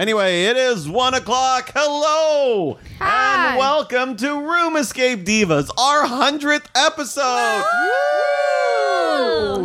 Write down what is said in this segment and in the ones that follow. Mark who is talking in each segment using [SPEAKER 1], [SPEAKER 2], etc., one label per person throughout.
[SPEAKER 1] Anyway, it is one o'clock. Hello
[SPEAKER 2] Hi.
[SPEAKER 1] and welcome to Room Escape Divas, our hundredth episode.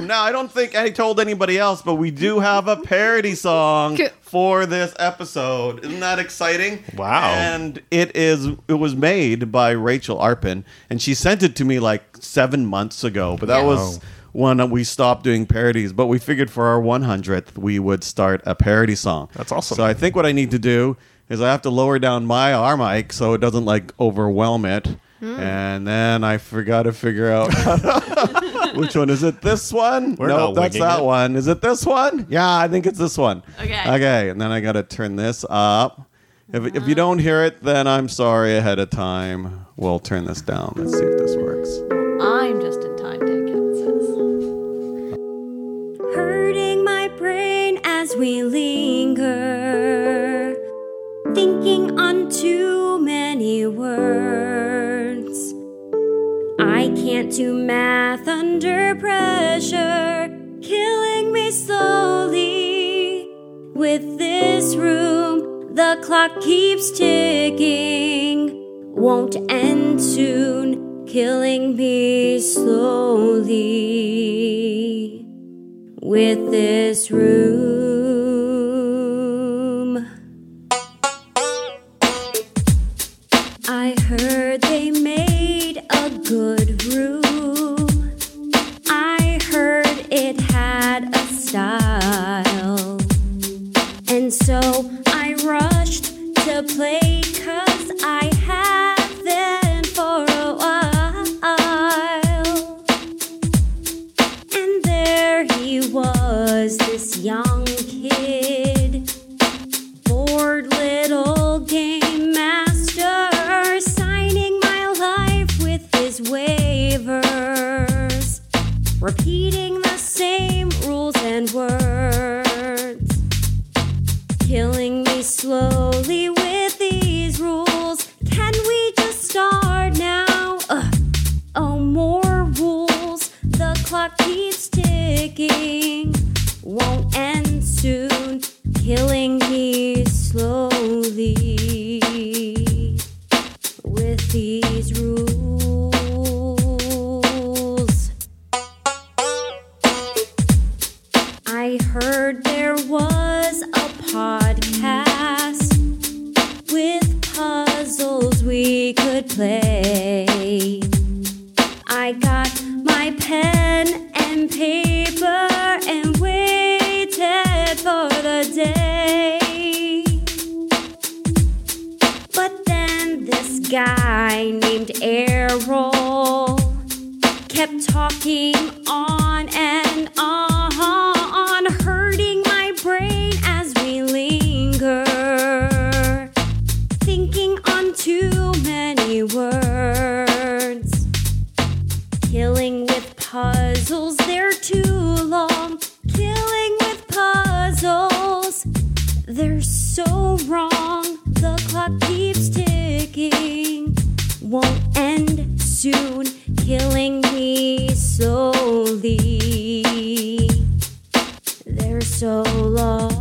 [SPEAKER 1] Woo! Now, I don't think I told anybody else, but we do have a parody song
[SPEAKER 2] Good.
[SPEAKER 1] for this episode. Isn't that exciting?
[SPEAKER 3] Wow.
[SPEAKER 1] And it is. It was made by Rachel Arpin, and she sent it to me like seven months ago. But that
[SPEAKER 2] Yeah.
[SPEAKER 1] was when we stopped doing parodies. But we figured for our 100th, we would start a parody song.
[SPEAKER 3] That's awesome.
[SPEAKER 1] So I think what I need to do is I have to lower down my arm mic so it doesn't like overwhelm it. And then I forgot to figure out which one is it. This one?
[SPEAKER 3] We're
[SPEAKER 1] no,
[SPEAKER 3] not
[SPEAKER 1] that's
[SPEAKER 3] winging
[SPEAKER 1] that
[SPEAKER 3] it.
[SPEAKER 1] one. Is it this one? Yeah, I think it's this one.
[SPEAKER 2] Okay.
[SPEAKER 1] Okay, and then I gotta turn this up. If, if you don't hear it, then I'm sorry ahead of time. We'll turn this down. Let's see if this works.
[SPEAKER 4] I'm just in time, Dan Kevin says.
[SPEAKER 5] hurting my brain as we linger, thinking on too many words. I can't do math under pressure, killing me slowly. With this room, the clock keeps ticking, won't end soon, killing me slowly with this room. I heard they made a good room. I heard it had a style. And so I rushed to play cause I had them for a while. And there he was, this young kid. Bored little game master, signing my life with his waivers. Repeating the same rules and words. Killing me slowly with these rules. Can we just start now? Ugh. Oh, more rules. The clock keeps ticking. Won't end soon. Killing me slowly with these rules. I heard there was a podcast with puzzles we could play. I got my pen and paper and waited for the day. But then this guy named Errol kept talking on and on, hurting my brain as we linger, thinking on too many words killing with puzzles they're too long killing with puzzles they're so wrong the clock keeps ticking won't end soon killing me slowly they're so long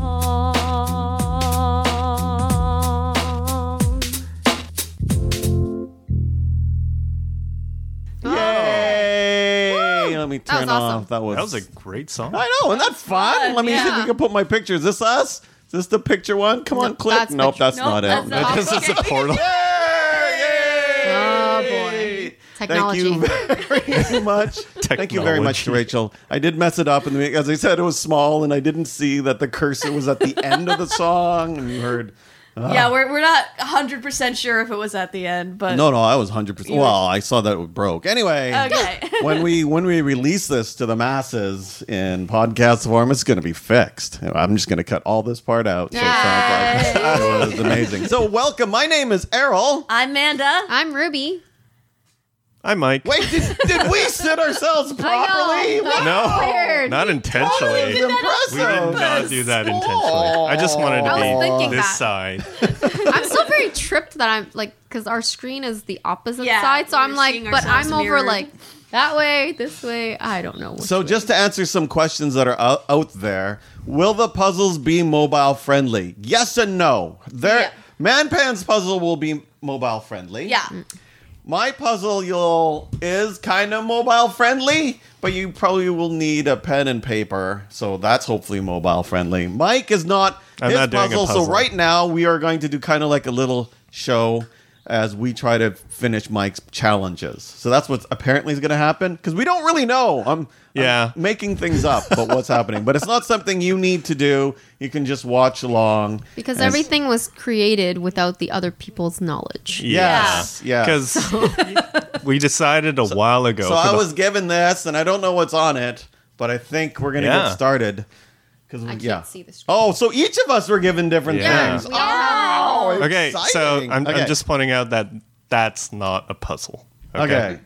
[SPEAKER 1] Yay! Let me
[SPEAKER 2] was
[SPEAKER 1] turn
[SPEAKER 2] awesome.
[SPEAKER 1] off. That was
[SPEAKER 3] That was a great song.
[SPEAKER 1] I know, isn't that fun?
[SPEAKER 4] Fun,
[SPEAKER 1] Let me see if
[SPEAKER 2] yeah.
[SPEAKER 1] we can put my picture. Is this us? Is this the picture one? Come on,
[SPEAKER 2] Nope,
[SPEAKER 1] click.
[SPEAKER 2] that's
[SPEAKER 1] nope,
[SPEAKER 2] picture-
[SPEAKER 1] that's
[SPEAKER 2] nope,
[SPEAKER 1] not
[SPEAKER 2] that's
[SPEAKER 1] it.
[SPEAKER 2] not
[SPEAKER 3] this is a
[SPEAKER 2] Okay.
[SPEAKER 3] portal.
[SPEAKER 1] Yay!
[SPEAKER 2] Oh, boy.
[SPEAKER 1] Thank you very much. Thank you very much,
[SPEAKER 3] Technology.
[SPEAKER 1] Rachel. I did mess it up, and as I said, it was small, and I didn't see that the cursor was at the end of the song. And you heard,
[SPEAKER 4] Yeah, we're, we're not 100% sure if it was at the end, but.
[SPEAKER 1] Oh. no, no, I was hundred percent.
[SPEAKER 4] You were-
[SPEAKER 1] Well, I saw that it broke. Anyway,
[SPEAKER 4] Okay.
[SPEAKER 1] when we when we release this to the masses in podcast form, it's going to be fixed. I'm just going to cut all this part out. So it sounds like it was amazing. So welcome. My name is Errol.
[SPEAKER 4] I'm Manda.
[SPEAKER 2] I'm Ruby.
[SPEAKER 3] I might.
[SPEAKER 1] Wait, did, did we sit ourselves properly? That
[SPEAKER 3] no,
[SPEAKER 2] Weird.
[SPEAKER 3] not intentionally.
[SPEAKER 1] was impressive.
[SPEAKER 3] We did not do that intentionally. I just wanted
[SPEAKER 2] I
[SPEAKER 3] to
[SPEAKER 2] was thinking
[SPEAKER 3] be this
[SPEAKER 2] that.
[SPEAKER 3] side.
[SPEAKER 2] I'm still very tripped that I'm like, because our screen is the opposite
[SPEAKER 4] Yeah,
[SPEAKER 2] side, so
[SPEAKER 4] we're
[SPEAKER 2] I'm like,
[SPEAKER 4] seeing
[SPEAKER 2] but
[SPEAKER 4] ourselves
[SPEAKER 2] I'm over
[SPEAKER 4] mirrored.
[SPEAKER 2] like that way, this way. I don't know. which
[SPEAKER 1] So
[SPEAKER 2] way.
[SPEAKER 1] just to answer some questions that are out, out there, Will the puzzles be mobile friendly? Yes and no. There,
[SPEAKER 4] Yeah.
[SPEAKER 1] Manpan's puzzle will be mobile friendly.
[SPEAKER 4] Yeah.
[SPEAKER 1] My puzzle you'll is kind of mobile friendly, but you probably will need a pen and paper, so that's hopefully mobile friendly. Mike is not
[SPEAKER 3] I'm
[SPEAKER 1] his
[SPEAKER 3] not doing a
[SPEAKER 1] puzzle, so
[SPEAKER 3] puzzle.
[SPEAKER 1] right now we are going to do kind of like a little show as we try to finish Mike's challenges. So that's what apparently is going to happen because we don't really know. I'm
[SPEAKER 3] Yeah.
[SPEAKER 1] I'm making things up, but what's happening? But it's not something you need to do. You can just watch along
[SPEAKER 2] Because
[SPEAKER 1] and-
[SPEAKER 2] everything was created without the other people's knowledge.
[SPEAKER 1] Yes, yeah,
[SPEAKER 3] Because we decided a while ago.
[SPEAKER 1] So
[SPEAKER 3] for
[SPEAKER 1] I
[SPEAKER 3] the-
[SPEAKER 1] was given this, and I don't know what's on it, but I think we're gonna
[SPEAKER 3] Yeah.
[SPEAKER 1] get started. Because
[SPEAKER 2] I can't
[SPEAKER 1] yeah.
[SPEAKER 2] see the screen.
[SPEAKER 1] Oh, so each of us were given different
[SPEAKER 3] Yeah.
[SPEAKER 1] things.
[SPEAKER 2] We all have-
[SPEAKER 1] Oh,
[SPEAKER 3] okay. So
[SPEAKER 1] exciting.
[SPEAKER 3] I'm,
[SPEAKER 1] Okay.
[SPEAKER 3] I'm just pointing out that that's not a puzzle.
[SPEAKER 1] okay.
[SPEAKER 3] Okay.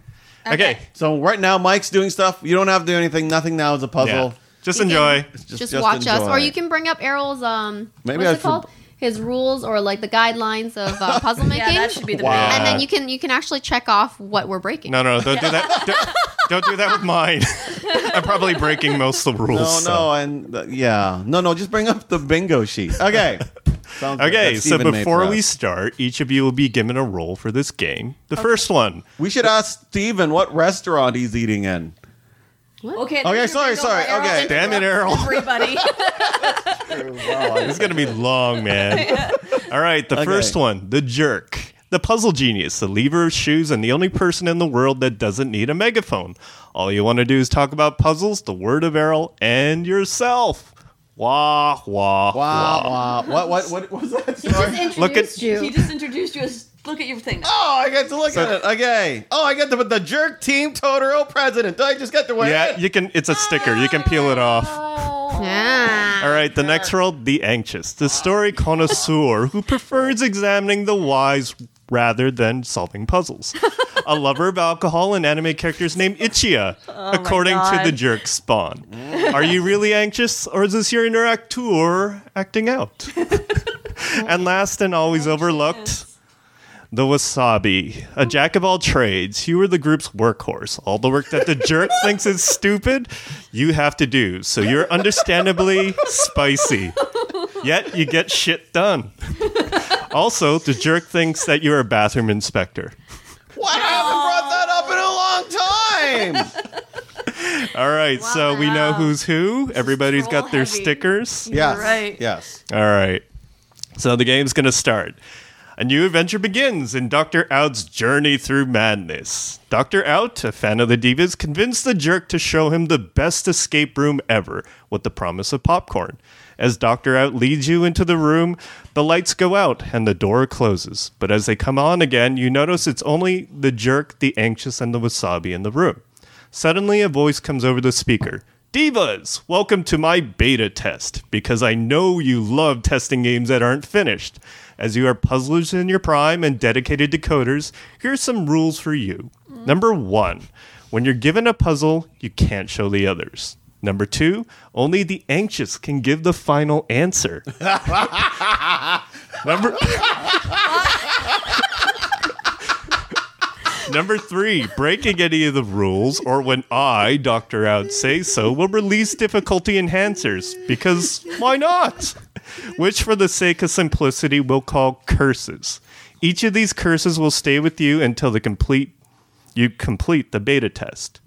[SPEAKER 3] Okay.
[SPEAKER 1] So right now, Mike's doing stuff. You don't have to do anything. Nothing now is a puzzle.
[SPEAKER 3] Yeah. Just
[SPEAKER 2] You can-
[SPEAKER 3] enjoy.
[SPEAKER 1] Just,
[SPEAKER 2] just,
[SPEAKER 1] just
[SPEAKER 2] watch us,
[SPEAKER 1] enjoy.
[SPEAKER 2] or you can bring up Errol's um,
[SPEAKER 1] Maybe I
[SPEAKER 2] what's it
[SPEAKER 1] should-
[SPEAKER 2] called? His rules or like the guidelines of uh, puzzle making.
[SPEAKER 4] Yeah, that should be the
[SPEAKER 1] Wow.
[SPEAKER 4] best.
[SPEAKER 2] and then you can you can actually check off what we're breaking.
[SPEAKER 3] No, no, don't do that. Don't, don't do that with mine. I'm probably breaking most of the rules.
[SPEAKER 1] No,
[SPEAKER 3] so.
[SPEAKER 1] no, and uh, yeah, no, no. Just bring up the bingo sheet. Okay. Sounds good.
[SPEAKER 3] Okay,
[SPEAKER 1] That's
[SPEAKER 3] so
[SPEAKER 1] Steven made for
[SPEAKER 3] before we
[SPEAKER 1] us.
[SPEAKER 3] start, each of you will be given a role for this game. The first one.
[SPEAKER 1] we should ask Steven what restaurant he's eating in.
[SPEAKER 4] Okay.
[SPEAKER 1] Okay,
[SPEAKER 4] there's
[SPEAKER 1] sorry,
[SPEAKER 4] your bingo
[SPEAKER 1] sorry,
[SPEAKER 4] for Errol.
[SPEAKER 1] okay.
[SPEAKER 3] Damn it, Errol.
[SPEAKER 4] Everybody.
[SPEAKER 3] This is going to be long, man. All right, the
[SPEAKER 1] Okay.
[SPEAKER 3] first one The Jerk, the puzzle genius, the lever of shoes, and the only person in the world that doesn't need a megaphone. All you want to do is talk about puzzles, the word of Errol, and yourself. Wah, wah,
[SPEAKER 1] Wow, wow. What, what, what was that? Sorry.
[SPEAKER 3] Look at-
[SPEAKER 4] He just introduced you as. Look at your thing. Now.
[SPEAKER 1] Oh, I get to look at it. Okay. Oh, I get to put the jerk team Totoro president. Do I just get to wear
[SPEAKER 3] Yeah,
[SPEAKER 1] it?
[SPEAKER 3] you can. It's a sticker. You can peel it off.
[SPEAKER 2] Yeah.
[SPEAKER 3] All right, the next role, the anxious, the story connoisseur who prefers examining the whys rather than solving puzzles. A lover of alcohol and anime characters named Ichiya, according to
[SPEAKER 4] God.
[SPEAKER 3] the jerk Spawn. Are you really anxious, or is this your inner actor acting out? and last and always overlooked, the Wasabi, a jack of all trades. You are the group's workhorse. All the work that the jerk thinks is stupid, you have to do. So you're understandably spicy. Yet you get shit done. Also, the jerk thinks that you're a bathroom inspector.
[SPEAKER 1] Why I haven't brought that up in a long time?
[SPEAKER 3] All right, so we know who's who. Everybody's got their
[SPEAKER 4] troll-heavy.
[SPEAKER 3] stickers.
[SPEAKER 1] yes.
[SPEAKER 4] right.
[SPEAKER 1] Yes.
[SPEAKER 3] All right. So the game's going to start. A new adventure begins in Dr. Out's journey through madness. Dr. Out, a fan of the Divas, convinced the jerk to show him the best escape room ever with the promise of popcorn. As Dr. Out leads you into the room, the lights go out and the door closes. But as they come on again, you notice it's only the jerk, the anxious, and the wasabi in the room. Suddenly, a voice comes over the speaker. Divas, welcome to my beta test, because I know you love testing games that aren't finished. As you are puzzlers in your prime and dedicated decoders, here are some rules for you. Number one, when you're given a puzzle, you can't show the others. Number two, only the anxious can give the final answer. Number. Number three, breaking any of the rules, or when I, Dr. Out, say so, will release difficulty enhancers, because why not? Which, for the sake of simplicity, we'll call curses. Each of these curses will stay with you until the complete you complete the beta test.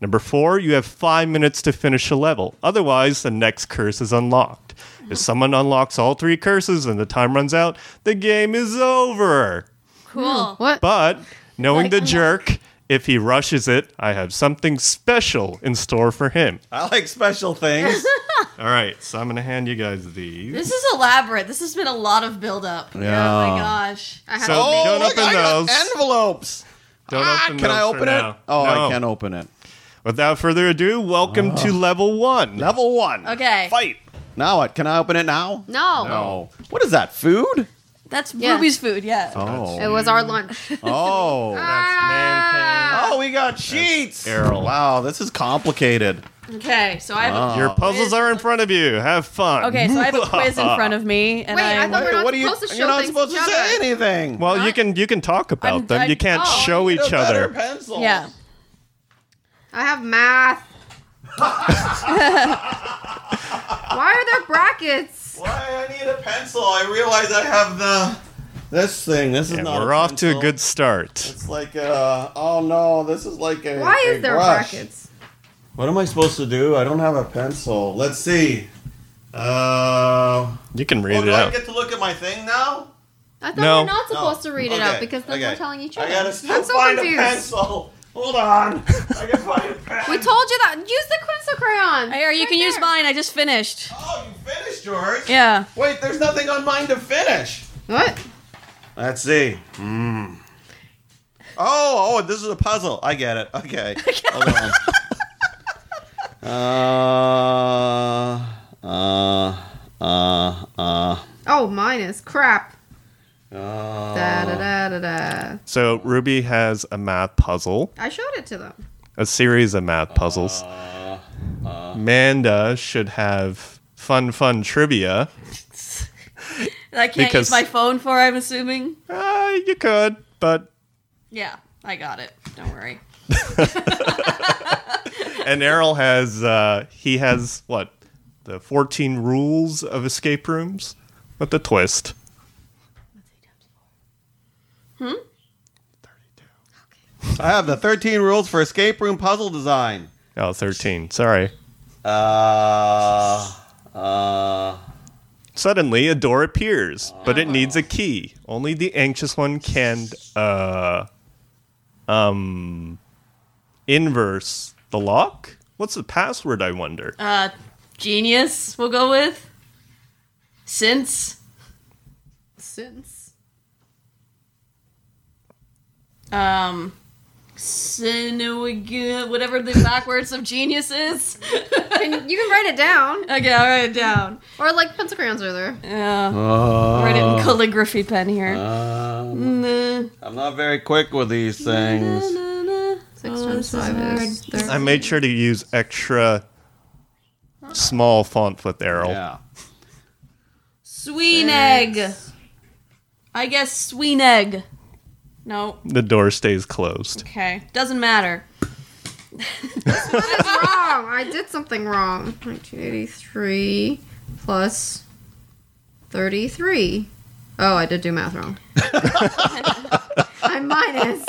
[SPEAKER 3] Number four, you have five minutes to finish a level. Otherwise, the next curse is unlocked. If someone unlocks all three curses and the time runs out, the game is over.
[SPEAKER 4] Cool.
[SPEAKER 2] What?
[SPEAKER 3] But knowing
[SPEAKER 2] Like,
[SPEAKER 3] the
[SPEAKER 2] I'm not-
[SPEAKER 3] jerk, if he rushes it, I have something special in store for him.
[SPEAKER 1] I like special things.
[SPEAKER 3] All right, so I'm going to hand you guys these.
[SPEAKER 4] This is elaborate. This has been a lot of buildup. Yeah. Oh my gosh.
[SPEAKER 2] I have
[SPEAKER 3] So-
[SPEAKER 2] to
[SPEAKER 1] oh,
[SPEAKER 3] Don't
[SPEAKER 1] look,
[SPEAKER 3] open
[SPEAKER 1] I got
[SPEAKER 3] those.
[SPEAKER 1] envelopes.
[SPEAKER 3] Don't
[SPEAKER 1] Ah,
[SPEAKER 3] open
[SPEAKER 1] can I
[SPEAKER 3] those for
[SPEAKER 1] open it?
[SPEAKER 3] now.
[SPEAKER 1] Oh,
[SPEAKER 3] No.
[SPEAKER 1] I can't Ah. open it.
[SPEAKER 3] Without further ado, welcome to level one.
[SPEAKER 1] Level one.
[SPEAKER 4] Okay.
[SPEAKER 1] Fight. Now what? Can I open it now?
[SPEAKER 2] No.
[SPEAKER 1] No. What is that? Food?
[SPEAKER 4] That's
[SPEAKER 2] Yeah.
[SPEAKER 4] Ruby's food. Yeah.
[SPEAKER 2] It
[SPEAKER 1] Oh.
[SPEAKER 2] was
[SPEAKER 4] Mm.
[SPEAKER 2] our lunch. Ah.
[SPEAKER 1] Oh.
[SPEAKER 3] That's man
[SPEAKER 1] Oh, we got sheets.
[SPEAKER 3] Errol.
[SPEAKER 1] Wow, this is complicated.
[SPEAKER 4] Okay. So I have. A-
[SPEAKER 1] Ah.
[SPEAKER 3] pain. Your puzzles are in front of you. Have fun.
[SPEAKER 4] okay. So I have a quiz in front of me, and
[SPEAKER 2] Wait, I
[SPEAKER 4] I'm.
[SPEAKER 2] thought we were not
[SPEAKER 1] what are you?
[SPEAKER 2] supposed to show
[SPEAKER 1] you're not
[SPEAKER 2] things
[SPEAKER 1] supposed
[SPEAKER 2] to each
[SPEAKER 1] to say
[SPEAKER 2] other.
[SPEAKER 1] anything.
[SPEAKER 3] Well, you can you can talk about
[SPEAKER 4] I'm-
[SPEAKER 3] them.
[SPEAKER 4] I'm-
[SPEAKER 3] you can't
[SPEAKER 4] oh,
[SPEAKER 3] show
[SPEAKER 1] Get a
[SPEAKER 3] each
[SPEAKER 1] better
[SPEAKER 3] other.
[SPEAKER 1] Pencil.
[SPEAKER 4] yeah.
[SPEAKER 2] I have math. Why are there brackets.
[SPEAKER 1] Why I need a pencil? I realize I have the this thing. This is
[SPEAKER 3] And
[SPEAKER 1] not.
[SPEAKER 3] we're
[SPEAKER 1] a
[SPEAKER 3] off to a
[SPEAKER 1] pencil.
[SPEAKER 3] good start.
[SPEAKER 1] It's like uh oh no, this is like a.
[SPEAKER 2] Why
[SPEAKER 1] a
[SPEAKER 2] is there
[SPEAKER 1] brush.
[SPEAKER 2] brackets?
[SPEAKER 1] What am I supposed to do? I don't have a pencil. Let's see. Uh,
[SPEAKER 3] You can read
[SPEAKER 1] oh,
[SPEAKER 3] it
[SPEAKER 1] do I
[SPEAKER 3] out.
[SPEAKER 1] get to look at my thing now?
[SPEAKER 2] I thought
[SPEAKER 3] No.
[SPEAKER 2] we're not supposed
[SPEAKER 1] No.
[SPEAKER 2] to read it
[SPEAKER 1] Okay,
[SPEAKER 2] out because then
[SPEAKER 1] okay.
[SPEAKER 2] we're telling each other.
[SPEAKER 1] I gotta still
[SPEAKER 2] I'm so
[SPEAKER 1] find
[SPEAKER 2] confused.
[SPEAKER 1] a pencil. Hold on. I can find a pencil.
[SPEAKER 2] We told you that. Use the Quincy crayon.
[SPEAKER 4] Here, you
[SPEAKER 2] Right
[SPEAKER 4] can use
[SPEAKER 2] there.
[SPEAKER 4] mine. I just finished.
[SPEAKER 1] Oh, you finished, George.
[SPEAKER 4] Yeah.
[SPEAKER 1] Wait, there's nothing on mine to finish.
[SPEAKER 2] What?
[SPEAKER 1] Let's see. Hmm. Oh, oh, this is a puzzle. I get it. Okay. Hold on. Uh, uh, uh, uh,
[SPEAKER 2] Oh, mine is crap.
[SPEAKER 1] uh.
[SPEAKER 2] Da, da, da, da, da.
[SPEAKER 3] So Ruby has a math puzzle,
[SPEAKER 2] I showed it to them.
[SPEAKER 3] a series of math puzzles. Amanda should have fun, fun trivia.
[SPEAKER 4] That I can't
[SPEAKER 3] Because-
[SPEAKER 4] use my phone for, I'm assuming.
[SPEAKER 3] Uh, you could, but
[SPEAKER 4] Yeah, I got it. Don't worry.
[SPEAKER 3] and Errol has uh, he has what the fourteen rules of escape rooms with the twist.
[SPEAKER 1] I have the 13 rules for escape room puzzle design.
[SPEAKER 3] Oh, 13. Sorry.
[SPEAKER 1] Uh, uh,
[SPEAKER 3] Suddenly, a door appears, but it needs a key. Only the anxious one can, uh, um, inverse the lock. What's the password? I wonder.
[SPEAKER 4] Uh, genius, we'll go with. Since.
[SPEAKER 2] Since.
[SPEAKER 4] Um. Sinuig, whatever the backwards of genius is.
[SPEAKER 2] Can, you can write it down.
[SPEAKER 4] Okay, I'll write it down.
[SPEAKER 2] Or like pencil crayons are there.
[SPEAKER 4] Yeah.
[SPEAKER 1] uh,
[SPEAKER 4] write it in calligraphy pen here.
[SPEAKER 1] um,
[SPEAKER 4] Mm,
[SPEAKER 1] I'm not very quick with these things.
[SPEAKER 4] na, na, na.
[SPEAKER 2] Six
[SPEAKER 4] Oh,
[SPEAKER 2] times
[SPEAKER 4] this is
[SPEAKER 2] five is
[SPEAKER 4] hard.
[SPEAKER 2] thirty.
[SPEAKER 3] I made sure to use extra small font with Errol.
[SPEAKER 1] Yeah.
[SPEAKER 4] Sweeneg. I guess Sweeneg. No.
[SPEAKER 3] The door stays closed.
[SPEAKER 4] Okay. Doesn't matter.
[SPEAKER 2] wrong. I did something wrong. 1983 plus 33. Oh, I did do math wrong. I minus.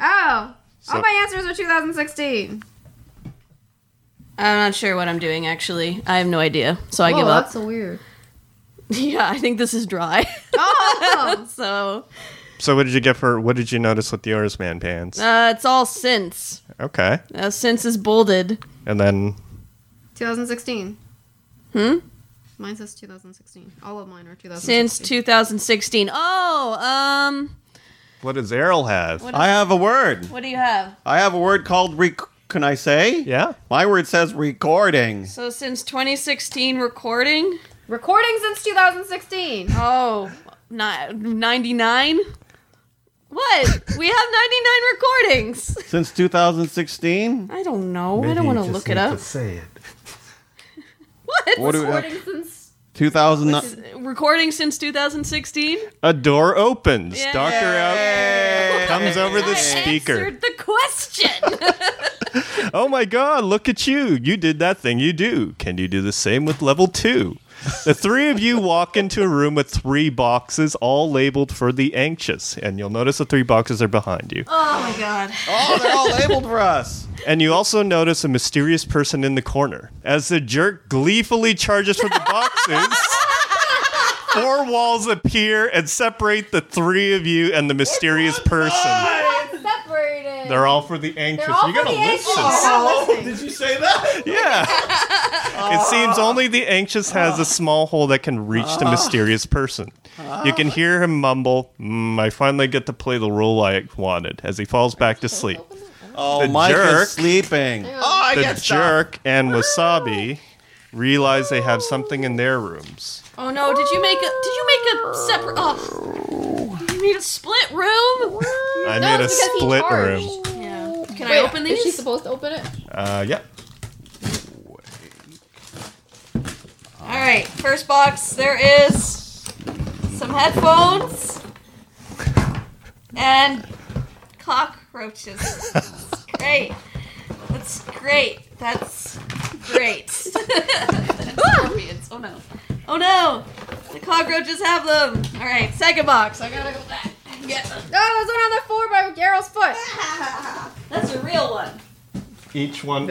[SPEAKER 2] Oh.
[SPEAKER 3] So-
[SPEAKER 2] All my answers are 2016.
[SPEAKER 4] I'm not sure what I'm doing actually. I have no idea. So I
[SPEAKER 2] oh,
[SPEAKER 4] give
[SPEAKER 2] that's
[SPEAKER 4] up.
[SPEAKER 2] so weird.
[SPEAKER 4] Yeah, I think this is dry.
[SPEAKER 2] Oh,
[SPEAKER 4] so
[SPEAKER 3] So, what did you get for? What did you notice with yours, man pants?
[SPEAKER 4] uh, it's all since.
[SPEAKER 3] Okay,
[SPEAKER 4] Uh, since is bolded.
[SPEAKER 3] and then
[SPEAKER 2] 2016.
[SPEAKER 4] Hmm?
[SPEAKER 2] Mine says 2016. All of mine are 2016.
[SPEAKER 4] Since 2016. Oh, um,
[SPEAKER 3] what does Errol have?
[SPEAKER 1] I have a word.
[SPEAKER 4] what do you have?
[SPEAKER 1] I have a word called rec- can I say?
[SPEAKER 3] Yeah.
[SPEAKER 1] My word says recording.
[SPEAKER 4] So since 2016 recording.
[SPEAKER 2] Recording since 2016.
[SPEAKER 4] Oh, ni- 99? What? we have 99 recordings.
[SPEAKER 1] Since 2016?
[SPEAKER 4] I don't know. I don't want to look it up.
[SPEAKER 6] say it.
[SPEAKER 4] What?
[SPEAKER 1] What do we
[SPEAKER 2] Recording since
[SPEAKER 1] 2009.
[SPEAKER 4] recording since 2016?
[SPEAKER 3] A door opens.
[SPEAKER 4] Yay.
[SPEAKER 3] Doctor out comes over the
[SPEAKER 4] I
[SPEAKER 3] speaker.
[SPEAKER 4] answered the question.
[SPEAKER 3] Oh my god, look at you. You did that thing you do. Can you do the same with level 2? The three of you walk into a room with three boxes all labeled for the anxious, and you'll notice the three boxes are behind you.
[SPEAKER 4] oh my god.
[SPEAKER 1] Oh, they're all labeled for us.
[SPEAKER 3] And you also notice a mysterious person in the corner. As the jerk gleefully charges for the boxes, four walls appear and separate the three of you and the mysterious person.
[SPEAKER 1] Oh,
[SPEAKER 2] separated.
[SPEAKER 3] They're all for the anxious.
[SPEAKER 2] all
[SPEAKER 3] you gotta
[SPEAKER 2] for the anxious.
[SPEAKER 3] listen.
[SPEAKER 2] Oh,
[SPEAKER 1] Oh, did you say that?
[SPEAKER 3] Yeah. it seems only the anxious has a small hole that can reach the mysterious person. You can hear him mumble, mm, I finally get to play the role I wanted, as he falls back to sleep.
[SPEAKER 1] Oh,
[SPEAKER 3] The
[SPEAKER 1] Mike
[SPEAKER 3] jerk.
[SPEAKER 1] is sleeping. Oh, I
[SPEAKER 3] The
[SPEAKER 1] get stuff.
[SPEAKER 3] jerk and Wasabi realize they have something in their rooms.
[SPEAKER 4] Oh no, did you make a did you make a separate oh you need a split room?
[SPEAKER 3] I
[SPEAKER 2] No,
[SPEAKER 3] made a
[SPEAKER 2] it's because he
[SPEAKER 3] split
[SPEAKER 2] charged.
[SPEAKER 3] room.
[SPEAKER 4] Yeah. Can I
[SPEAKER 2] Wait,
[SPEAKER 4] open these?
[SPEAKER 2] Is she supposed to open it?
[SPEAKER 3] Uh, yeah.
[SPEAKER 4] Alright, first box there is some headphones and cockroaches. That's great. That's great. That's Great. Scorpions. Oh no. Oh no. The cockroaches have them. All right, second box. I gotta go back and get them.
[SPEAKER 2] Oh, it was on the floor by Garrel's foot.
[SPEAKER 4] That's a real one.
[SPEAKER 3] Each one,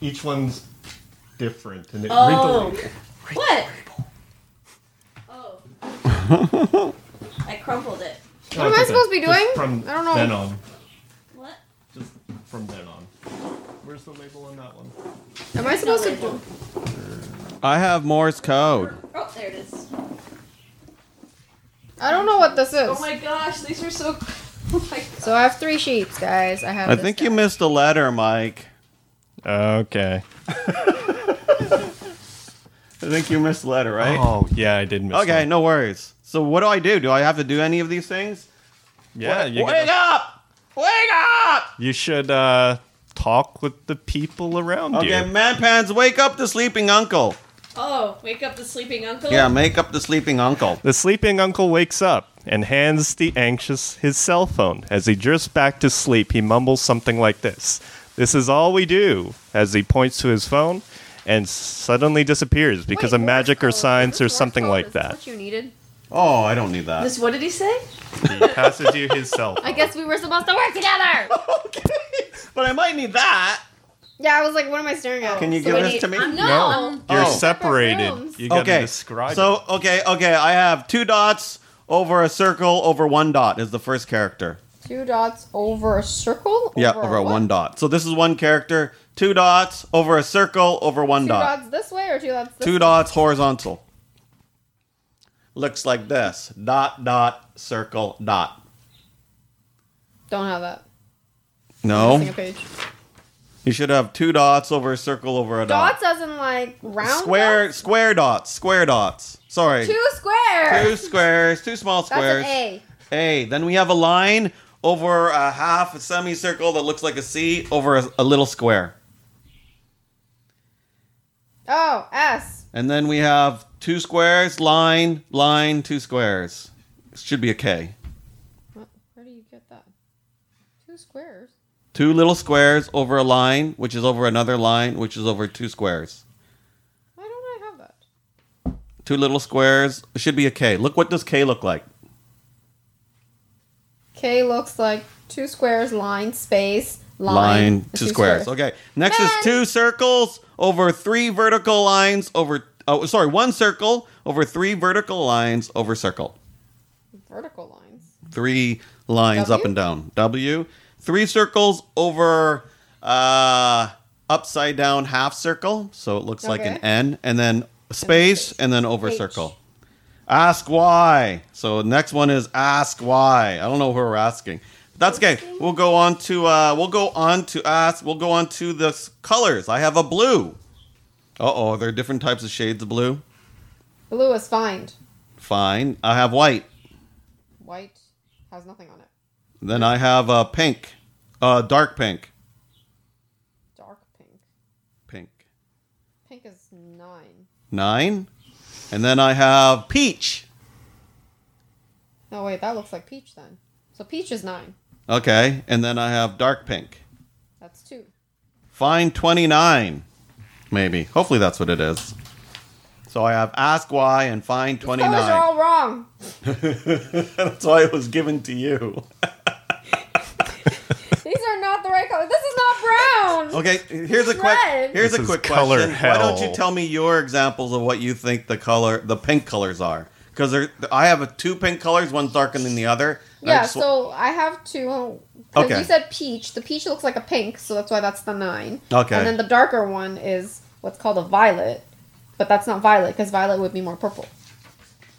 [SPEAKER 3] each one's different, and it
[SPEAKER 4] Oh. What? Oh. I crumpled it.
[SPEAKER 2] What am I supposed to be doing? I don't know.
[SPEAKER 3] on,
[SPEAKER 4] What?
[SPEAKER 3] just from then on. Where's the label on that one?
[SPEAKER 2] Am I supposed to?
[SPEAKER 4] label.
[SPEAKER 1] I have Morse code.
[SPEAKER 4] Oh, there it is.
[SPEAKER 2] I don't know what this is.
[SPEAKER 4] Oh my gosh, these are so. Oh my god.
[SPEAKER 2] so I have three sheets, guys. I have.
[SPEAKER 1] I
[SPEAKER 2] this
[SPEAKER 1] think
[SPEAKER 2] guy.
[SPEAKER 1] you missed a letter, Mike.
[SPEAKER 3] Okay.
[SPEAKER 1] I think you missed a letter, right?
[SPEAKER 3] Oh yeah, I did miss.
[SPEAKER 1] okay,
[SPEAKER 3] one.
[SPEAKER 1] no worries. So what do I do? Do I have to do any of these things?
[SPEAKER 3] Yeah,
[SPEAKER 1] Wake,
[SPEAKER 3] you,
[SPEAKER 1] wake
[SPEAKER 3] gotta-
[SPEAKER 1] up! Wake up!
[SPEAKER 3] you should uh, talk with the people around
[SPEAKER 1] Okay,
[SPEAKER 3] you.
[SPEAKER 1] manpans, wake up the sleeping uncle.
[SPEAKER 4] Oh, wake up the sleeping uncle.
[SPEAKER 1] Yeah, make up the sleeping uncle.
[SPEAKER 3] The sleeping uncle wakes up and hands the anxious his cell phone. As he drifts back to sleep, he mumbles something like this This is all we do, as he points to his phone and suddenly disappears because
[SPEAKER 2] Wait,
[SPEAKER 3] of magic or
[SPEAKER 2] Morse code.
[SPEAKER 3] science
[SPEAKER 2] Is
[SPEAKER 3] or
[SPEAKER 2] this
[SPEAKER 3] something
[SPEAKER 2] Morse
[SPEAKER 3] like
[SPEAKER 2] code? Is this
[SPEAKER 3] that.
[SPEAKER 2] What you needed?
[SPEAKER 1] Oh, I don't need that.
[SPEAKER 4] This, what did he say?
[SPEAKER 3] He passes you his cell
[SPEAKER 2] I
[SPEAKER 3] phone.
[SPEAKER 2] guess we were supposed to work together.
[SPEAKER 1] but I might need that.
[SPEAKER 2] yeah, I was like, what am I staring at?
[SPEAKER 1] Can you
[SPEAKER 2] So
[SPEAKER 1] give
[SPEAKER 2] I
[SPEAKER 1] this
[SPEAKER 2] need-
[SPEAKER 1] to me?
[SPEAKER 4] I'm
[SPEAKER 3] No,
[SPEAKER 4] no.
[SPEAKER 3] you're
[SPEAKER 1] Oh.
[SPEAKER 3] separated.
[SPEAKER 2] rooms.
[SPEAKER 3] You gotta
[SPEAKER 1] okay.
[SPEAKER 3] describe
[SPEAKER 1] so okay, okay. I have two dots over a circle over one dot is the first character.
[SPEAKER 2] Two dots over a circle.
[SPEAKER 1] yeah, over a
[SPEAKER 2] what?
[SPEAKER 1] one dot. So this is one character. Two dots over a circle over one
[SPEAKER 2] Two
[SPEAKER 1] dot.
[SPEAKER 2] dots this way or two dots. This
[SPEAKER 1] Two dots horizontal. Looks like this. Dot dot circle dot.
[SPEAKER 2] Don't have that. Missing
[SPEAKER 1] No,
[SPEAKER 2] a page.
[SPEAKER 1] you should have two dots over a circle over a dot.
[SPEAKER 2] Dots as in like round.
[SPEAKER 1] square
[SPEAKER 2] dots?
[SPEAKER 1] square dots square dots sorry
[SPEAKER 2] Two squares.
[SPEAKER 1] Two squares two small
[SPEAKER 2] That's
[SPEAKER 1] squares
[SPEAKER 2] an A.
[SPEAKER 1] A. then we have a line over a half a semicircle that looks like a c over a, a little square
[SPEAKER 2] Oh, S.
[SPEAKER 1] and then we have two squares line line two squares it should be a k
[SPEAKER 2] What? Where do you get that? Two squares.
[SPEAKER 1] two little squares over a line which is over another line which is over two squares
[SPEAKER 2] Why don't I have that?
[SPEAKER 1] two little squares it should be a k look what does k look like
[SPEAKER 2] K looks like two squares, line, space, line,
[SPEAKER 1] line
[SPEAKER 2] and
[SPEAKER 1] two, squares. Okay. Next is
[SPEAKER 2] Man.
[SPEAKER 1] two circles over three vertical lines over. Oh, sorry, one circle over three vertical lines over circle.
[SPEAKER 2] Vertical lines.
[SPEAKER 1] Three lines up
[SPEAKER 2] W?
[SPEAKER 1] and down. W. Three circles over uh, upside down half circle, so it looks like an
[SPEAKER 2] Okay.
[SPEAKER 1] N, and then space, and then over
[SPEAKER 2] H.
[SPEAKER 1] circle. Ask why. So next one is ask why. I don't know who we're asking. That's okay. We'll go on to uh, we'll go on to ask. We'll go on to the s- colors. I have a blue. Uh oh, there are different types of shades of blue.
[SPEAKER 2] Blue is find.
[SPEAKER 1] Fine. I have white.
[SPEAKER 2] White has nothing on it.
[SPEAKER 1] Then I have uh, pink, uh, dark pink,
[SPEAKER 2] Dark pink.
[SPEAKER 1] pink
[SPEAKER 2] Pink is nine.
[SPEAKER 1] nine, and then I have peach.
[SPEAKER 2] No, wait, that looks like peach then. So peach is nine.
[SPEAKER 1] Okay, and then I have dark pink.
[SPEAKER 2] That's two.
[SPEAKER 1] Find 29. Maybe. Hopefully that's what it is. So I have ask why and find
[SPEAKER 2] Colors are
[SPEAKER 1] 29.
[SPEAKER 2] all wrong.
[SPEAKER 1] That's why it was given to you.
[SPEAKER 2] These are not the right color. This is not brown.
[SPEAKER 1] Okay, here's a quick
[SPEAKER 2] Red.
[SPEAKER 1] here's
[SPEAKER 3] This
[SPEAKER 1] a
[SPEAKER 3] is
[SPEAKER 1] quick
[SPEAKER 3] color
[SPEAKER 1] question. Why don't you
[SPEAKER 3] hell.
[SPEAKER 1] tell me your examples of what you think the color the pink colors are? Cuz I have a two pink colors, one's darker than the other. I
[SPEAKER 2] Yeah,
[SPEAKER 1] just-
[SPEAKER 2] so I have two. Because
[SPEAKER 1] Okay.
[SPEAKER 2] you said peach. The peach looks like a pink, so that's why that's the nine.
[SPEAKER 1] Okay.
[SPEAKER 2] And then the darker one is what's called a violet, but that's not violet because violet would be more purple.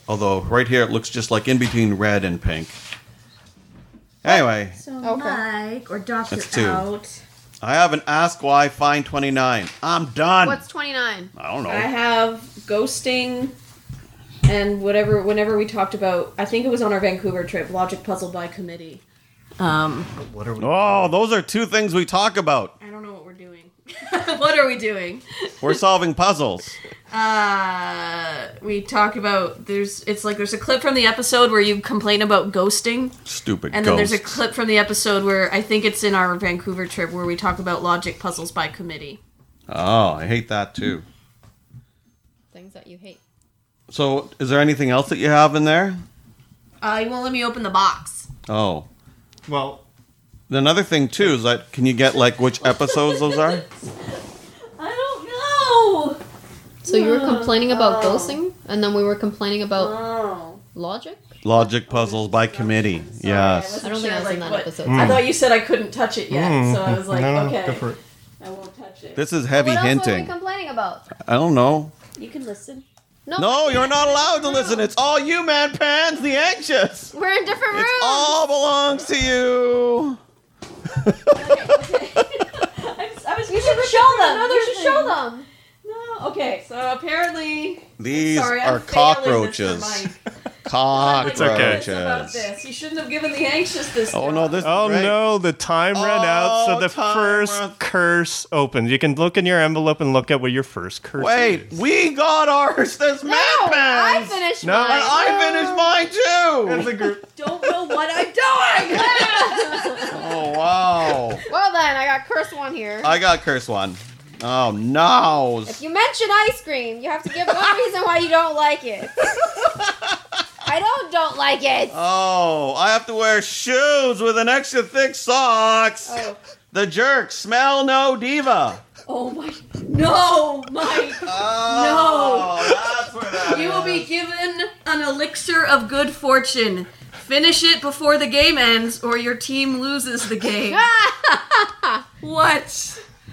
[SPEAKER 1] although right here it looks just like in between red and pink. Anyway,
[SPEAKER 6] So
[SPEAKER 2] Okay.
[SPEAKER 6] Mike or Doctor
[SPEAKER 1] That's two.
[SPEAKER 6] Out.
[SPEAKER 1] I have an ask why find 29. I'm done.
[SPEAKER 2] What's 29?
[SPEAKER 1] I don't know.
[SPEAKER 4] I have ghosting and whatever whenever we talked about I think it was on our Vancouver trip, logic puzzle by committee. Um
[SPEAKER 3] What are we?
[SPEAKER 1] Oh, those are two things we talk about.
[SPEAKER 4] I don't know what we're doing. what are we doing?
[SPEAKER 1] We're solving puzzles.
[SPEAKER 4] Uh we talk about there's it's like there's a clip from the episode where you complain about ghosting
[SPEAKER 1] Stupid
[SPEAKER 4] and then
[SPEAKER 1] ghost.
[SPEAKER 4] there's a clip from the episode where I think it's in our Vancouver trip where we talk about logic puzzles by committee.
[SPEAKER 1] Oh, I hate that too.
[SPEAKER 6] Things that you hate.
[SPEAKER 1] So, is there anything else that you have in there?
[SPEAKER 4] Uh, you won't let me open the box.
[SPEAKER 1] Oh,
[SPEAKER 3] Well,
[SPEAKER 1] another thing too is that can you get like which episodes those are?
[SPEAKER 4] I don't know.
[SPEAKER 6] So you were complaining about ghosting, and then we were complaining about
[SPEAKER 4] Oh.
[SPEAKER 6] logic.
[SPEAKER 1] Logic puzzles by committee. Yes. Hmm.
[SPEAKER 6] I don't think I was in that episode.
[SPEAKER 4] I thought you said I couldn't touch it yet, so I was like, okay,
[SPEAKER 3] different.
[SPEAKER 4] I won't touch it.
[SPEAKER 1] This is heavy
[SPEAKER 6] what else were we
[SPEAKER 1] hinting.
[SPEAKER 6] complaining about?
[SPEAKER 1] I don't know.
[SPEAKER 4] You can listen.
[SPEAKER 6] No,
[SPEAKER 1] No, you're not allowed to listen. It's all you, man. Pans the anxious.
[SPEAKER 6] We're in different rooms.
[SPEAKER 1] It all belongs to you.
[SPEAKER 4] I was, I was
[SPEAKER 6] you should show them. You should show
[SPEAKER 4] them.
[SPEAKER 6] them.
[SPEAKER 4] No. Okay. So apparently,
[SPEAKER 1] These
[SPEAKER 4] sorry, I'm
[SPEAKER 1] are
[SPEAKER 4] failing this
[SPEAKER 1] cockroaches.
[SPEAKER 4] for Mike.
[SPEAKER 1] Cockroaches.
[SPEAKER 3] It's okay.
[SPEAKER 4] This about this. You shouldn't have given the anxious this.
[SPEAKER 1] Oh
[SPEAKER 4] time.
[SPEAKER 1] no, this.
[SPEAKER 3] Oh
[SPEAKER 1] right.
[SPEAKER 3] no, the time ran out, so
[SPEAKER 1] Oh,
[SPEAKER 3] the
[SPEAKER 1] time
[SPEAKER 3] first
[SPEAKER 1] ran-
[SPEAKER 3] curse opens. You can look in your envelope and look at what your first curse
[SPEAKER 1] Wait,
[SPEAKER 3] is.
[SPEAKER 1] we got ours. There's no,
[SPEAKER 6] No, I
[SPEAKER 1] Pans.
[SPEAKER 6] finished
[SPEAKER 3] No,
[SPEAKER 6] mine.
[SPEAKER 3] I-
[SPEAKER 1] I finished mine
[SPEAKER 3] As
[SPEAKER 1] too.
[SPEAKER 3] a group.
[SPEAKER 4] Don't know what I'm doing.
[SPEAKER 1] Oh wow.
[SPEAKER 6] well then, I got curse one here.
[SPEAKER 1] I got curse one. Oh no.
[SPEAKER 6] If you mention ice cream, you have to give one reason why you don't like it. I don't don't like it.
[SPEAKER 1] Oh, I have to wear shoes with an extra thick socks.
[SPEAKER 4] Oh.
[SPEAKER 1] The jerk, smell no diva.
[SPEAKER 4] oh my. No, Mike.
[SPEAKER 1] Oh, that's where that
[SPEAKER 4] You will be
[SPEAKER 1] is.
[SPEAKER 4] given an elixir of good fortune. Finish it before the game ends, or your team loses the game.
[SPEAKER 6] Ah!
[SPEAKER 4] what?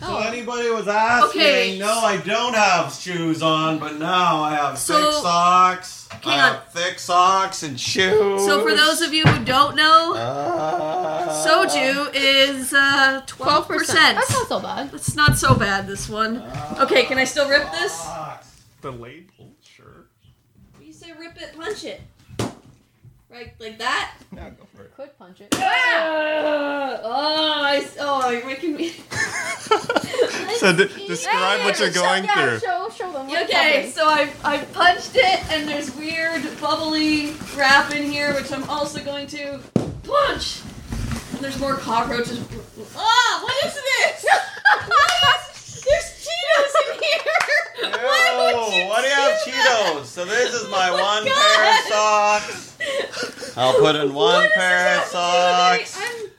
[SPEAKER 1] So anybody was asking,
[SPEAKER 4] Oh. Okay.
[SPEAKER 1] me, no, I don't have shoes on, but now I have
[SPEAKER 4] So-
[SPEAKER 1] thick socks. I
[SPEAKER 4] Hang on.
[SPEAKER 1] have thick socks and shoes.
[SPEAKER 4] So, for those of you who don't know,
[SPEAKER 1] Uh,
[SPEAKER 4] soju is uh, 12%.
[SPEAKER 6] That's not so bad.
[SPEAKER 4] It's not so bad, this one. Okay, can I still rip this?
[SPEAKER 1] socks.
[SPEAKER 3] The label, sure.
[SPEAKER 4] You say rip it, punch it. Right, like that?
[SPEAKER 3] Now go for it.
[SPEAKER 6] Could punch it.
[SPEAKER 4] Ah! Oh, I, s- oh, you're making me.
[SPEAKER 3] So de- describe what you're going
[SPEAKER 6] yeah,
[SPEAKER 3] through.
[SPEAKER 6] Show, show them. what's
[SPEAKER 4] Okay,
[SPEAKER 6] happening.
[SPEAKER 4] so I I punched it, and there's weird bubbly wrap in here, which I'm also going to punch. And there's more cockroaches. Ah, what is this? What is- there's Cheetos in here. Why
[SPEAKER 1] Ew,
[SPEAKER 4] would you
[SPEAKER 1] why do you have
[SPEAKER 4] do that?
[SPEAKER 1] Cheetos? So this is my
[SPEAKER 4] Oh my
[SPEAKER 1] one pair of socks. I'll put in one
[SPEAKER 4] What does
[SPEAKER 1] pair of
[SPEAKER 4] this have to uh, do with
[SPEAKER 1] socks.
[SPEAKER 4] any-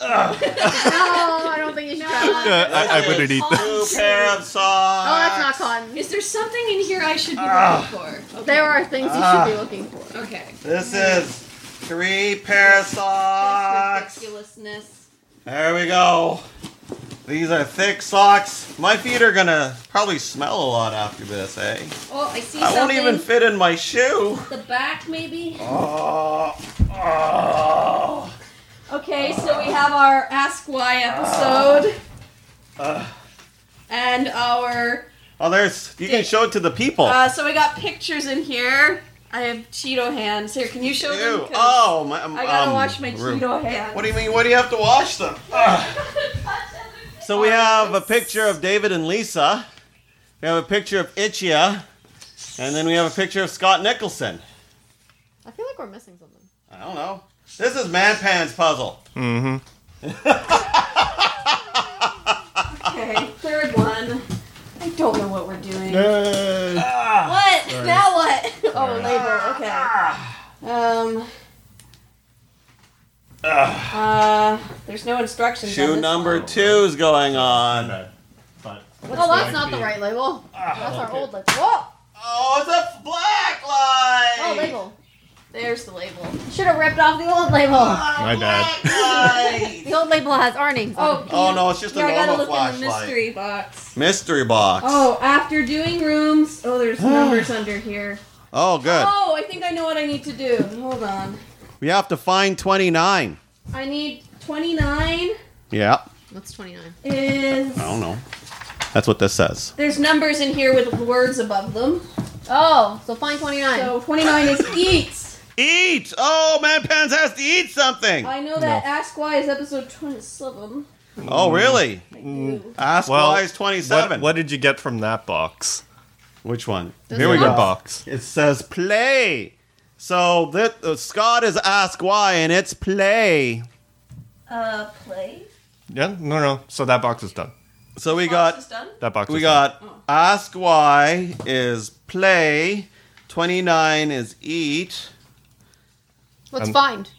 [SPEAKER 6] No, I don't think you should. try that.
[SPEAKER 3] Uh, I, I wouldn't eat that.
[SPEAKER 1] Two pair
[SPEAKER 6] Oh,
[SPEAKER 1] of
[SPEAKER 6] that's not
[SPEAKER 1] socks.
[SPEAKER 6] cotton.
[SPEAKER 4] I'm- Is there something in here I should be
[SPEAKER 1] Ah.
[SPEAKER 4] looking for? Okay.
[SPEAKER 6] There are things you should be looking for.
[SPEAKER 4] Okay.
[SPEAKER 1] This is three pair of
[SPEAKER 4] This
[SPEAKER 1] socks.
[SPEAKER 4] ridiculousness.
[SPEAKER 1] There we go. These are thick socks. My feet are gonna probably smell a lot after this, eh?
[SPEAKER 4] Oh, I see
[SPEAKER 1] I won't
[SPEAKER 4] something.
[SPEAKER 1] even fit in my shoe.
[SPEAKER 4] The back, maybe.
[SPEAKER 1] Oh, oh.
[SPEAKER 4] Okay, so we have our Ask Why episode.
[SPEAKER 1] Uh.
[SPEAKER 4] and our.
[SPEAKER 1] Oh, there's. You can show it to the people.
[SPEAKER 4] Uh, so we got pictures in here. I have Cheeto hands. Here, can you show them?
[SPEAKER 1] Ew.
[SPEAKER 4] 'Cause
[SPEAKER 1] Oh, my. um,
[SPEAKER 4] I gotta
[SPEAKER 1] um,
[SPEAKER 4] wash my
[SPEAKER 1] rude.
[SPEAKER 4] Cheeto hands.
[SPEAKER 1] What do you mean? Why do you have to wash them? Ugh. so we have a picture of David and Lisa. We have a picture of Itchia, and then we have a picture of Scott Nicholson.
[SPEAKER 6] I feel like we're missing something.
[SPEAKER 1] I don't know. This is Manpan's puzzle.
[SPEAKER 4] Okay, third one. I don't know what we're doing.
[SPEAKER 1] Ah.
[SPEAKER 4] What? Now what? Oh, label. Okay. Um. Uh, there's no instructions. on
[SPEAKER 1] Ah. Shoe
[SPEAKER 4] this
[SPEAKER 1] number two's going on.
[SPEAKER 6] Oh, that's not the right label.
[SPEAKER 1] Ah,
[SPEAKER 6] That's our old label. Whoa!
[SPEAKER 1] Oh, it's a black
[SPEAKER 6] Oh,
[SPEAKER 1] light.
[SPEAKER 6] label.
[SPEAKER 4] There's the label.
[SPEAKER 6] Should have ripped off the old label.
[SPEAKER 1] My
[SPEAKER 3] bad.
[SPEAKER 6] The old label has our names. on
[SPEAKER 4] Oh,
[SPEAKER 6] it.
[SPEAKER 1] oh no, it's just a
[SPEAKER 4] yeah, I gotta
[SPEAKER 1] normal
[SPEAKER 4] look in the
[SPEAKER 1] flashlight.
[SPEAKER 4] mystery box.
[SPEAKER 1] Mystery box.
[SPEAKER 4] Oh, after doing rooms. Oh, there's numbers under here.
[SPEAKER 1] Oh, good.
[SPEAKER 4] Oh, I think I know what I need to do. Hold on.
[SPEAKER 1] We have to find 29.
[SPEAKER 4] I need 29
[SPEAKER 1] Yeah.
[SPEAKER 6] What's 29?
[SPEAKER 4] is.
[SPEAKER 1] I don't know. That's what this says.
[SPEAKER 4] There's numbers in here with words above them.
[SPEAKER 6] Oh, so find 29.
[SPEAKER 4] So 29 is eats.
[SPEAKER 1] Eat! Oh, man, Pans has to eat something.
[SPEAKER 4] I know that Ask Why is episode 27.
[SPEAKER 1] oh, really?
[SPEAKER 4] I do.
[SPEAKER 1] Ask
[SPEAKER 3] Well,
[SPEAKER 1] why is
[SPEAKER 3] What,
[SPEAKER 1] 27.
[SPEAKER 3] what did you get from that box?
[SPEAKER 1] Which one?
[SPEAKER 6] Here we
[SPEAKER 3] Your
[SPEAKER 6] go.
[SPEAKER 3] box.
[SPEAKER 1] It says play. So that uh, Scott is ask why, and it's play.
[SPEAKER 4] Uh, play?
[SPEAKER 3] Yeah, no, no. So that box is done.
[SPEAKER 1] So we got
[SPEAKER 4] Box is done?
[SPEAKER 3] That box.
[SPEAKER 1] we
[SPEAKER 3] is not-
[SPEAKER 2] Oh.
[SPEAKER 1] got ask why is play, twenty nine is eat.
[SPEAKER 2] Let's
[SPEAKER 3] Um,
[SPEAKER 2] find.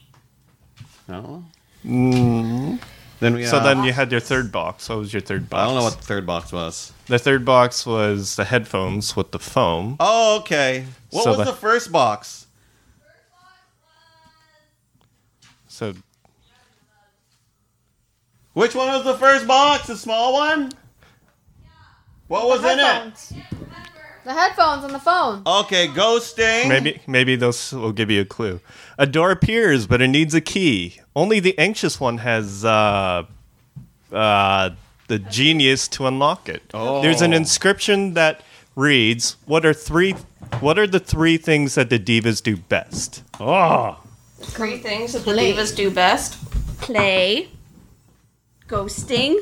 [SPEAKER 1] No. Then we
[SPEAKER 3] Mm-hmm. So
[SPEAKER 1] have-
[SPEAKER 3] then you had your third box. What was your third box?
[SPEAKER 1] I don't know what the third box was.
[SPEAKER 3] The third box was the headphones with the foam.
[SPEAKER 1] Oh, okay. What
[SPEAKER 3] So
[SPEAKER 1] was
[SPEAKER 3] the-
[SPEAKER 1] the first box?
[SPEAKER 3] So
[SPEAKER 1] Which one was the first box? The small one? What was in it? Oh.
[SPEAKER 6] Headphones.
[SPEAKER 2] The headphones on the phone.
[SPEAKER 1] Okay, ghosting.
[SPEAKER 3] maybe maybe those will give you a clue. A door appears, but it needs a key. Only the anxious one has uh, uh, the genius to unlock it.
[SPEAKER 1] Oh.
[SPEAKER 3] There's an inscription that reads, "What are three? What are the three things that the divas do best?"
[SPEAKER 1] Oh.
[SPEAKER 4] Three things that the
[SPEAKER 2] Play.
[SPEAKER 4] divas do best.
[SPEAKER 6] Play. Ghosting.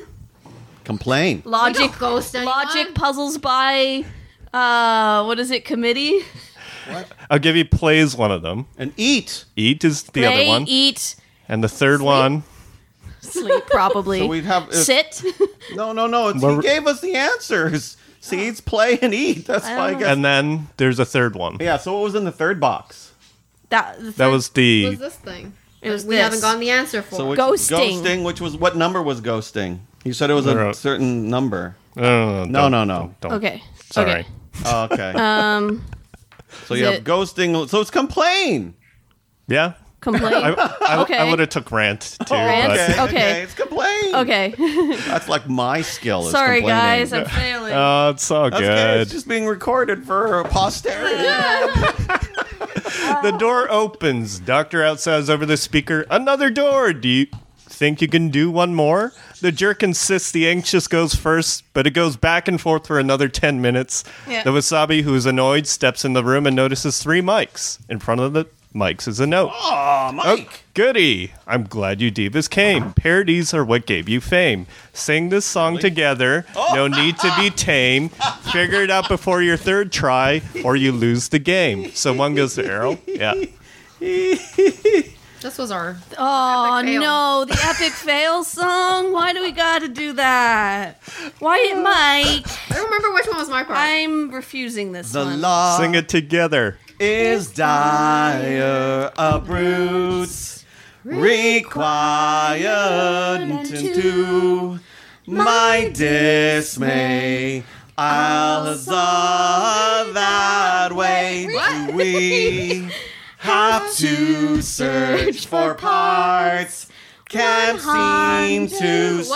[SPEAKER 1] Complain.
[SPEAKER 4] Logic
[SPEAKER 2] Don't ghost anyone.
[SPEAKER 4] logic puzzles by uh what is it committee?
[SPEAKER 3] I'll give you play is one of them.
[SPEAKER 1] And eat.
[SPEAKER 3] Eat is the
[SPEAKER 4] Play,
[SPEAKER 3] other one,
[SPEAKER 4] eat,
[SPEAKER 3] and the third one.
[SPEAKER 4] sleep probably.
[SPEAKER 1] So we have it's-
[SPEAKER 4] Sit.
[SPEAKER 1] No, no, no. It's,
[SPEAKER 3] Well,
[SPEAKER 1] he gave us the answers. Seeds, play, and eat. That's why I guess.
[SPEAKER 3] And then there's a third one.
[SPEAKER 1] yeah. So what was in the third box?
[SPEAKER 4] that
[SPEAKER 3] That was
[SPEAKER 2] What
[SPEAKER 3] the
[SPEAKER 2] was this thing?
[SPEAKER 4] it was
[SPEAKER 2] we
[SPEAKER 4] this.
[SPEAKER 2] haven't gotten the answer for.
[SPEAKER 1] So which,
[SPEAKER 4] Ghosting.
[SPEAKER 1] Ghosting. Which was what number was ghosting? You said it was
[SPEAKER 3] No,
[SPEAKER 1] a
[SPEAKER 3] no.
[SPEAKER 1] certain number.
[SPEAKER 3] no,
[SPEAKER 1] No, no, no.
[SPEAKER 3] don't-
[SPEAKER 4] Okay.
[SPEAKER 3] Sorry.
[SPEAKER 4] Okay.
[SPEAKER 1] Oh, okay.
[SPEAKER 4] Um
[SPEAKER 1] so you have
[SPEAKER 4] it-
[SPEAKER 1] ghosting. So it's complain.
[SPEAKER 3] Yeah, I,
[SPEAKER 4] complain.
[SPEAKER 3] I,
[SPEAKER 4] Okay.
[SPEAKER 3] I would have took rant too.
[SPEAKER 4] Rant?
[SPEAKER 3] but-
[SPEAKER 1] Okay,
[SPEAKER 4] Okay.
[SPEAKER 1] okay. It's complain.
[SPEAKER 4] okay.
[SPEAKER 1] That's like my skill. Is
[SPEAKER 4] Sorry
[SPEAKER 1] complaining.
[SPEAKER 4] guys, I'm failing.
[SPEAKER 3] Oh, it's all
[SPEAKER 1] That's okay.
[SPEAKER 3] good.
[SPEAKER 1] It's just being recorded for posterity.
[SPEAKER 3] the door opens. Doctor outsides over the speaker. Another door. Do you think you can do one more? The jerk insists the anxious goes first, but it goes back and forth for another 10 minutes.
[SPEAKER 4] Yeah.
[SPEAKER 3] The wasabi, who is annoyed, steps in the room and notices three mics. In front of the mics is a note.
[SPEAKER 1] Aw, Mike.
[SPEAKER 3] Goody! I'm glad you divas came. Parodies are what gave you fame. Sing this song together.
[SPEAKER 1] Oh.
[SPEAKER 3] No need to be tame. Figure it out before your third try, or you lose the game. So one goes to Errol. Yeah.
[SPEAKER 2] this was our.
[SPEAKER 4] Oh
[SPEAKER 2] Epic fail.
[SPEAKER 4] no, the epic fail song. Why do we gotta do that? Why it Mike?
[SPEAKER 2] I don't remember which one was my part.
[SPEAKER 4] I'm refusing this
[SPEAKER 1] The
[SPEAKER 4] one.
[SPEAKER 1] law
[SPEAKER 3] Sing it together.
[SPEAKER 1] is dire a brute required to my dismay. I'll saw that way. Do we have to search for parts? Can't seem to so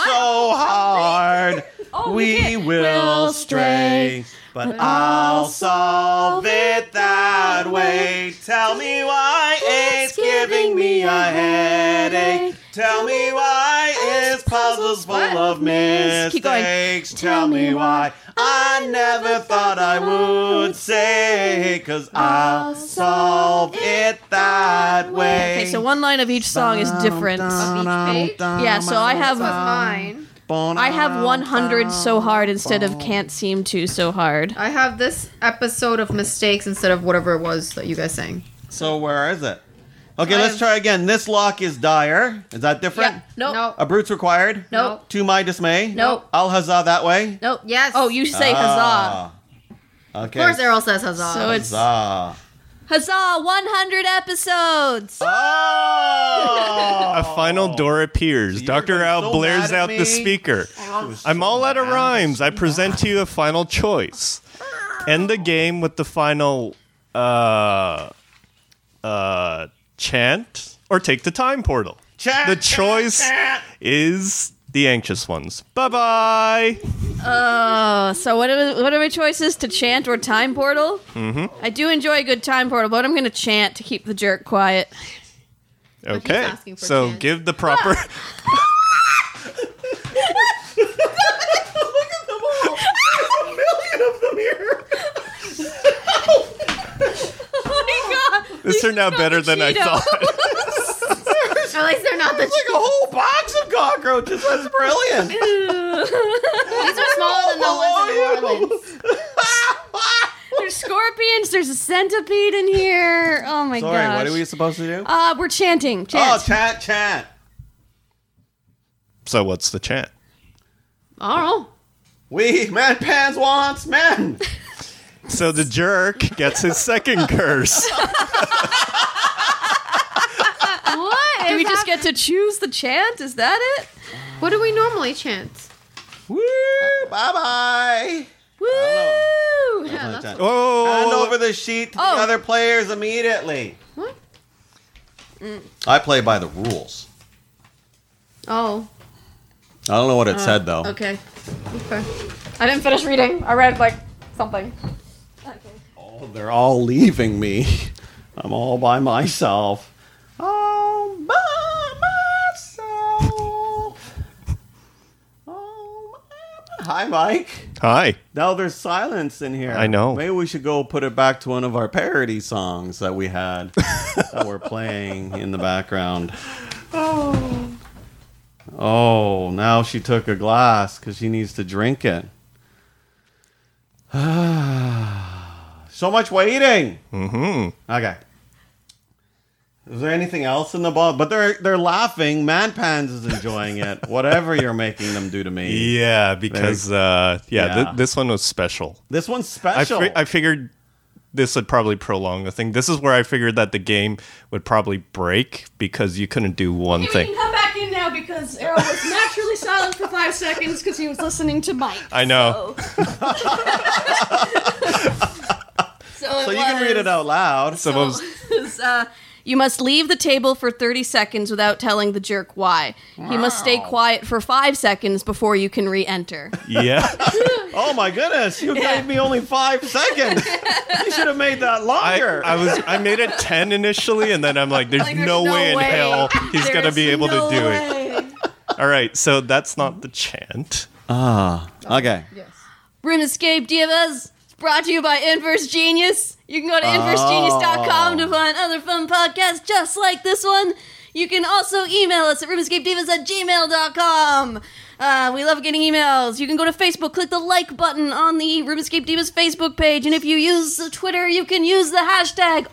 [SPEAKER 1] hard. Oh, We will stray, but I'll solve it that way. Tell me why it's giving me a headache. Tell me why it's puzzles full of
[SPEAKER 4] Keep going.
[SPEAKER 1] mistakes. Tell me why I never thought I would say, cause I'll solve it that way.
[SPEAKER 4] Okay, so one line of each song is different.
[SPEAKER 2] page?
[SPEAKER 4] Yeah, so I have
[SPEAKER 2] This was mine.
[SPEAKER 4] I have 100 so hard instead of can't seem to so hard.
[SPEAKER 2] I have this episode of mistakes instead of whatever it was that you guys sang.
[SPEAKER 1] So where is it? Okay,
[SPEAKER 2] I
[SPEAKER 1] let's
[SPEAKER 2] have-
[SPEAKER 1] try again. This lock is dire. Is that different?
[SPEAKER 4] Nope.
[SPEAKER 2] Nope.
[SPEAKER 1] A brute's required.
[SPEAKER 2] Nope.
[SPEAKER 1] To my dismay.
[SPEAKER 2] Nope.
[SPEAKER 1] Al huzzah that way.
[SPEAKER 2] Nope. Yes.
[SPEAKER 4] Oh, you say huzzah.
[SPEAKER 1] Ah. Okay.
[SPEAKER 2] Of course, Errol says huzzah.
[SPEAKER 4] So it's
[SPEAKER 1] Huzzah.
[SPEAKER 4] huzzah 100 episodes.
[SPEAKER 1] Oh!
[SPEAKER 3] A final door appears.
[SPEAKER 1] You're
[SPEAKER 3] Dr.
[SPEAKER 1] so
[SPEAKER 3] Al blares
[SPEAKER 1] mad at
[SPEAKER 3] out
[SPEAKER 1] me.
[SPEAKER 3] the speaker. I'm all out of rhymes. I present to you a final choice. End the game with the final uh uh chant or take the time portal.
[SPEAKER 1] Chat,
[SPEAKER 3] The
[SPEAKER 1] chat,
[SPEAKER 3] choice
[SPEAKER 1] chat.
[SPEAKER 3] is the anxious ones. Bye-bye.
[SPEAKER 4] Uh, so what are, what are my choices to chant or time portal? Mm-hmm. I do enjoy a good time portal, but I'm going to chant to keep the jerk quiet.
[SPEAKER 3] Okay.
[SPEAKER 2] asking for Ah!
[SPEAKER 3] So
[SPEAKER 2] chant.
[SPEAKER 3] give the proper
[SPEAKER 4] Oh my god.
[SPEAKER 3] This turned out better than I
[SPEAKER 4] Cheeto.
[SPEAKER 3] thought.
[SPEAKER 2] Or at least they're not the.
[SPEAKER 1] Like a whole box of cockroaches. That's brilliant.
[SPEAKER 2] These are smaller than the ones in New Orleans.
[SPEAKER 4] There's scorpions, there's a centipede in here. Oh my god.
[SPEAKER 1] Sorry, what are we supposed to do?
[SPEAKER 2] Oh,
[SPEAKER 4] Uh, we're chanting. Chant.
[SPEAKER 1] Oh, chat, chat.
[SPEAKER 3] So what's the chant?
[SPEAKER 2] All
[SPEAKER 1] We man pans wants men.
[SPEAKER 3] So the jerk gets his second curse.
[SPEAKER 2] What?
[SPEAKER 4] Do we
[SPEAKER 2] is
[SPEAKER 4] just
[SPEAKER 2] hap-
[SPEAKER 4] get to choose the chant? Is that it?
[SPEAKER 2] What do we normally chant?
[SPEAKER 1] Woo! Bye bye.
[SPEAKER 2] Woo!
[SPEAKER 1] know.
[SPEAKER 2] Yeah, that's
[SPEAKER 1] Hand over
[SPEAKER 3] Oh,
[SPEAKER 1] the sheet to
[SPEAKER 4] Oh.
[SPEAKER 1] the other players immediately.
[SPEAKER 2] what.
[SPEAKER 1] I play by the rules.
[SPEAKER 2] Oh,
[SPEAKER 1] I don't know what it said though.
[SPEAKER 2] Uh, okay. Okay.
[SPEAKER 6] I didn't finish reading. I read like something.
[SPEAKER 1] Oh, they're all leaving me. I'm all by myself. All by myself. All by my- Hi, Mike.
[SPEAKER 3] hi.
[SPEAKER 1] Now there's silence in here.
[SPEAKER 3] I know.
[SPEAKER 1] Maybe we should go put it back to one of our parody songs that we had that we're playing in the background. Oh. Oh, now she took a glass because she needs to drink it. so much waiting. Mm-hmm. Okay. Is there anything else in the ball? But they're they're laughing. Manpans is enjoying it. Whatever you're making them do to me.
[SPEAKER 3] Yeah, because uh, yeah,
[SPEAKER 1] Yeah.
[SPEAKER 3] Th- this one was special.
[SPEAKER 1] This one's
[SPEAKER 3] I,
[SPEAKER 1] special.
[SPEAKER 3] fi- I figured this would probably prolong the thing. This is where I figured that the game would probably break because you couldn't do
[SPEAKER 1] Oh,
[SPEAKER 3] one
[SPEAKER 4] Okay, we
[SPEAKER 3] thing.
[SPEAKER 4] can come back in now because Errol was naturally silent for five seconds because he was listening to Mike.
[SPEAKER 3] I know.
[SPEAKER 4] So,
[SPEAKER 1] So you can read it out loud.
[SPEAKER 3] Some of
[SPEAKER 4] was, uh, you must leave the table for 30 seconds without telling the jerk why. He must stay quiet for five seconds before you can re enter.
[SPEAKER 3] yeah,
[SPEAKER 1] oh my goodness, you gave me only five seconds. you should have made that
[SPEAKER 3] I,
[SPEAKER 1] longer.
[SPEAKER 3] I was I made it ten initially, and then I'm like, there's,
[SPEAKER 4] Like,
[SPEAKER 3] no, way, in hell he's gonna be able to do it.
[SPEAKER 4] it.
[SPEAKER 3] All right, so that's not the chant.
[SPEAKER 1] okay.
[SPEAKER 4] Room Escape Divas is brought to you by Inverse Genius. You can go to inversegenius.com
[SPEAKER 3] Oh.
[SPEAKER 4] to find other fun podcasts just like this one. You can also email us at roomescapedivas at gmail.com. Uh, we love getting emails. You can go to Facebook, click the like button on the Room Escape Divas Facebook page, and if you use Twitter, you can use the hashtag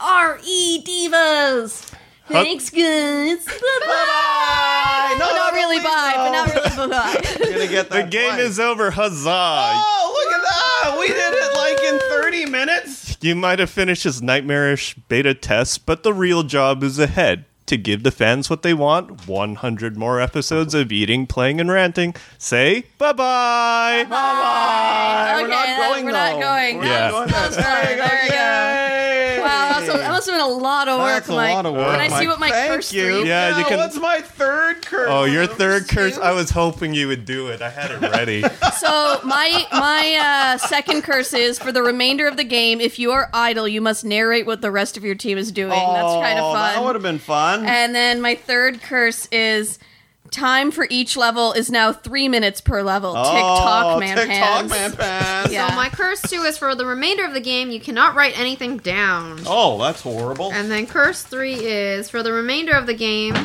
[SPEAKER 4] REDivas.
[SPEAKER 3] Huh.
[SPEAKER 4] Thanks, guys. Bye-bye.
[SPEAKER 1] No,
[SPEAKER 4] not
[SPEAKER 1] no,
[SPEAKER 4] really
[SPEAKER 1] please,
[SPEAKER 4] bye, but
[SPEAKER 1] no.
[SPEAKER 4] not really bye-bye.
[SPEAKER 1] You're gonna get
[SPEAKER 3] The
[SPEAKER 1] that
[SPEAKER 3] game
[SPEAKER 1] twice.
[SPEAKER 3] is over. Huzzah!
[SPEAKER 1] Oh, look at that! We did it like in 30 minutes.
[SPEAKER 3] You might have finished his nightmarish beta test, but the real job is ahead. To give the fans what they want, 100 more episodes of eating, playing, and ranting. Say bye bye.
[SPEAKER 1] Bye.
[SPEAKER 4] Okay,
[SPEAKER 1] we're not
[SPEAKER 4] that-
[SPEAKER 1] going
[SPEAKER 4] we're not
[SPEAKER 1] though.
[SPEAKER 4] going.
[SPEAKER 1] We're
[SPEAKER 3] Yeah.
[SPEAKER 1] not going
[SPEAKER 4] That was fun. There we
[SPEAKER 1] There we go.
[SPEAKER 4] Wow, that must, have, that must have been a lot of work,
[SPEAKER 1] That's a
[SPEAKER 4] Mike.
[SPEAKER 1] lot of work.
[SPEAKER 4] Can I see
[SPEAKER 1] Mike.
[SPEAKER 4] what my Oh,
[SPEAKER 1] Thank
[SPEAKER 4] first
[SPEAKER 1] you.
[SPEAKER 4] three?
[SPEAKER 3] Yeah, you
[SPEAKER 1] Now,
[SPEAKER 3] can-
[SPEAKER 1] What's my third curse?
[SPEAKER 3] Oh, your third curse. I was hoping you would do it. I had it ready.
[SPEAKER 4] So my my uh, second curse is for the remainder of the game. If you are idle, you must narrate what the rest of your team is doing. That's kind of
[SPEAKER 1] Oh,
[SPEAKER 4] fun.
[SPEAKER 1] That would have been fun.
[SPEAKER 4] And then my third curse is time for each level is now three minutes per level.
[SPEAKER 1] oh,
[SPEAKER 4] TikTok man
[SPEAKER 1] TikTok
[SPEAKER 4] pans.
[SPEAKER 1] man pans.
[SPEAKER 4] Yeah.
[SPEAKER 2] So my curse two is for the remainder of the game. You cannot write anything down.
[SPEAKER 1] Oh, that's horrible.
[SPEAKER 2] And then curse three is for the remainder of the game.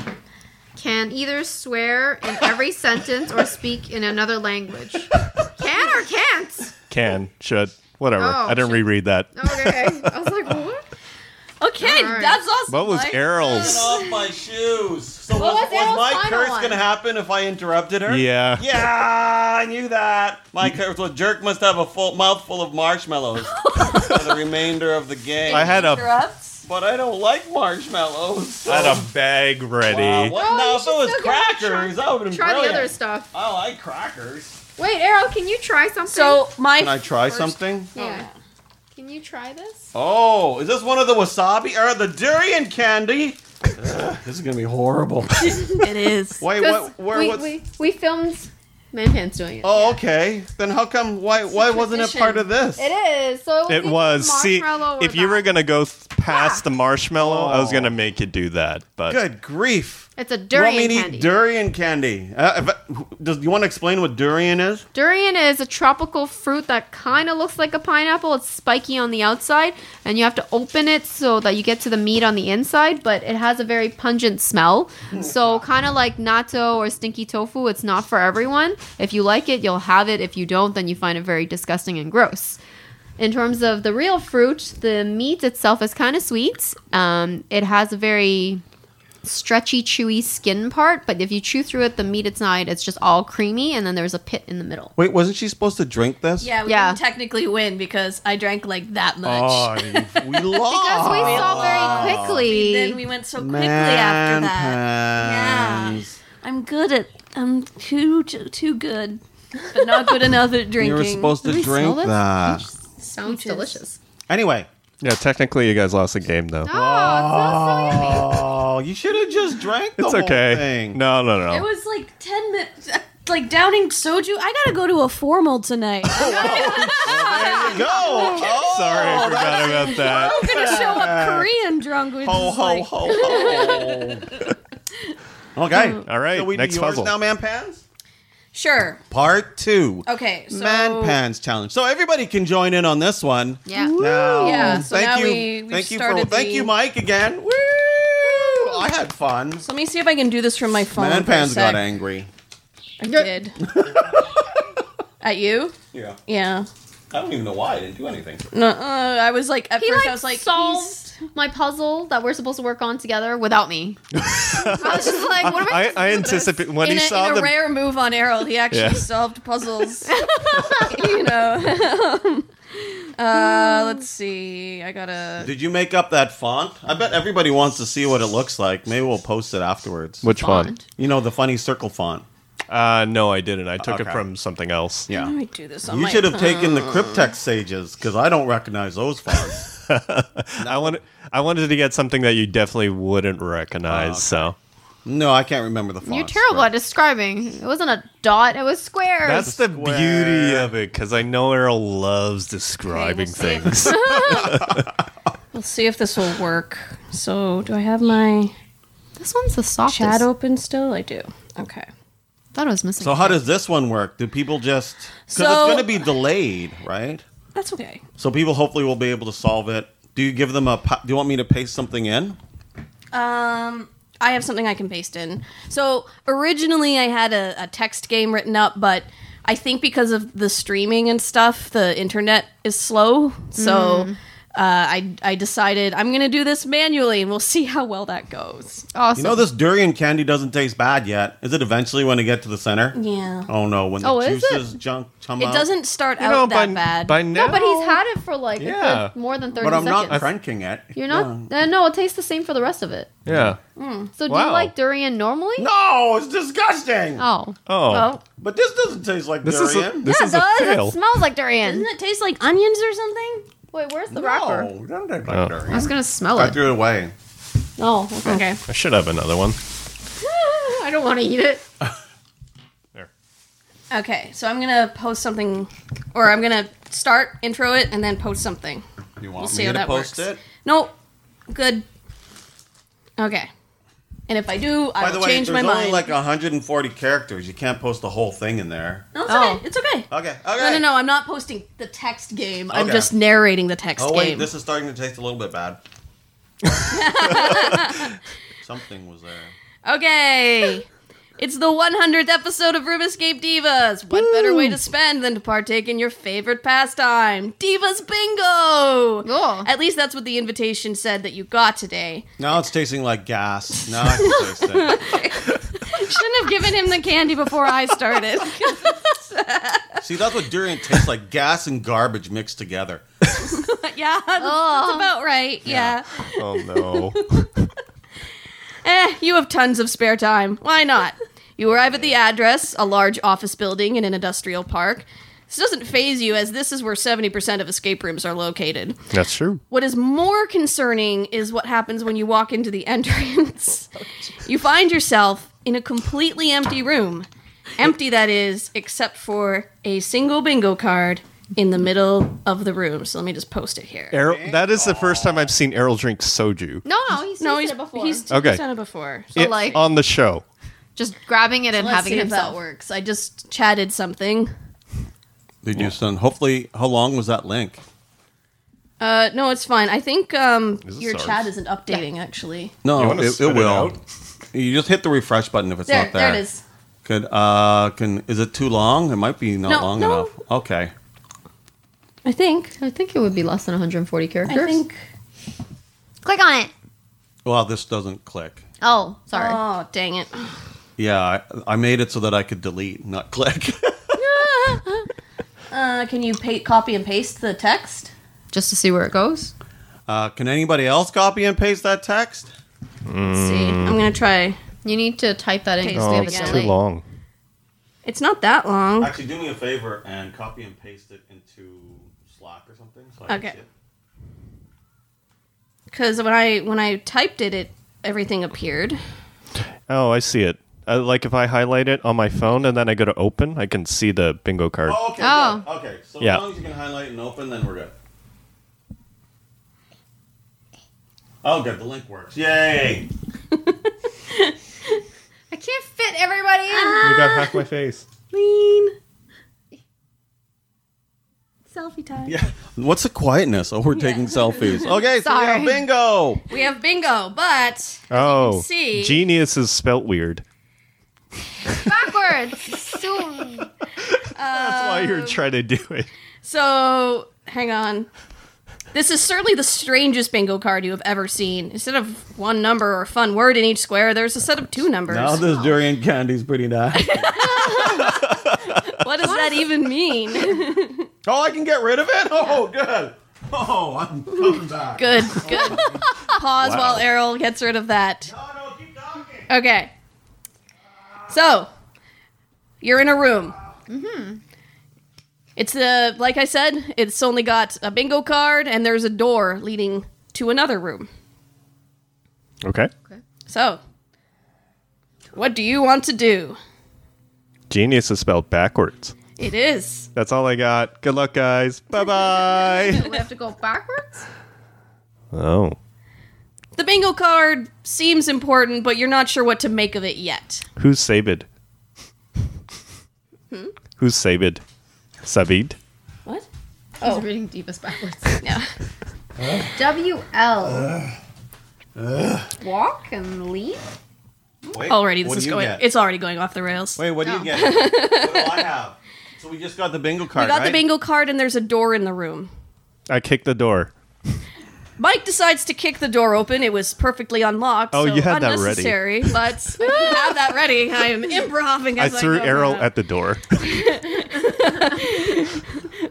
[SPEAKER 2] Can either swear in every sentence or speak in another language. Can or can't?
[SPEAKER 3] Can, should, whatever.
[SPEAKER 2] Oh,
[SPEAKER 3] I didn't
[SPEAKER 2] should-
[SPEAKER 3] reread that.
[SPEAKER 2] Okay. I was like, what?
[SPEAKER 4] Okay,
[SPEAKER 2] All right.
[SPEAKER 4] that's awesome.
[SPEAKER 3] What was
[SPEAKER 4] Mike.
[SPEAKER 1] Get
[SPEAKER 3] Errol's?
[SPEAKER 1] off my shoes. So
[SPEAKER 6] What
[SPEAKER 1] was,
[SPEAKER 6] was Errol's
[SPEAKER 1] was my
[SPEAKER 6] final
[SPEAKER 1] curse
[SPEAKER 6] one?
[SPEAKER 1] gonna happen if I interrupted her?
[SPEAKER 3] Yeah.
[SPEAKER 1] Yeah, I knew that. My curse was jerk must have a full mouthful of marshmallows for the remainder of the game.
[SPEAKER 3] I had a,
[SPEAKER 4] Interrupts.
[SPEAKER 1] but I don't like marshmallows.
[SPEAKER 3] I had a bag ready.
[SPEAKER 1] Wow, what?
[SPEAKER 6] Oh,
[SPEAKER 1] now
[SPEAKER 6] you
[SPEAKER 1] if it
[SPEAKER 6] should still give
[SPEAKER 1] was
[SPEAKER 6] it a
[SPEAKER 1] crackers, that would have been
[SPEAKER 2] Try
[SPEAKER 1] brilliant.
[SPEAKER 2] the other stuff.
[SPEAKER 1] I like crackers.
[SPEAKER 6] Wait, Errol, can you try something?
[SPEAKER 4] So my
[SPEAKER 1] Can I try
[SPEAKER 4] first-
[SPEAKER 1] something?
[SPEAKER 6] yeah.
[SPEAKER 2] oh. Can you try this?
[SPEAKER 1] Oh, is this one of the wasabi or the durian candy? Ugh, this is gonna be horrible.
[SPEAKER 4] It is.
[SPEAKER 1] Wait, what? Where?
[SPEAKER 2] we,
[SPEAKER 1] what's...
[SPEAKER 2] we, we filmed Manpan's doing it.
[SPEAKER 1] Oh, okay. Then how come? Why? Why wasn't it part of this?
[SPEAKER 6] it is. So
[SPEAKER 3] It was. See,
[SPEAKER 2] marshmallow or
[SPEAKER 3] if you were
[SPEAKER 2] not?
[SPEAKER 3] going to go th- past the marshmallow, I was
[SPEAKER 1] Oh.
[SPEAKER 3] going to make you do that. But
[SPEAKER 1] Good grief.
[SPEAKER 2] It's a
[SPEAKER 1] You
[SPEAKER 2] durian
[SPEAKER 1] want me to
[SPEAKER 2] candy.
[SPEAKER 1] eat durian candy? Uh, if I- who- does you want to explain what durian is?
[SPEAKER 2] Durian is a tropical fruit that kind of looks like a pineapple. It's spiky on the outside, and you have to open it so that you get to the meat on the inside, but it has a very pungent smell. So, kind of like natto or stinky tofu, it's not for everyone. If you like it, you'll have it. If you don't, then you find it very disgusting and gross. In terms of the real fruit, the meat itself is kind of sweet. Um, it has a very stretchy, chewy skin part. But if you chew through it, the meat it's not. It's just all creamy, and then there's a pit in the middle.
[SPEAKER 1] Wait, wasn't she supposed to drink this?
[SPEAKER 4] Yeah, we
[SPEAKER 2] Yeah.
[SPEAKER 4] didn't technically win because I drank like that
[SPEAKER 3] Oh,
[SPEAKER 4] much.
[SPEAKER 3] you- we lost.
[SPEAKER 2] Because we saw very quickly.
[SPEAKER 4] then we went so quickly
[SPEAKER 1] Man
[SPEAKER 4] after that.
[SPEAKER 1] pans.
[SPEAKER 4] I'm good at. I'm too too, too good, but not good enough at drinking.
[SPEAKER 1] You were supposed
[SPEAKER 2] Did
[SPEAKER 1] to
[SPEAKER 2] we smell
[SPEAKER 1] drink
[SPEAKER 2] this?
[SPEAKER 1] that.
[SPEAKER 2] Sounds delicious.
[SPEAKER 1] Anyway.
[SPEAKER 3] Yeah, technically, you guys lost the game though.
[SPEAKER 2] Oh, it smells so yummy.
[SPEAKER 1] Oh, you should have just drank the
[SPEAKER 3] It's
[SPEAKER 1] whole
[SPEAKER 3] okay.
[SPEAKER 1] thing.
[SPEAKER 3] No, no,
[SPEAKER 4] It
[SPEAKER 3] no.
[SPEAKER 4] was like ten minutes. Like downing soju. I gotta go to a formal tonight.
[SPEAKER 1] Go. Oh,
[SPEAKER 3] Sorry, I forgot about that.
[SPEAKER 4] I'm gonna show up Korean drunk with
[SPEAKER 1] Ho
[SPEAKER 4] this, like,
[SPEAKER 1] ho ho ho. okay.
[SPEAKER 4] Um,
[SPEAKER 3] All right,
[SPEAKER 1] So we
[SPEAKER 3] next
[SPEAKER 1] do yours
[SPEAKER 3] puzzle.
[SPEAKER 1] now, man pans.
[SPEAKER 4] Sure.
[SPEAKER 1] Part two.
[SPEAKER 4] Okay. Oh, So
[SPEAKER 1] Man pans challenge. So everybody can join in on this one.
[SPEAKER 2] Yeah.
[SPEAKER 1] Now,
[SPEAKER 4] Yeah, so
[SPEAKER 1] thank
[SPEAKER 4] now
[SPEAKER 1] you,
[SPEAKER 4] we- we've
[SPEAKER 1] thank you for,
[SPEAKER 4] started
[SPEAKER 1] thank
[SPEAKER 4] the-
[SPEAKER 1] you, Mike, again. Woo! I had fun.
[SPEAKER 4] So let me see if I can do this from my phone.
[SPEAKER 1] Man
[SPEAKER 4] for a
[SPEAKER 1] pans
[SPEAKER 4] sec.
[SPEAKER 1] got angry.
[SPEAKER 4] I did. At you?
[SPEAKER 1] Yeah,
[SPEAKER 4] Yeah.
[SPEAKER 1] I don't even know why I didn't do anything.
[SPEAKER 4] No, uh, I was like at
[SPEAKER 2] He
[SPEAKER 4] first
[SPEAKER 2] like,
[SPEAKER 4] I was like he's-
[SPEAKER 2] solved my puzzle that we're supposed to work on together without me. I was just like, what am I?
[SPEAKER 3] I, I anticipate when
[SPEAKER 4] in
[SPEAKER 3] he
[SPEAKER 4] a,
[SPEAKER 3] saw
[SPEAKER 4] in a
[SPEAKER 3] the
[SPEAKER 4] rare move on Errol, he actually
[SPEAKER 3] Yeah.
[SPEAKER 4] solved puzzles. you know. uh, let's see. I gotta.
[SPEAKER 1] Did you make up that font? I bet everybody wants to see what it looks like. Maybe we'll post it afterwards.
[SPEAKER 3] which one?
[SPEAKER 2] Bond.
[SPEAKER 1] you know, the funny circle font.
[SPEAKER 3] Uh, no, I didn't. I took
[SPEAKER 1] Okay.
[SPEAKER 3] it from something else.
[SPEAKER 4] How
[SPEAKER 1] Yeah.
[SPEAKER 4] do I do this on
[SPEAKER 1] You
[SPEAKER 4] my
[SPEAKER 1] should have
[SPEAKER 4] phone?
[SPEAKER 1] taken the Cryptex sages because I don't recognize those fonts.
[SPEAKER 3] I wanted, I wanted to get something that you definitely wouldn't recognize. So
[SPEAKER 1] no, I can't remember the font.
[SPEAKER 2] You're terrible at describing. It wasn't a dot. It was squares.
[SPEAKER 3] that's the
[SPEAKER 1] Square.
[SPEAKER 3] beauty of it, because I know Errol loves describing
[SPEAKER 4] Okay, we'll
[SPEAKER 3] things.
[SPEAKER 4] Let's see if this will work. So, do I have my
[SPEAKER 2] this one's the softest.
[SPEAKER 4] chat open still? I do. Okay.
[SPEAKER 2] Thought I was missing.
[SPEAKER 1] So how does this one work? Do people just because
[SPEAKER 4] So-
[SPEAKER 1] it's going to be delayed, right?
[SPEAKER 4] That's okay.
[SPEAKER 1] So people hopefully will be able to solve it. Do you give them a? pa- Do you want me to paste something in?
[SPEAKER 4] Um, I have something I can paste in. So originally, I had a, a text game written up, but I think because of the streaming and stuff, the internet is slow. So uh, I I decided I'm gonna do this manually, and we'll see how well that goes.
[SPEAKER 1] You
[SPEAKER 2] awesome?
[SPEAKER 1] know this durian candy doesn't taste bad yet. Is it eventually when it get to the center?
[SPEAKER 4] Yeah,
[SPEAKER 1] Oh no, when the
[SPEAKER 2] Oh, is it?
[SPEAKER 1] juices junk come
[SPEAKER 4] it
[SPEAKER 1] out.
[SPEAKER 4] doesn't start
[SPEAKER 3] you
[SPEAKER 4] out
[SPEAKER 3] know,
[SPEAKER 4] that
[SPEAKER 3] by,
[SPEAKER 4] bad.
[SPEAKER 3] by now,
[SPEAKER 2] no, but he's had it for like a
[SPEAKER 3] Yeah.
[SPEAKER 2] good- more than thirty
[SPEAKER 1] But I'm
[SPEAKER 2] seconds.
[SPEAKER 1] not cranking it.
[SPEAKER 2] You're not. Uh, no, it tastes the same for the rest of it.
[SPEAKER 3] yeah.
[SPEAKER 2] So do
[SPEAKER 3] Wow.
[SPEAKER 2] you like durian normally?
[SPEAKER 1] No, it's disgusting.
[SPEAKER 2] Oh.
[SPEAKER 3] Oh,
[SPEAKER 2] Well,
[SPEAKER 1] But this doesn't taste like
[SPEAKER 3] this is a,
[SPEAKER 1] durian.
[SPEAKER 3] this
[SPEAKER 2] yeah, it
[SPEAKER 3] is a
[SPEAKER 2] does.
[SPEAKER 3] fail.
[SPEAKER 2] It smells like durian.
[SPEAKER 4] Doesn't it taste like onions or something?
[SPEAKER 2] Wait, where's the
[SPEAKER 1] no,
[SPEAKER 2] wrapper?
[SPEAKER 1] it doesn't taste like
[SPEAKER 3] Oh.
[SPEAKER 2] I
[SPEAKER 1] durian.
[SPEAKER 2] was gonna smell
[SPEAKER 1] I
[SPEAKER 2] it.
[SPEAKER 1] threw it away.
[SPEAKER 2] Oh, okay.
[SPEAKER 4] Okay.
[SPEAKER 3] I should have another one.
[SPEAKER 2] I don't want to eat it.
[SPEAKER 3] There.
[SPEAKER 4] Okay. So I'm gonna post something, or I'm gonna start intro it and then post something.
[SPEAKER 1] You want
[SPEAKER 4] see
[SPEAKER 1] me
[SPEAKER 4] how
[SPEAKER 1] to
[SPEAKER 4] that
[SPEAKER 1] post
[SPEAKER 4] works.
[SPEAKER 1] it?
[SPEAKER 4] No, good. Okay. And if I do,
[SPEAKER 1] By
[SPEAKER 4] I will
[SPEAKER 1] the way,
[SPEAKER 4] change
[SPEAKER 1] there's
[SPEAKER 4] my
[SPEAKER 1] only
[SPEAKER 4] mind.
[SPEAKER 1] like 140 characters. You can't post the whole thing in there.
[SPEAKER 4] no, it's
[SPEAKER 2] Oh.
[SPEAKER 4] okay. It's okay.
[SPEAKER 1] Okay. Okay.
[SPEAKER 4] No, no, no. I'm not posting the text game. I'm
[SPEAKER 1] Okay.
[SPEAKER 4] just narrating the text
[SPEAKER 1] Oh
[SPEAKER 4] game.
[SPEAKER 1] wait, this is starting to taste a little bit bad. Something was there.
[SPEAKER 4] okay. It's the 100th episode of Room Escape Divas. What better way to spend than to partake in your favorite pastime, Divas Bingo?
[SPEAKER 2] Oh.
[SPEAKER 4] At least that's what the invitation said that you got today.
[SPEAKER 1] Now it's tasting like gas. Now I can taste it.
[SPEAKER 4] Shouldn't have given him the candy before I started.
[SPEAKER 1] See, that's what durian tastes like: gas and garbage mixed together.
[SPEAKER 4] yeah, that's,
[SPEAKER 2] Oh.
[SPEAKER 4] that's about right.
[SPEAKER 1] Yeah.
[SPEAKER 4] yeah.
[SPEAKER 3] Oh no.
[SPEAKER 4] Eh, you have tons of spare time. Why not? You arrive at the address, a large office building in an industrial park. This doesn't phase you, as this is where 70% of escape rooms are located.
[SPEAKER 3] That's true.
[SPEAKER 4] What is more concerning is what happens when you walk into the entrance.
[SPEAKER 2] Oh,
[SPEAKER 4] you find yourself in a completely empty room. Empty, that is, except for a single bingo card in the middle of the room. So let me just post it here.
[SPEAKER 3] Errol, that is the first time I've seen Errol drink soju
[SPEAKER 2] No, no, he's
[SPEAKER 4] No,
[SPEAKER 2] no,
[SPEAKER 4] he's,
[SPEAKER 2] it before.
[SPEAKER 4] he's,
[SPEAKER 3] Okay.
[SPEAKER 4] he's done it before. So
[SPEAKER 3] It-
[SPEAKER 2] like-
[SPEAKER 3] on the show.
[SPEAKER 2] just grabbing it and
[SPEAKER 4] Let's
[SPEAKER 2] having
[SPEAKER 4] see
[SPEAKER 2] it
[SPEAKER 4] if that
[SPEAKER 2] himself.
[SPEAKER 4] works. I just chatted something.
[SPEAKER 1] Did you send? Hopefully, how long was that link?
[SPEAKER 4] Uh, no, it's fine. I think um,
[SPEAKER 3] Is this
[SPEAKER 4] your
[SPEAKER 3] ours?
[SPEAKER 4] chat isn't updating actually.
[SPEAKER 1] No,
[SPEAKER 3] You wanna
[SPEAKER 1] Oh, it,
[SPEAKER 3] spit
[SPEAKER 1] it
[SPEAKER 3] it
[SPEAKER 1] will.
[SPEAKER 3] out?
[SPEAKER 1] you just hit the refresh button if it's
[SPEAKER 4] There,
[SPEAKER 1] not
[SPEAKER 4] there
[SPEAKER 1] there.
[SPEAKER 4] it is.
[SPEAKER 1] Could uh, can is it too long? It might be not
[SPEAKER 4] No,
[SPEAKER 1] long
[SPEAKER 4] no.
[SPEAKER 1] enough. Okay.
[SPEAKER 4] I think.
[SPEAKER 2] I think it would be less than 140
[SPEAKER 4] I
[SPEAKER 2] characters.
[SPEAKER 4] think.
[SPEAKER 2] Click on it.
[SPEAKER 1] Well, this doesn't click.
[SPEAKER 2] Oh, sorry.
[SPEAKER 6] Oh, dang it.
[SPEAKER 1] Yeah, I, I made it so that I could delete, not click.
[SPEAKER 4] Uh, can you pa- copy and paste the text?
[SPEAKER 2] Just to see where it goes.
[SPEAKER 1] uh, can anybody else copy and paste that text?
[SPEAKER 4] Let's see.
[SPEAKER 3] Mm.
[SPEAKER 4] I'm gonna try.
[SPEAKER 2] You need to type that in. 'cause
[SPEAKER 4] Oh,
[SPEAKER 2] we have
[SPEAKER 4] it's
[SPEAKER 2] a
[SPEAKER 4] too
[SPEAKER 2] delay.
[SPEAKER 3] long.
[SPEAKER 4] It's not that long.
[SPEAKER 1] Actually, do me a favor and copy and paste it into Slack or something. So
[SPEAKER 4] can Okay. see it. Because when I when I typed it, it everything appeared.
[SPEAKER 3] Oh, I see it. Uh, like if I highlight it on my phone and then I go to open, I can see the bingo card.
[SPEAKER 1] Oh, okay.
[SPEAKER 2] Oh.
[SPEAKER 1] good. Okay. So
[SPEAKER 3] Yeah.
[SPEAKER 1] as long as you can highlight and open, then we're good. Oh, good. The link works. Yay!
[SPEAKER 6] I can't fit everybody in.
[SPEAKER 2] Ah.
[SPEAKER 3] You got half my face.
[SPEAKER 4] Lean. Selfie time.
[SPEAKER 1] Yeah. What's the quietness? Oh, we're taking selfies. Okay, so we have
[SPEAKER 2] Sorry.
[SPEAKER 1] bingo.
[SPEAKER 4] We have bingo, but
[SPEAKER 3] Oh,
[SPEAKER 4] see-
[SPEAKER 3] genius is spelt weird.
[SPEAKER 6] Backwards. Soon.
[SPEAKER 3] That's why
[SPEAKER 1] Um,
[SPEAKER 3] you're trying to do it.
[SPEAKER 4] so hang on. This is certainly the strangest bingo card you have ever seen. Instead of one number or a fun word in each square, there's a set of two numbers.
[SPEAKER 1] Now this durian candy's pretty nice.
[SPEAKER 4] what does that even mean?
[SPEAKER 1] oh, I can get rid of it. Oh, good. Oh, I'm coming back.
[SPEAKER 4] Good, good. Pause while Errol gets rid of that.
[SPEAKER 1] No, no, keep talking.
[SPEAKER 4] Okay. So, you're in a room. Mm-hmm. It's the like I said. It's only got a bingo card, and there's a door leading to another room.
[SPEAKER 3] Okay.
[SPEAKER 4] So, what do you want to do?
[SPEAKER 3] Genius is spelled backwards.
[SPEAKER 4] It is.
[SPEAKER 3] That's all I got. Good luck, guys. Bye bye.
[SPEAKER 2] We have to go backwards.
[SPEAKER 3] oh.
[SPEAKER 4] The bingo card seems important, but you're not sure what to make of it yet.
[SPEAKER 3] Who's Sabid? Hmm? Who's Sabid? Sabid?
[SPEAKER 4] What?
[SPEAKER 2] He's reading deepest backwards.
[SPEAKER 4] No.
[SPEAKER 6] W L. Walk and leave.
[SPEAKER 1] Wait,
[SPEAKER 4] Already,
[SPEAKER 1] what
[SPEAKER 4] this
[SPEAKER 1] do
[SPEAKER 4] is
[SPEAKER 1] you
[SPEAKER 4] going.
[SPEAKER 1] get?
[SPEAKER 4] It's already going off the rails.
[SPEAKER 1] Wait, what do you get? what do I have? So we just got the bingo card.
[SPEAKER 4] we got the
[SPEAKER 1] right?
[SPEAKER 4] bingo card, and there's a door in the room.
[SPEAKER 3] I kicked the door.
[SPEAKER 4] Mike decides to kick the door open. It was perfectly unlocked.
[SPEAKER 3] Oh,
[SPEAKER 4] so
[SPEAKER 3] you had that ready.
[SPEAKER 4] unnecessary, But I didn't have that ready. I am improvising.
[SPEAKER 3] I
[SPEAKER 4] As
[SPEAKER 3] threw
[SPEAKER 4] go.
[SPEAKER 3] Errol at the door.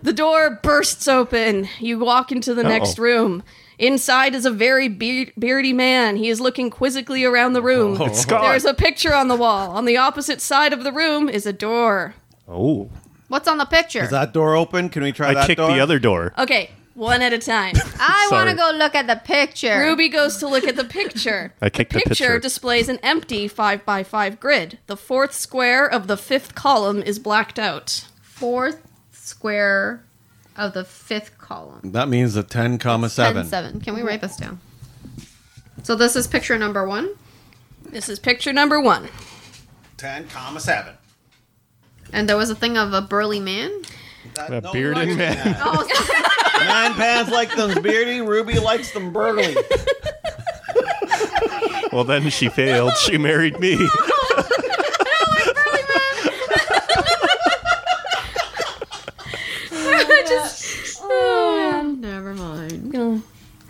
[SPEAKER 4] The door bursts open. You walk into the next room. Inside is a very beard- beardy man. He is looking quizzically around the room.
[SPEAKER 3] Oh. It's gone.
[SPEAKER 4] There's a picture on the wall. On the opposite side of the room is a door.
[SPEAKER 3] oh.
[SPEAKER 2] What's on the picture?
[SPEAKER 1] Is that door open? Can we try
[SPEAKER 3] I
[SPEAKER 1] that
[SPEAKER 3] kicked
[SPEAKER 1] door?
[SPEAKER 3] the other door.
[SPEAKER 4] Okay, one at a time.
[SPEAKER 2] I want
[SPEAKER 3] Sorry.
[SPEAKER 2] to go look at the picture.
[SPEAKER 4] Ruby goes to look at the picture.
[SPEAKER 3] I kicked the
[SPEAKER 4] picture
[SPEAKER 3] picture.
[SPEAKER 4] displays an empty 5 by 5 grid. The fourth square of the fifth column is blacked out.
[SPEAKER 2] Fourth square of the fifth column.
[SPEAKER 1] That means a ten comma
[SPEAKER 2] Ten, seven. Can we write this down? So this is picture number one,
[SPEAKER 4] This is picture number one.
[SPEAKER 1] Ten comma seven.
[SPEAKER 2] and there was a thing of a burly man.
[SPEAKER 1] That,
[SPEAKER 3] A bearded
[SPEAKER 1] one likes
[SPEAKER 3] man.
[SPEAKER 1] that.
[SPEAKER 2] Oh,
[SPEAKER 1] Nine pants like them beardy. Ruby likes them burly.
[SPEAKER 3] Well, then she failed. She married me.
[SPEAKER 2] never mind.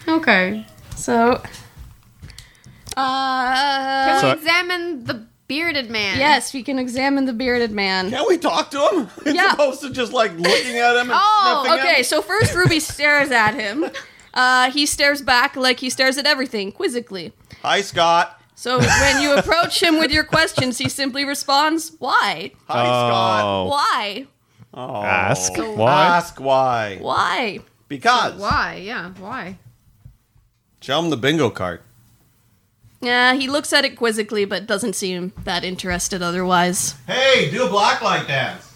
[SPEAKER 2] Okay.
[SPEAKER 4] So, uh,
[SPEAKER 2] Can
[SPEAKER 3] So-
[SPEAKER 2] we examine the bearded man?
[SPEAKER 4] yes, we can examine the bearded man.
[SPEAKER 1] Can we talk to him? It's
[SPEAKER 4] Yeah.
[SPEAKER 1] supposed to just like looking at him and
[SPEAKER 2] Oh,
[SPEAKER 1] sniffing
[SPEAKER 4] Okay,
[SPEAKER 1] him.
[SPEAKER 4] so first Ruby stares at him. Uh, he stares back like he stares at everything, quizzically.
[SPEAKER 1] Hi Scott.
[SPEAKER 4] So when you approach him with your questions, he simply responds, Why?
[SPEAKER 1] Hi Scott.
[SPEAKER 3] Oh.
[SPEAKER 4] Why?
[SPEAKER 1] Oh.
[SPEAKER 3] Ask why?
[SPEAKER 1] Ask why.
[SPEAKER 4] Why?
[SPEAKER 1] Because.
[SPEAKER 2] Why? Yeah. Why?
[SPEAKER 1] Show him the bingo card.
[SPEAKER 4] Yeah, he looks at it quizzically, but doesn't seem that interested otherwise.
[SPEAKER 1] Hey, do a black light dance.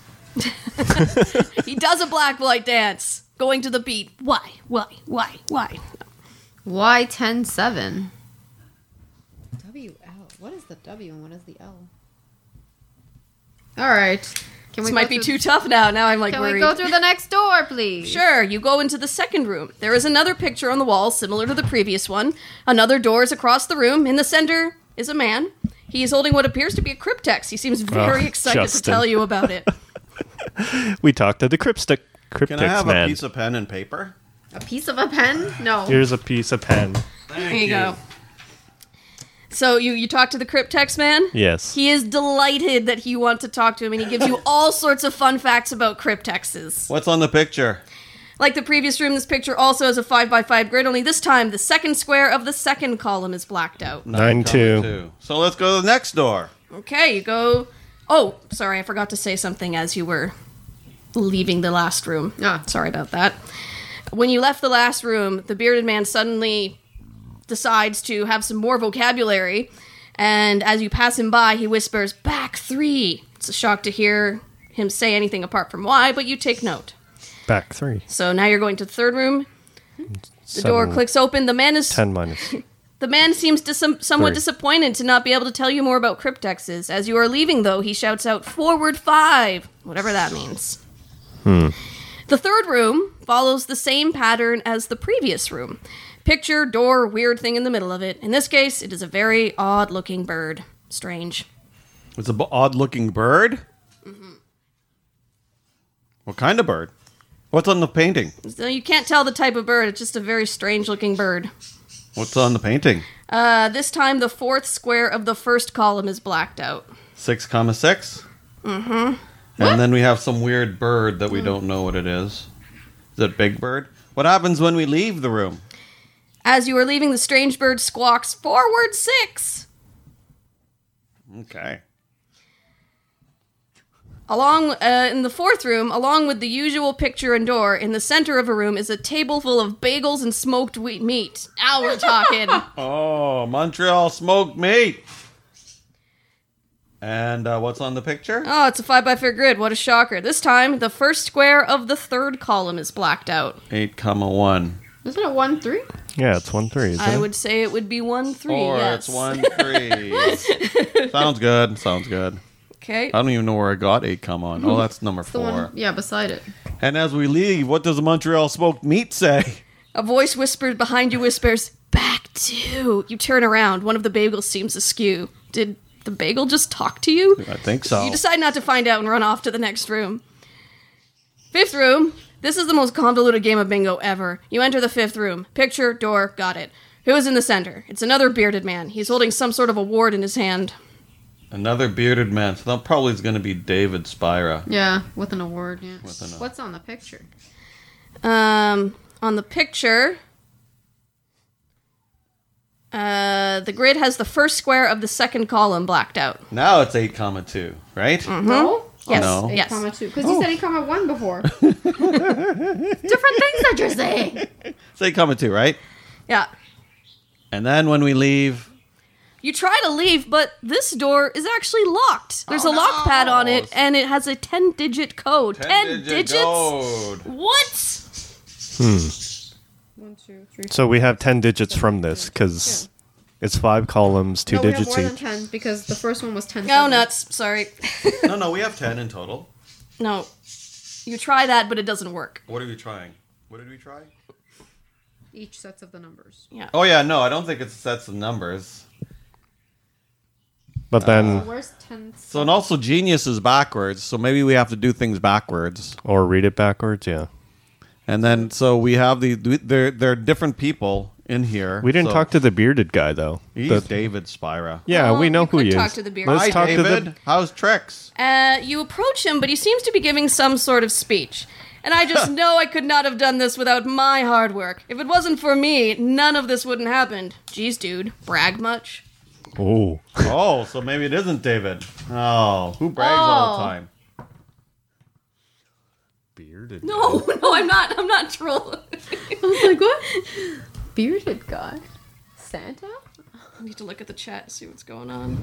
[SPEAKER 4] He does a blacklight dance, going to the beat. Why? Why? Why? Why?
[SPEAKER 2] Why ten seven? W L. What is the W and what is the L? All right. Can
[SPEAKER 4] This
[SPEAKER 2] we
[SPEAKER 4] might
[SPEAKER 2] go
[SPEAKER 4] be
[SPEAKER 2] through-
[SPEAKER 4] too tough now. Now I'm like
[SPEAKER 2] Can
[SPEAKER 4] worried.
[SPEAKER 2] we go through the next door, please?
[SPEAKER 4] Sure, you go into the second room. There is another picture on the wall similar to the previous one. Another door is across the room. In the center is a man. He is holding what appears to be a cryptex. He seems very
[SPEAKER 3] Oh,
[SPEAKER 4] excited to
[SPEAKER 3] Justin.
[SPEAKER 4] tell you about it.
[SPEAKER 3] We talked to the cryptic cryptics
[SPEAKER 1] Can I have
[SPEAKER 3] man.
[SPEAKER 1] a piece of pen and paper?
[SPEAKER 2] A piece of a pen? No.
[SPEAKER 3] Here's a piece of pen.
[SPEAKER 1] Thank
[SPEAKER 4] There you go. So you you talk to the cryptex man.
[SPEAKER 3] Yes.
[SPEAKER 4] He is delighted that you want to talk to him, and he gives you all sorts of fun facts about cryptexes.
[SPEAKER 1] What's on the picture?
[SPEAKER 4] Like the previous room, this picture also has a five by five grid. Only this time, the second square of the second column is blacked out.
[SPEAKER 3] Nine two.
[SPEAKER 1] So let's go to the next door.
[SPEAKER 4] Okay, you go. Oh, sorry, I forgot to say something as you were leaving the last room. Ah, sorry about that. When you left the last room, the bearded man suddenly decides to have some more vocabulary, and as you pass him by, he whispers, Back three. It's a shock to hear him say anything apart from why, but you take note.
[SPEAKER 3] Back three.
[SPEAKER 4] So now you're going to the third room. The door clicks open. The man is
[SPEAKER 3] Ten minus.
[SPEAKER 4] the man seems dis- somewhat
[SPEAKER 3] Three.
[SPEAKER 4] disappointed to not be able to tell you more about cryptexes. As you are leaving, though, he shouts out, Forward five! Whatever that means. The third room follows the same pattern as the previous room picture, door, weird thing in the middle of it. In this case, it is a very odd looking bird. Strange.
[SPEAKER 1] It's an odd looking bird. What kind of bird? What's on the painting?
[SPEAKER 4] So you can't tell the type of bird, it's just a very strange looking bird.
[SPEAKER 1] What's on the painting?
[SPEAKER 4] Uh, this time, the fourth square of the first column is blacked out.
[SPEAKER 1] Six comma six. Mm-hmm. And then we have some weird bird that we don't know what it is. Is it big bird? What happens when we leave the room?
[SPEAKER 4] As you are leaving, the strange bird squawks, Forward six!
[SPEAKER 1] Okay.
[SPEAKER 4] Along uh, in the fourth room, along with the usual picture and door, in the center of a room is a table full of bagels and smoked wheat meat. Now we're talking.
[SPEAKER 1] Oh, Montreal smoked meat. And uh, what's on the picture?
[SPEAKER 4] oh, it's a five by four grid. What a shocker! This time, the first square of the third column is blacked out.
[SPEAKER 1] Eight comma one.
[SPEAKER 2] Isn't it one three?
[SPEAKER 3] Yeah, it's one three. Isn't
[SPEAKER 4] I
[SPEAKER 3] it?
[SPEAKER 4] would say it would be one three.
[SPEAKER 1] Four.
[SPEAKER 4] yes.
[SPEAKER 1] It's one three. Sounds good. Sounds good.
[SPEAKER 4] Okay.
[SPEAKER 1] I don't even know where I got eight come on. Oh, that's number
[SPEAKER 2] The
[SPEAKER 1] four.
[SPEAKER 2] one, yeah, beside it.
[SPEAKER 1] And as we leave, what does the Montreal smoked meat say?
[SPEAKER 4] A voice whispers behind you. Whispers back to you. Turn around. One of the bagels seems askew. Did the bagel just talk to you?
[SPEAKER 1] I think so.
[SPEAKER 4] You decide not to find out and run off to the next room. Fifth room. This is the most convoluted game of bingo ever. You enter the fifth room. Picture, door, got it. Who is in the center? It's another bearded man. He's holding some sort of award in his hand.
[SPEAKER 1] Another bearded man. So that probably is going to be David Spira.
[SPEAKER 2] Yeah, with an award. Yeah.
[SPEAKER 1] an award.
[SPEAKER 2] What's on the picture?
[SPEAKER 4] Um, on the picture, uh, the grid has the first square of the second column blacked out.
[SPEAKER 1] Now it's eight comma two, right?
[SPEAKER 3] Uh-huh.
[SPEAKER 2] No.
[SPEAKER 4] Yes.
[SPEAKER 1] Oh, no.
[SPEAKER 4] Yes.
[SPEAKER 2] Comma two, because
[SPEAKER 3] Oh.
[SPEAKER 2] you said he comma one before. Different things that you're saying.
[SPEAKER 1] It's eight comma two, right?
[SPEAKER 4] Yeah.
[SPEAKER 1] And then when we leave,
[SPEAKER 4] You try to leave, but this door is actually locked. There's a lock pad on it, and it has a 10 digit code. 10, digits? What?
[SPEAKER 2] One, two, three.
[SPEAKER 3] So we have ten digits from this because it's five columns, two
[SPEAKER 2] no, we have
[SPEAKER 3] digits
[SPEAKER 2] more than
[SPEAKER 3] each.
[SPEAKER 2] ten because the first one was ten.
[SPEAKER 4] No, nuts. Sorry.
[SPEAKER 1] no, no, we have ten in total.
[SPEAKER 4] no. You try that, but it doesn't work.
[SPEAKER 1] What are we trying? What did we try?
[SPEAKER 2] Each sets of the numbers.
[SPEAKER 1] Oh yeah, no, I don't think it's sets of numbers.
[SPEAKER 3] But then,
[SPEAKER 4] Uh,
[SPEAKER 2] Where's ten?
[SPEAKER 1] So and also genius is backwards, so maybe we have to do things backwards.
[SPEAKER 3] or read it backwards. Yeah,
[SPEAKER 1] And then so we have the there there are different people in here.
[SPEAKER 3] we didn't
[SPEAKER 1] so-
[SPEAKER 3] talk to the bearded guy though.
[SPEAKER 1] He's
[SPEAKER 3] The-
[SPEAKER 1] David Spira.
[SPEAKER 3] yeah,
[SPEAKER 4] Well,
[SPEAKER 3] we know
[SPEAKER 4] you
[SPEAKER 3] who
[SPEAKER 4] could
[SPEAKER 3] he is.
[SPEAKER 4] talk to the bearded
[SPEAKER 3] Let's
[SPEAKER 1] Hi,
[SPEAKER 3] talk
[SPEAKER 1] David.
[SPEAKER 3] to the.
[SPEAKER 1] How's tricks?
[SPEAKER 4] Uh, you approach him, but he seems to be giving some sort of speech. And I just know I could not have done this without my hard work. If it wasn't for me, none of this wouldn't happen. Jeez, dude. Brag much?
[SPEAKER 3] Oh,
[SPEAKER 1] oh, so maybe it isn't David. Oh, who brags all the time?
[SPEAKER 3] bearded.
[SPEAKER 4] No, no, I'm not. I'm not trolling.
[SPEAKER 2] I was like, what? Bearded guy, Santa.
[SPEAKER 4] I need to look at the chat, see what's going on.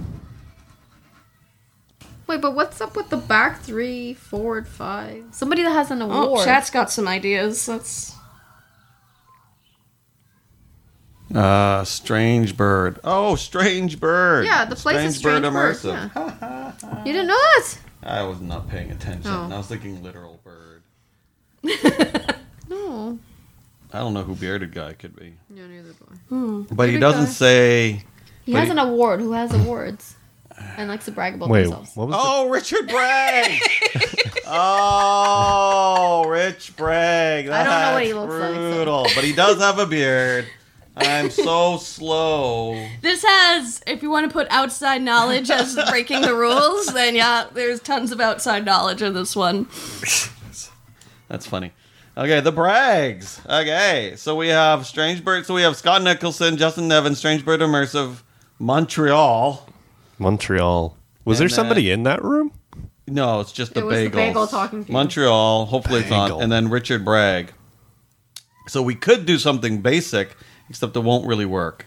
[SPEAKER 2] Wait, but what's up with the back three, forward five? Somebody that has an
[SPEAKER 4] Oh,
[SPEAKER 2] award.
[SPEAKER 4] chat's got some ideas. That's
[SPEAKER 1] Uh, strange bird. Oh, strange bird.
[SPEAKER 2] Yeah, the place is strange bird. yeah. you didn't know that?
[SPEAKER 1] I was not paying attention.
[SPEAKER 2] Oh.
[SPEAKER 1] I was thinking literal bird.
[SPEAKER 2] No.
[SPEAKER 1] I don't know who bearded guy could be,
[SPEAKER 2] No, neither do I.
[SPEAKER 1] but he
[SPEAKER 2] Bearded
[SPEAKER 1] doesn't
[SPEAKER 2] guy.
[SPEAKER 1] say.
[SPEAKER 2] He
[SPEAKER 1] But
[SPEAKER 2] has
[SPEAKER 1] he-
[SPEAKER 2] an award. Who has awards and likes to brag about
[SPEAKER 3] Wait,
[SPEAKER 2] themselves.
[SPEAKER 3] what was
[SPEAKER 1] Oh, Richard Bragg. oh, Rich Bragg. Oh,
[SPEAKER 2] I don't know what
[SPEAKER 1] That's
[SPEAKER 2] he looks like, so-
[SPEAKER 1] brutal. But he does have a beard. I'm so slow.
[SPEAKER 4] This has, if you want to put outside knowledge as breaking the rules, then yeah, there's tons of outside knowledge in this one.
[SPEAKER 1] That's funny. Okay, the Brags. Okay, so we have Strange Bird. So we have Scott Nicholson, Justin Nevin, Strange Bird Immersive, Montreal.
[SPEAKER 3] Montreal. Was
[SPEAKER 1] And uh,
[SPEAKER 3] there somebody
[SPEAKER 1] that-
[SPEAKER 3] in that room?
[SPEAKER 1] No, it's just the
[SPEAKER 2] It was the
[SPEAKER 1] bagel.
[SPEAKER 2] bagel talking to you.
[SPEAKER 1] Montreal. Hopefully it's
[SPEAKER 3] Bagel.
[SPEAKER 1] on. And then Richard Bragg. So we could do something basic, except it won't really work.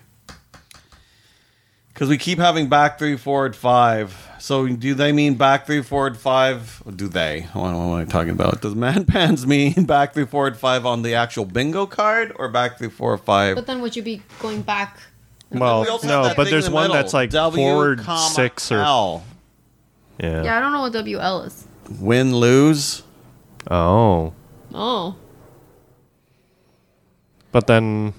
[SPEAKER 1] Because we keep having back three, forward five. So do they mean back three, forward five? Or do they? What, what am I talking about? Does man pans mean back three, forward five on the actual bingo card or back three, four, five?
[SPEAKER 2] But then would you be going back?
[SPEAKER 3] Well,
[SPEAKER 1] We also have
[SPEAKER 3] no,
[SPEAKER 1] that
[SPEAKER 3] but
[SPEAKER 1] thing
[SPEAKER 3] there's
[SPEAKER 1] in the
[SPEAKER 3] one
[SPEAKER 1] middle,
[SPEAKER 3] that's like
[SPEAKER 1] W,
[SPEAKER 3] forward
[SPEAKER 1] comma,
[SPEAKER 3] six or
[SPEAKER 1] L.
[SPEAKER 3] yeah.
[SPEAKER 2] Yeah, I don't know what WL is.
[SPEAKER 1] Win, lose.
[SPEAKER 3] Oh,
[SPEAKER 2] Oh.
[SPEAKER 3] but then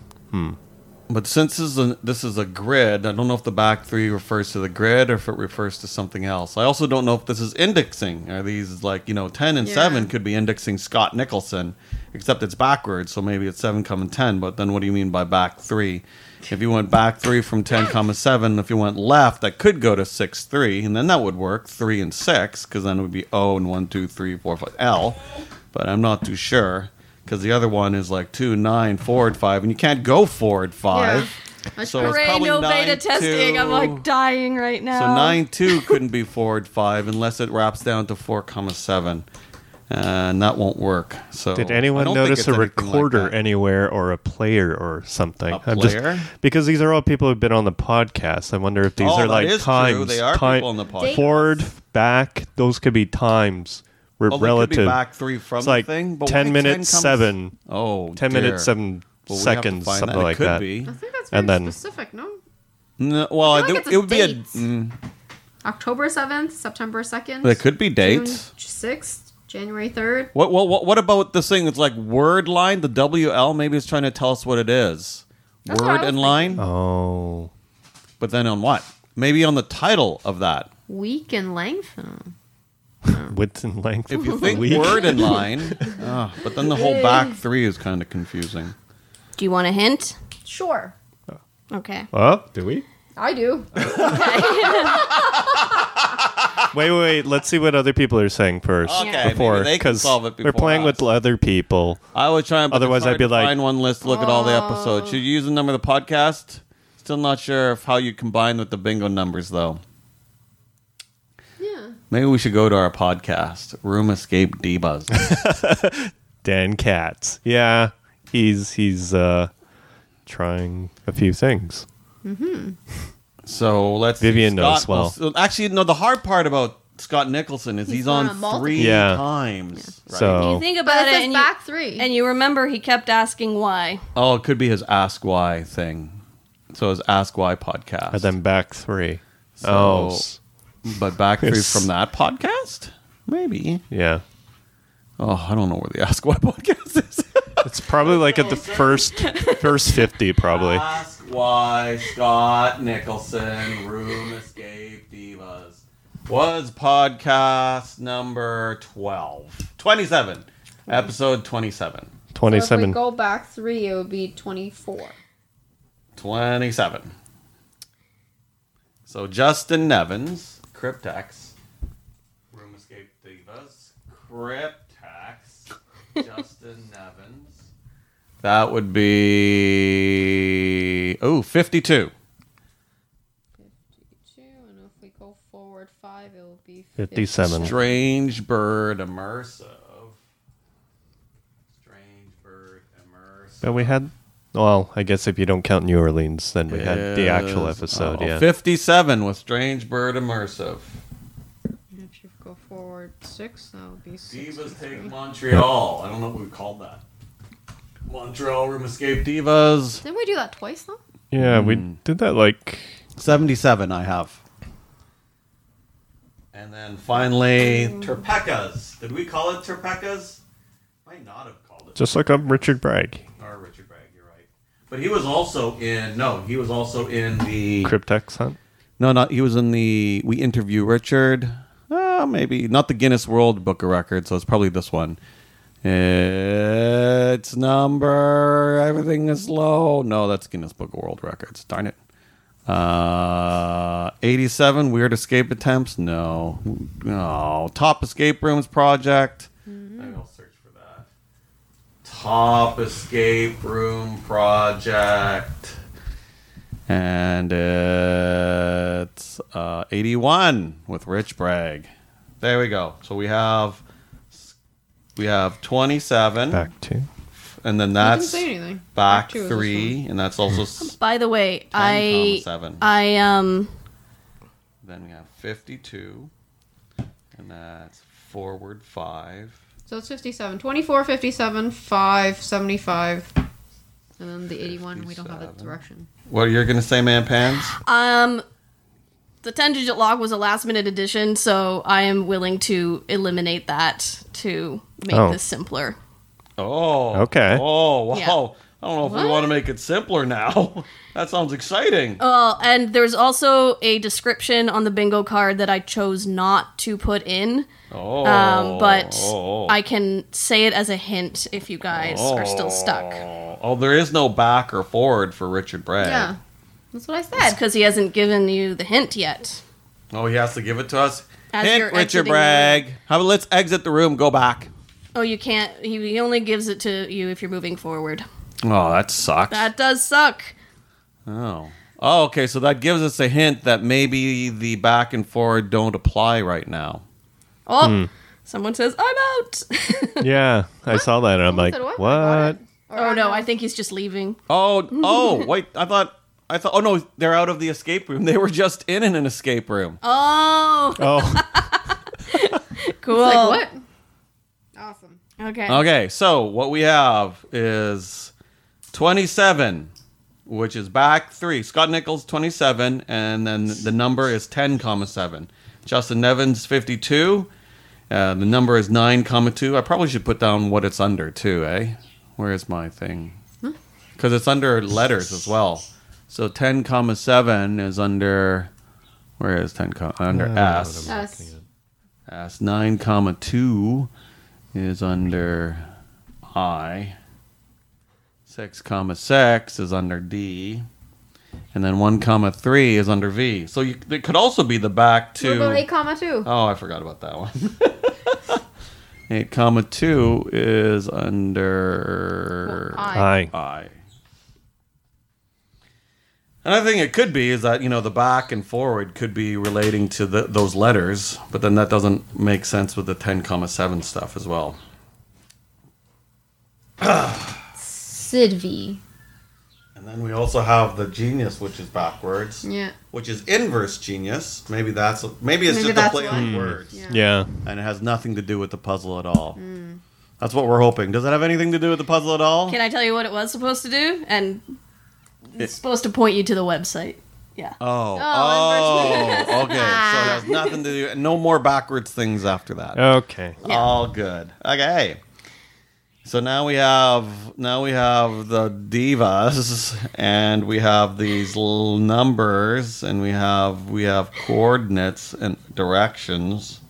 [SPEAKER 1] But since this is, a, this is a grid, I don't know if the back three refers to the grid or if it refers to something else. I also don't know if this is indexing. Are these like, you know, 10 and
[SPEAKER 2] Yeah.
[SPEAKER 1] 7 could be indexing Scott Nicholson, except it's backwards. So maybe it's 7 comma 10. But then what do you mean by back three? If you went back three from 10 comma 7, if you went left, that could go to 6 3. And then that would work 3 and 6, because then it would be O and 1, 2, 3, 4, 5, L. But I'm not too sure. Because the other one is like two, nine, forward, five, and you can't go forward five. So it's
[SPEAKER 4] Hooray,
[SPEAKER 1] probably
[SPEAKER 4] no
[SPEAKER 1] nine,
[SPEAKER 4] beta testing.
[SPEAKER 1] two.
[SPEAKER 4] I'm like dying right now.
[SPEAKER 1] So nine two couldn't be forward five unless it wraps down to four comma seven, and that won't work. So
[SPEAKER 3] did
[SPEAKER 1] Oh. I
[SPEAKER 3] anyone
[SPEAKER 1] don't think
[SPEAKER 3] notice
[SPEAKER 1] it's
[SPEAKER 3] a
[SPEAKER 1] anything like
[SPEAKER 3] recorder
[SPEAKER 1] that.
[SPEAKER 3] anywhere or a player or something?
[SPEAKER 1] A
[SPEAKER 3] I'm just-
[SPEAKER 1] player?
[SPEAKER 3] because these are all people who've been on the podcast. I wonder if these
[SPEAKER 1] Oh,
[SPEAKER 3] are
[SPEAKER 1] that
[SPEAKER 3] like
[SPEAKER 1] is true.
[SPEAKER 3] times.
[SPEAKER 1] They are
[SPEAKER 3] time-
[SPEAKER 1] people on the podcast.
[SPEAKER 3] Forward, back. Those could be times. We're
[SPEAKER 1] Oh, they
[SPEAKER 3] relative.
[SPEAKER 1] could be back three from
[SPEAKER 3] it's like
[SPEAKER 1] the thing, but why
[SPEAKER 3] ten minutes
[SPEAKER 1] 10 comma-
[SPEAKER 3] seven.
[SPEAKER 1] Oh,
[SPEAKER 3] Ten
[SPEAKER 1] dear.
[SPEAKER 3] minutes seven
[SPEAKER 1] Well, we have to
[SPEAKER 3] seconds,
[SPEAKER 1] find
[SPEAKER 3] something
[SPEAKER 1] that. It
[SPEAKER 3] like
[SPEAKER 1] could
[SPEAKER 3] that.
[SPEAKER 1] be.
[SPEAKER 2] I think that's very
[SPEAKER 3] And then-
[SPEAKER 2] specific, no?
[SPEAKER 1] No, well,
[SPEAKER 2] I feel
[SPEAKER 1] it-
[SPEAKER 2] like it's
[SPEAKER 1] it would be a.
[SPEAKER 2] dates.
[SPEAKER 1] mm,
[SPEAKER 2] October 7th, September 2nd.
[SPEAKER 1] there could be
[SPEAKER 2] June
[SPEAKER 1] dates.
[SPEAKER 2] 6th, January 3rd.
[SPEAKER 1] What, what what what about this thing that's like word line? The WL maybe it's trying to tell us what it is.
[SPEAKER 2] That's what I
[SPEAKER 1] word
[SPEAKER 2] was
[SPEAKER 1] and line,
[SPEAKER 3] Oh,
[SPEAKER 1] but then on what? Maybe on the title of that.
[SPEAKER 2] Week in length. Oh.
[SPEAKER 3] width and length.
[SPEAKER 1] If you think
[SPEAKER 3] Week.
[SPEAKER 1] word and line, ah, but then the whole back three is kind of confusing.
[SPEAKER 4] Do you want a hint?
[SPEAKER 6] Sure.
[SPEAKER 4] Okay.
[SPEAKER 3] Oh, do we?
[SPEAKER 6] I do.
[SPEAKER 3] Wait, wait, wait. Let's see what other people are saying first.
[SPEAKER 1] Okay, maybe
[SPEAKER 3] before
[SPEAKER 1] they can solve it
[SPEAKER 3] we're
[SPEAKER 1] before
[SPEAKER 3] playing
[SPEAKER 1] us.
[SPEAKER 3] with other people.
[SPEAKER 1] I was trying. But
[SPEAKER 3] Otherwise,
[SPEAKER 1] it's hard
[SPEAKER 3] I'd be
[SPEAKER 1] to
[SPEAKER 3] like-
[SPEAKER 1] find one list. Look at all the
[SPEAKER 2] "Oh."
[SPEAKER 1] episodes. Should you use the number of the podcast? Still not sure of how you combine with the bingo numbers though.
[SPEAKER 2] Yeah.
[SPEAKER 1] Maybe we should go to our podcast, Room Escape Divas.
[SPEAKER 3] Dan Katz. Yeah, he's he's uh, trying a few things.
[SPEAKER 1] so let's.
[SPEAKER 3] Vivian
[SPEAKER 1] Scott
[SPEAKER 3] knows well.
[SPEAKER 1] will- actually, no. The hard part about Scott Nicholson is he's,
[SPEAKER 2] on
[SPEAKER 1] on,
[SPEAKER 2] a multiple.
[SPEAKER 1] three
[SPEAKER 3] Yeah.
[SPEAKER 1] times. Right?
[SPEAKER 4] You
[SPEAKER 3] So
[SPEAKER 4] think
[SPEAKER 2] But
[SPEAKER 4] about
[SPEAKER 2] it says
[SPEAKER 4] it, and you,
[SPEAKER 2] back three.
[SPEAKER 4] and you remember he kept asking why.
[SPEAKER 1] oh, it could be his Ask Why thing. So his Ask Why podcast.
[SPEAKER 3] and then back three.
[SPEAKER 1] So-
[SPEAKER 3] oh, s-
[SPEAKER 1] But back through
[SPEAKER 3] Yes.
[SPEAKER 1] from that podcast? Maybe.
[SPEAKER 3] yeah.
[SPEAKER 1] Oh, I don't know where the Ask Why podcast is.
[SPEAKER 3] It's probably like at the first first fifty, probably.
[SPEAKER 1] Ask Why Scott Nicholson, Room Escape Divas, was podcast number 12. 27. Episode 27.
[SPEAKER 3] Twenty-seven.
[SPEAKER 2] If we go back three, it would be 24.
[SPEAKER 1] 27. So Justin Nevins, Cryptex. Room Escape Divas, Cryptex. Justin Nevins. That would be. Oh, 52.
[SPEAKER 2] 52, and if we go forward five, it will be
[SPEAKER 3] 57.
[SPEAKER 1] Strange Bird Immersive. Strange Bird Immersive.
[SPEAKER 3] But we had. Well, I guess if you don't count New Orleans, then we had the actual
[SPEAKER 1] Is-
[SPEAKER 3] episode.
[SPEAKER 1] oh,
[SPEAKER 3] yeah.
[SPEAKER 1] 57 with Strange Bird Immersive.
[SPEAKER 2] And If you go forward six, that would be six.
[SPEAKER 1] Divas Take Montreal. I don't know what we called that. Montreal Room Escape Divas.
[SPEAKER 2] Didn't we do that twice, though?
[SPEAKER 3] Yeah, we did that like
[SPEAKER 1] 77, I have. And then finally, Terpecas. Did we call it Terpecas? Might not have called it.
[SPEAKER 3] just look up Richard Bragg,
[SPEAKER 1] or Richard Bragg, you're right. But he was also in, no, he was also in the.
[SPEAKER 3] Cryptex Hunt.
[SPEAKER 1] No, not he was in the we interview Richard. Uh, maybe not the Guinness World Book of Records, so it's probably this one. It's number. Everything is low. No, that's Guinness Book of World Records. Darn it. Uh, 87 weird escape attempts. No, no. Top escape rooms project.
[SPEAKER 2] Mm-hmm.
[SPEAKER 1] Maybe I'll search for that. Top escape room project. And it's uh, 81 with Rich Bragg. There we go. So we have we have 27,
[SPEAKER 3] Back to.
[SPEAKER 1] and then
[SPEAKER 2] I didn't
[SPEAKER 1] that's
[SPEAKER 2] say anything.
[SPEAKER 1] back
[SPEAKER 2] two is this
[SPEAKER 1] three, and that's also s-
[SPEAKER 4] By the way,
[SPEAKER 1] 10, comma
[SPEAKER 4] I
[SPEAKER 1] seven.
[SPEAKER 4] I um
[SPEAKER 1] then we have 52, and that's forward five.
[SPEAKER 2] So it's 57. 24, 57, 5, 75. And then the 81, we don't have a
[SPEAKER 1] 57.
[SPEAKER 2] direction.
[SPEAKER 1] What you're gonna say, man? Pans?
[SPEAKER 4] um the 10 digit log was a last minute addition, so I am willing to eliminate that to make
[SPEAKER 3] Oh.
[SPEAKER 4] this simpler.
[SPEAKER 1] Oh,
[SPEAKER 3] Okay.
[SPEAKER 1] Oh, wow.
[SPEAKER 4] Yeah.
[SPEAKER 1] I don't know if we want to make it simpler now. that sounds exciting.
[SPEAKER 4] Uh, and there's also a description on the bingo card that I chose not to put in,
[SPEAKER 1] oh,
[SPEAKER 4] um, but
[SPEAKER 1] oh, oh.
[SPEAKER 4] I can say it as a hint if you guys are still stuck.
[SPEAKER 1] Oh, there is no back or forward for Richard Bragg.
[SPEAKER 2] Yeah. That's what I
[SPEAKER 4] That's
[SPEAKER 2] said.
[SPEAKER 4] because he hasn't given you the hint yet.
[SPEAKER 1] Oh, he has to give it to us.
[SPEAKER 4] As
[SPEAKER 1] Hint,
[SPEAKER 4] you're
[SPEAKER 1] Richard
[SPEAKER 4] exiting the
[SPEAKER 1] Bragg. How about let's exit the room? Go back.
[SPEAKER 4] Oh, you can't. He, he only gives it to you if you're moving forward.
[SPEAKER 1] Oh, that sucks.
[SPEAKER 4] That does suck.
[SPEAKER 1] Oh. Oh, okay. So that gives us a hint that maybe the back and forward don't apply right now.
[SPEAKER 4] Oh, someone says I'm out.
[SPEAKER 3] Yeah, I saw that and I'm like,
[SPEAKER 2] said what? Oh, I got
[SPEAKER 3] what?
[SPEAKER 2] it.
[SPEAKER 4] oh no, I think he's just leaving.
[SPEAKER 1] Oh, oh, wait. I thought, I thought, oh no, they're out of the escape room. They were just in an escape room.
[SPEAKER 4] Oh,
[SPEAKER 3] Oh,
[SPEAKER 4] cool.
[SPEAKER 2] Like, what? Awesome.
[SPEAKER 4] Okay.
[SPEAKER 1] Okay. So what we have is 27, which is back three. Scott Nichols, 27. And then the number is 10, comma seven. Justin Nevins, 52. Uh, the number is 9, comma 2. I probably should put down what it's under, too, eh? Where is my thing? Because it's under letters as well. So 10, comma 7 is under. Where is 10, comma? Under S.
[SPEAKER 2] Yes.
[SPEAKER 1] S. 9, comma 2 is under I. 6, comma 6 is under D. And then 1, comma 3 is under V. So you, it could also be the back
[SPEAKER 2] What
[SPEAKER 1] two.
[SPEAKER 2] about 8, comma 2?
[SPEAKER 1] Oh, I forgot about that one. Eight comma two is under
[SPEAKER 3] hi.
[SPEAKER 1] I. Another thing it could be is that you know the back and forward could be relating to the, those letters, but then that doesn't make sense with the ten comma seven stuff as well.
[SPEAKER 2] Sidvi.
[SPEAKER 1] And then we also have the genius, which is backwards,
[SPEAKER 2] Yeah.
[SPEAKER 1] which is inverse genius. Maybe that's maybe it's
[SPEAKER 2] Maybe
[SPEAKER 1] just a
[SPEAKER 2] that's
[SPEAKER 1] play
[SPEAKER 2] why.
[SPEAKER 1] on words.
[SPEAKER 3] Yeah.
[SPEAKER 1] and it has nothing to do with the puzzle at all. That's what we're hoping. Does it have anything to do with the puzzle at all?
[SPEAKER 4] Can I tell you what it was supposed to do? And it's supposed to point you to the website. Yeah.
[SPEAKER 1] oh, oh, okay. So it has nothing to do. No more backwards things after that.
[SPEAKER 3] Okay.
[SPEAKER 1] All good. Okay. So now we have now we have the divas, and we have these l- numbers, and we have we have coordinates and directions,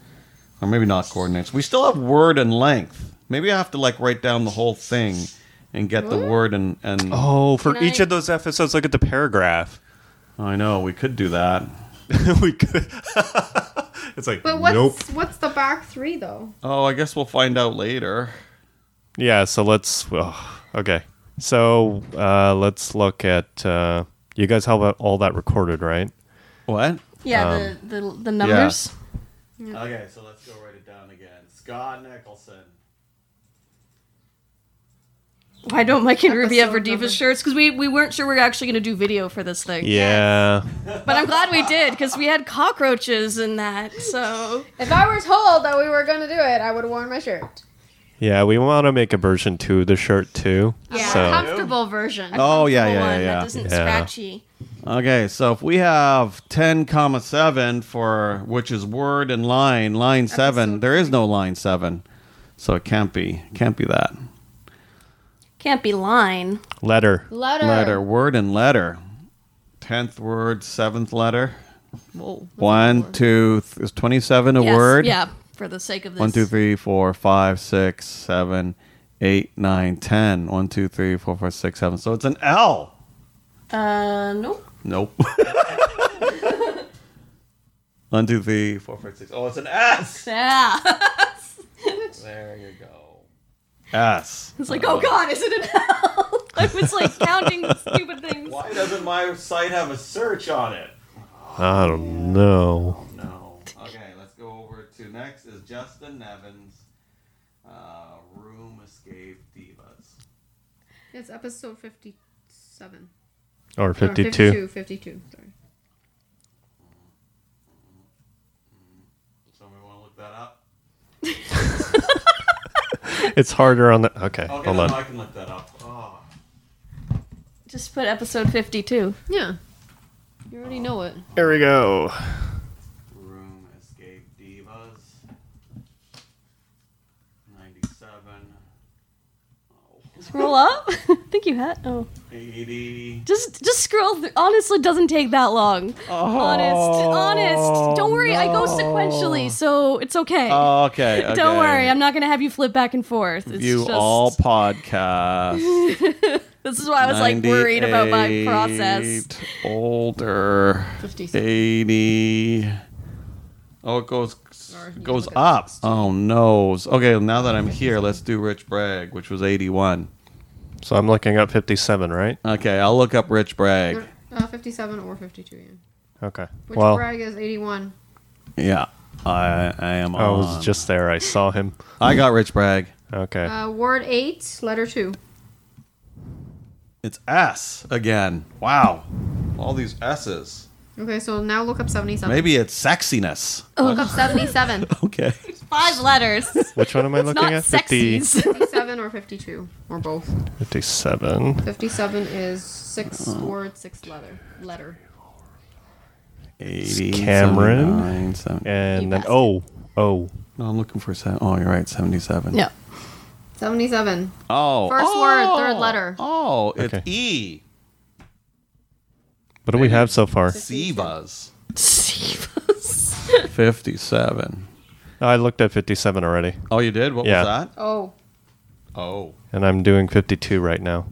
[SPEAKER 1] or maybe not coordinates. We still have word and length. Maybe I have to like write down the whole thing and get the word and and.
[SPEAKER 3] Oh, for
[SPEAKER 4] Can
[SPEAKER 3] each
[SPEAKER 4] I-
[SPEAKER 3] of those episodes, look at the paragraph.
[SPEAKER 1] I know we could do that.
[SPEAKER 3] we could. it's like,
[SPEAKER 2] But what's,
[SPEAKER 3] nope.
[SPEAKER 2] what's the back 3, though?
[SPEAKER 1] Oh, I guess we'll find out later.
[SPEAKER 3] Yeah, so let's. Oh, okay. So uh, let's look at. Uh, you guys have all that recorded, right?
[SPEAKER 1] What?
[SPEAKER 4] Yeah. the,
[SPEAKER 1] Um,
[SPEAKER 4] the the numbers.
[SPEAKER 1] Okay, so let's go write it down again. Scott Nicholson.
[SPEAKER 4] Why don't Mike and Ruby ever Divas shirts? Because we, we weren't sure we are actually going to do video for this thing.
[SPEAKER 3] Yeah.
[SPEAKER 4] But I'm glad we did because we had cockroaches in that. So
[SPEAKER 2] If I were told that we were going to do it, I would have worn my shirt.
[SPEAKER 3] Yeah, we want to make a version two of the shirt too.
[SPEAKER 4] Yeah.
[SPEAKER 3] So
[SPEAKER 2] Comfortable version.
[SPEAKER 1] Oh yeah, yeah,
[SPEAKER 4] one
[SPEAKER 1] yeah,
[SPEAKER 4] that isn't
[SPEAKER 3] Yeah.
[SPEAKER 4] scratchy.
[SPEAKER 1] yeah. Okay, so if we have ten comma seven for which is word and line, line seven, there is no line seven, so it can't be can't be that
[SPEAKER 4] Can't be line.
[SPEAKER 3] letter.
[SPEAKER 2] Letter.
[SPEAKER 1] letter word and letter. Tenth word, seventh letter.
[SPEAKER 2] Whoa.
[SPEAKER 1] One, two, th- is twenty-seven a
[SPEAKER 4] Yes,
[SPEAKER 1] word?
[SPEAKER 4] Yeah. for the sake of this.
[SPEAKER 1] One, two, three, four, five, six, seven, eight, nine, ten. One, two, three, four, five, six, seven. So it's an L.
[SPEAKER 4] Uh, nope.
[SPEAKER 1] Nope. One, two, three, four, five, six. Oh, it's an S.
[SPEAKER 4] Yeah.
[SPEAKER 1] There you go. S.
[SPEAKER 4] It's like, oh god, is it an L? I was like counting the stupid things.
[SPEAKER 1] Why doesn't my site have a search on it?
[SPEAKER 3] I don't know.
[SPEAKER 1] No. Okay, let's go over to next is Justin Nevins, uh, Room Escape Divas.
[SPEAKER 2] It's episode 57.
[SPEAKER 3] Or
[SPEAKER 2] Or
[SPEAKER 3] 52.
[SPEAKER 2] 52. 52, sorry.
[SPEAKER 1] Somebody want to look that up?
[SPEAKER 3] It's harder on the. Okay,
[SPEAKER 1] Okay,
[SPEAKER 3] hold
[SPEAKER 1] no,
[SPEAKER 3] on.
[SPEAKER 1] Oh, I can look that up. Oh.
[SPEAKER 4] Just put episode 52.
[SPEAKER 2] Yeah. You already know it.
[SPEAKER 3] Here we go.
[SPEAKER 1] Room Escape Divas. 97. Oh,
[SPEAKER 4] Scroll up. I think you had. Oh.
[SPEAKER 1] 80.
[SPEAKER 4] Just just scroll. Th- Honestly, it doesn't take that long. honest,
[SPEAKER 1] Oh,
[SPEAKER 4] honest. Don't worry, I go sequentially, so it's okay.
[SPEAKER 1] Okay, okay.
[SPEAKER 4] Don't worry, I'm not gonna have you flip back and forth. It's
[SPEAKER 1] View
[SPEAKER 4] just,
[SPEAKER 1] all podcasts.
[SPEAKER 4] This is why I was like worried about my
[SPEAKER 1] 98,
[SPEAKER 4] process.
[SPEAKER 1] Older.
[SPEAKER 2] 56.
[SPEAKER 1] 80. Oh, it goes
[SPEAKER 2] Or you can
[SPEAKER 1] goes
[SPEAKER 2] look at
[SPEAKER 1] up. Oh noes. Okay, now that I'm here, let's do Rich Bragg, which was 81.
[SPEAKER 3] So I'm looking up 57, right?
[SPEAKER 1] Okay, I'll look up Rich Bragg.
[SPEAKER 2] Uh, 57 or 52, yeah.
[SPEAKER 3] Okay.
[SPEAKER 2] Which
[SPEAKER 3] well,
[SPEAKER 2] brag is 81.
[SPEAKER 1] Yeah, I I am.
[SPEAKER 3] I
[SPEAKER 1] on.
[SPEAKER 3] was just there. I saw him.
[SPEAKER 1] I got Rich Bragg.
[SPEAKER 3] Okay.
[SPEAKER 2] Uh, word 8, letter 2.
[SPEAKER 1] It's S again. Wow, all these S's.
[SPEAKER 2] Okay, so now look up 77.
[SPEAKER 1] Maybe it's sexiness.
[SPEAKER 2] Look up 77.
[SPEAKER 1] Okay.
[SPEAKER 4] Five letters.
[SPEAKER 3] Which one am I looking
[SPEAKER 4] Not
[SPEAKER 3] at? 50,
[SPEAKER 4] sexies.
[SPEAKER 2] 57 or 52, or both.
[SPEAKER 3] 57.
[SPEAKER 2] 57 is six word, six letter. Letter.
[SPEAKER 1] 80, 79,
[SPEAKER 3] Cameron.
[SPEAKER 1] 70.
[SPEAKER 3] And then,
[SPEAKER 4] passed it.
[SPEAKER 3] oh, oh.
[SPEAKER 1] No, I'm looking for. se- Oh, you're right. 77.
[SPEAKER 4] No.
[SPEAKER 2] 77.
[SPEAKER 1] Oh.
[SPEAKER 2] First
[SPEAKER 1] oh,
[SPEAKER 2] word, third letter.
[SPEAKER 1] Oh, it's
[SPEAKER 3] Okay.
[SPEAKER 1] E.
[SPEAKER 3] What do we have so far?
[SPEAKER 1] Sivas.
[SPEAKER 4] Sivas.
[SPEAKER 1] 57.
[SPEAKER 3] I looked at 57 already,
[SPEAKER 1] Oh, you did? What
[SPEAKER 3] Yeah.
[SPEAKER 1] was that?
[SPEAKER 2] Oh,
[SPEAKER 1] Oh.
[SPEAKER 3] and I'm doing 52 right now.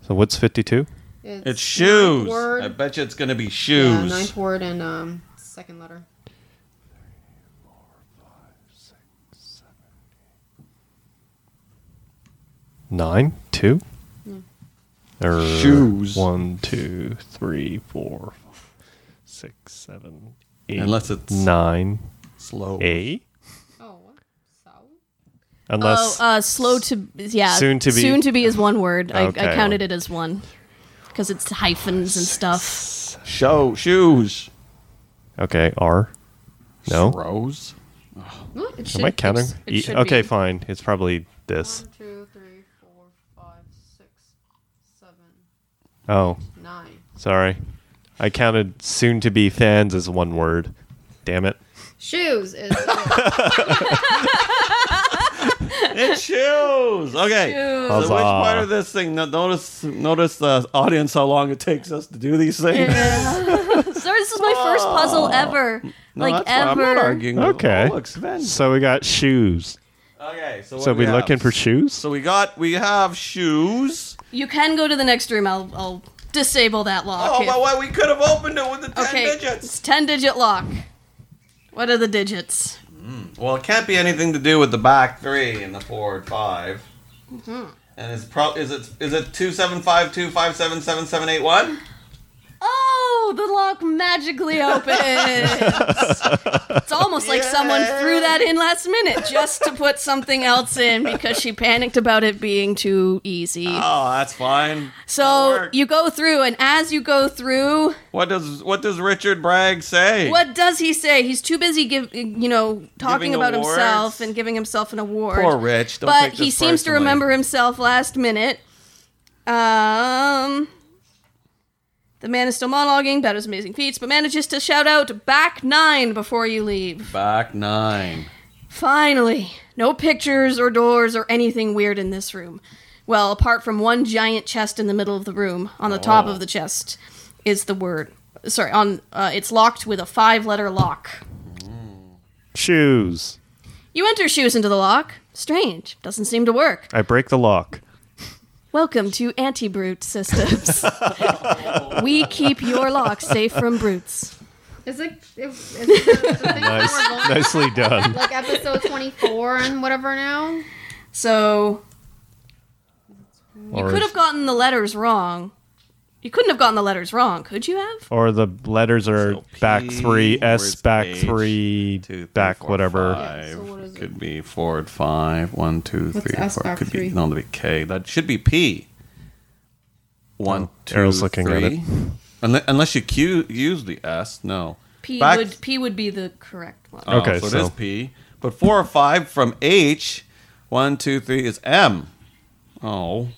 [SPEAKER 3] So what's 52?
[SPEAKER 2] it's,
[SPEAKER 1] It's shoes.
[SPEAKER 2] ninth word.
[SPEAKER 1] I bet you it's going to be
[SPEAKER 2] yeah,
[SPEAKER 1] shoes.
[SPEAKER 2] ninth word and um, second letter.
[SPEAKER 3] Nine? Two? Or
[SPEAKER 1] Shoes.
[SPEAKER 3] One, two, three, four, five, six, seven, eight.
[SPEAKER 1] Unless it's-
[SPEAKER 3] nine,
[SPEAKER 1] Slow.
[SPEAKER 3] A.
[SPEAKER 2] Oh, what? So?
[SPEAKER 3] Unless
[SPEAKER 4] oh, uh, slow to yeah.
[SPEAKER 3] Soon to be.
[SPEAKER 4] Soon to be is one word. I,
[SPEAKER 3] Okay.
[SPEAKER 4] I counted it as one because it's hyphens and stuff.
[SPEAKER 1] Show shoes.
[SPEAKER 4] uh,
[SPEAKER 3] okay, R. No,
[SPEAKER 1] Rose.
[SPEAKER 2] What? It should,
[SPEAKER 3] am I counting?
[SPEAKER 4] it
[SPEAKER 3] E-
[SPEAKER 4] should
[SPEAKER 3] okay,
[SPEAKER 4] be.
[SPEAKER 3] fine. It's probably this.
[SPEAKER 2] One, two, three, four, five, six, seven,
[SPEAKER 3] Oh,
[SPEAKER 2] nine.
[SPEAKER 3] sorry. I counted soon to be fans as one word. Damn it.
[SPEAKER 2] Shoes is
[SPEAKER 1] It's shoes. Okay. So which
[SPEAKER 3] Huzzah.
[SPEAKER 1] part of this thing? no- Notice, notice the audience how long it takes us to do these things.
[SPEAKER 4] Sorry, this is my first puzzle ever.
[SPEAKER 1] Oh. No,
[SPEAKER 4] like
[SPEAKER 1] that's why I'm not
[SPEAKER 4] ever.
[SPEAKER 1] arguing. with
[SPEAKER 3] Okay.
[SPEAKER 1] all expense.
[SPEAKER 3] So we got shoes.
[SPEAKER 1] okay. So, what
[SPEAKER 3] So
[SPEAKER 1] do we
[SPEAKER 3] we looking
[SPEAKER 1] have?
[SPEAKER 3] for shoes?
[SPEAKER 1] So we got we have shoes.
[SPEAKER 4] You can go to the next room. I'll, I'll disable that lock.
[SPEAKER 1] Oh,
[SPEAKER 4] if-
[SPEAKER 1] well, well, we could have opened it with the ten
[SPEAKER 4] okay,
[SPEAKER 1] digits.
[SPEAKER 4] it's ten digit lock. What are the digits?
[SPEAKER 1] Well, it can't be anything to do with the back three and the forward 5
[SPEAKER 4] Mm-hmm.
[SPEAKER 1] And it's pro is it is it two seven five two five seven seven seven eight one?
[SPEAKER 4] Oh, the lock magically opens. it's almost like someone threw that in last minute just to put something else in because she panicked about it being too easy.
[SPEAKER 1] Oh, that's fine.
[SPEAKER 4] so
[SPEAKER 1] worked.
[SPEAKER 4] you go through, and as you go through,
[SPEAKER 1] What does what does Richard Bragg say?
[SPEAKER 4] what does he say? He's too busy, give, you know, talking
[SPEAKER 1] Giving
[SPEAKER 4] about
[SPEAKER 1] awards.
[SPEAKER 4] himself and giving himself an award.
[SPEAKER 1] Poor Rich. Don't
[SPEAKER 4] but
[SPEAKER 1] take
[SPEAKER 4] he
[SPEAKER 1] this
[SPEAKER 4] seems to
[SPEAKER 1] personally.
[SPEAKER 4] remember himself last minute. Um, the man is still monologuing about his amazing feats, but manages to shout out "back nine before you leave.
[SPEAKER 1] back nine.
[SPEAKER 4] Finally, no pictures or doors or anything weird in this room. Well, apart from one giant chest in the middle of the room. On the
[SPEAKER 1] Oh.
[SPEAKER 4] top of the chest is the word. Sorry, on uh, it's locked with a five-letter lock.
[SPEAKER 3] Shoes.
[SPEAKER 4] You enter shoes into the lock. Strange. Doesn't seem to work.
[SPEAKER 3] I break the lock.
[SPEAKER 4] Welcome to Anti Brute Systems. we keep your lock safe from brutes.
[SPEAKER 2] It's like it's, it's the thing
[SPEAKER 3] Nice,
[SPEAKER 2] we're going
[SPEAKER 3] nicely done.
[SPEAKER 2] like episode 24 and whatever now.
[SPEAKER 4] So
[SPEAKER 3] Or,
[SPEAKER 4] could have gotten the letters wrong. You couldn't have gotten the letters wrong, could you have?
[SPEAKER 3] or the letters are
[SPEAKER 1] So P,
[SPEAKER 3] back three, S
[SPEAKER 1] words
[SPEAKER 3] back
[SPEAKER 1] page,
[SPEAKER 3] three,
[SPEAKER 1] Two, three,
[SPEAKER 3] back
[SPEAKER 1] four,
[SPEAKER 3] whatever.
[SPEAKER 1] five.
[SPEAKER 2] so what is it?
[SPEAKER 1] could be forward five. One, two,
[SPEAKER 2] What's
[SPEAKER 1] three,
[SPEAKER 2] S
[SPEAKER 1] four.
[SPEAKER 2] back
[SPEAKER 1] could
[SPEAKER 2] three?
[SPEAKER 1] be no, that'd be K. That should be P. One, two,
[SPEAKER 3] Oh, Errol's looking at
[SPEAKER 1] three. Unle- Unless you Q use the S, no.
[SPEAKER 4] P
[SPEAKER 1] Back-
[SPEAKER 4] would P would be the correct one.
[SPEAKER 1] Oh,
[SPEAKER 3] Okay,
[SPEAKER 1] so, it
[SPEAKER 3] so-
[SPEAKER 1] is P. But four or five from H, one, two, three is M. Oh.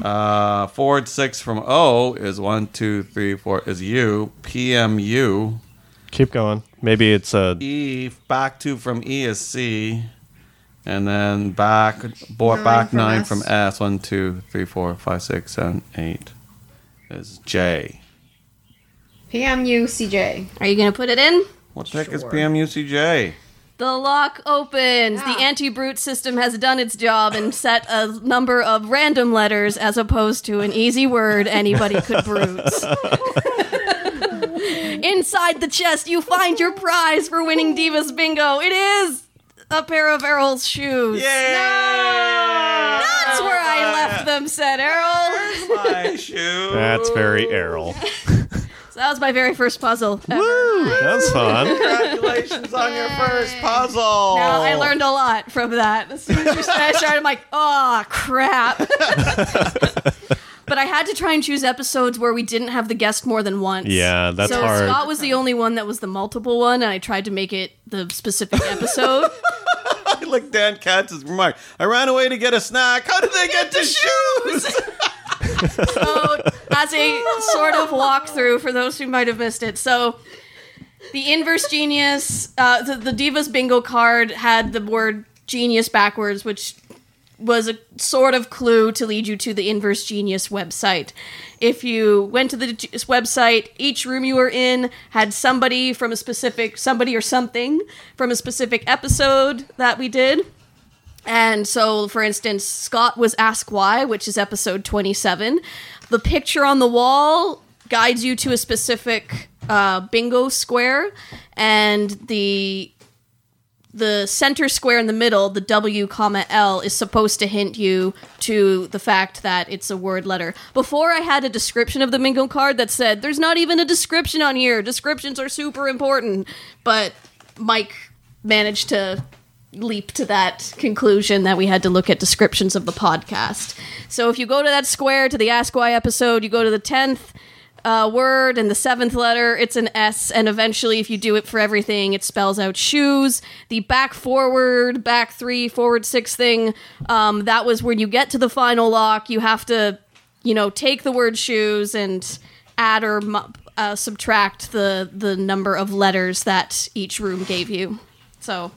[SPEAKER 1] Uh, forward six from O is one, two, three, four is U. PMU.
[SPEAKER 3] Keep going. Maybe it's a
[SPEAKER 1] E back two from E is C, and then back bo-
[SPEAKER 2] Nine
[SPEAKER 1] back
[SPEAKER 2] from
[SPEAKER 1] nine
[SPEAKER 2] S.
[SPEAKER 1] from S. One, two, three, four, five, six, seven, eight is J.
[SPEAKER 2] PMUCJ.
[SPEAKER 4] Are you gonna put it in?
[SPEAKER 1] What the heck is
[SPEAKER 2] Sure.
[SPEAKER 1] PMUCJ?
[SPEAKER 4] The lock opens.
[SPEAKER 2] Yeah.
[SPEAKER 4] The anti brute system has done its job and set a number of random letters as opposed to an easy word anybody could brute. Inside the chest, you find your prize for winning Divas Bingo. It is a pair of Errol's shoes.
[SPEAKER 1] Yeah,
[SPEAKER 4] That's where I left them, said Errol.
[SPEAKER 1] my shoe.
[SPEAKER 3] That's very Errol.
[SPEAKER 4] So that was my very first puzzle. ever.
[SPEAKER 3] Woo! That's fun.
[SPEAKER 1] Congratulations on your first puzzle.
[SPEAKER 4] Now,
[SPEAKER 3] Oh.
[SPEAKER 4] I learned a lot from that. As soon as you said I started, I'm like, oh crap. but I had to try and choose episodes where we didn't have the guest more than once.
[SPEAKER 3] Yeah, that's
[SPEAKER 4] so
[SPEAKER 3] hard.
[SPEAKER 4] Scott was the only one that was the multiple one, and I tried to make it the specific episode.
[SPEAKER 1] like Dan Katz's remark. I ran away to get a snack. How did they get, to shoes?
[SPEAKER 4] so as a sort of walkthrough for those who might have missed it. So the inverse genius, uh, the, the divas bingo card had the word genius backwards, which was a sort of clue to lead you to the inverse genius website. If you went to the g- website, each room you were in had somebody from a specific somebody or something from a specific episode that we did. And so, for instance, Scott was Ask Why, which is episode 27. The picture on the wall guides you to a specific uh, bingo square, and the the center square in the middle, the W comma L, is supposed to hint you to the fact that it's a word letter. Before I had a description of the bingo card that said, "There's not even a description on here. Descriptions are super important," but Mike managed to leap to that conclusion that we had to look at descriptions of the podcast. So if you go to that square to the Ask Why episode, you go to the 10th uh, word and the seventh letter, it's an S. And eventually, if you do it for everything, it spells out shoes. The back forward, back three, forward six thing, um, that was when you get to the final lock. You have to, you know, take the word shoes and add or mu- uh, subtract the, the number of letters that each room gave you. So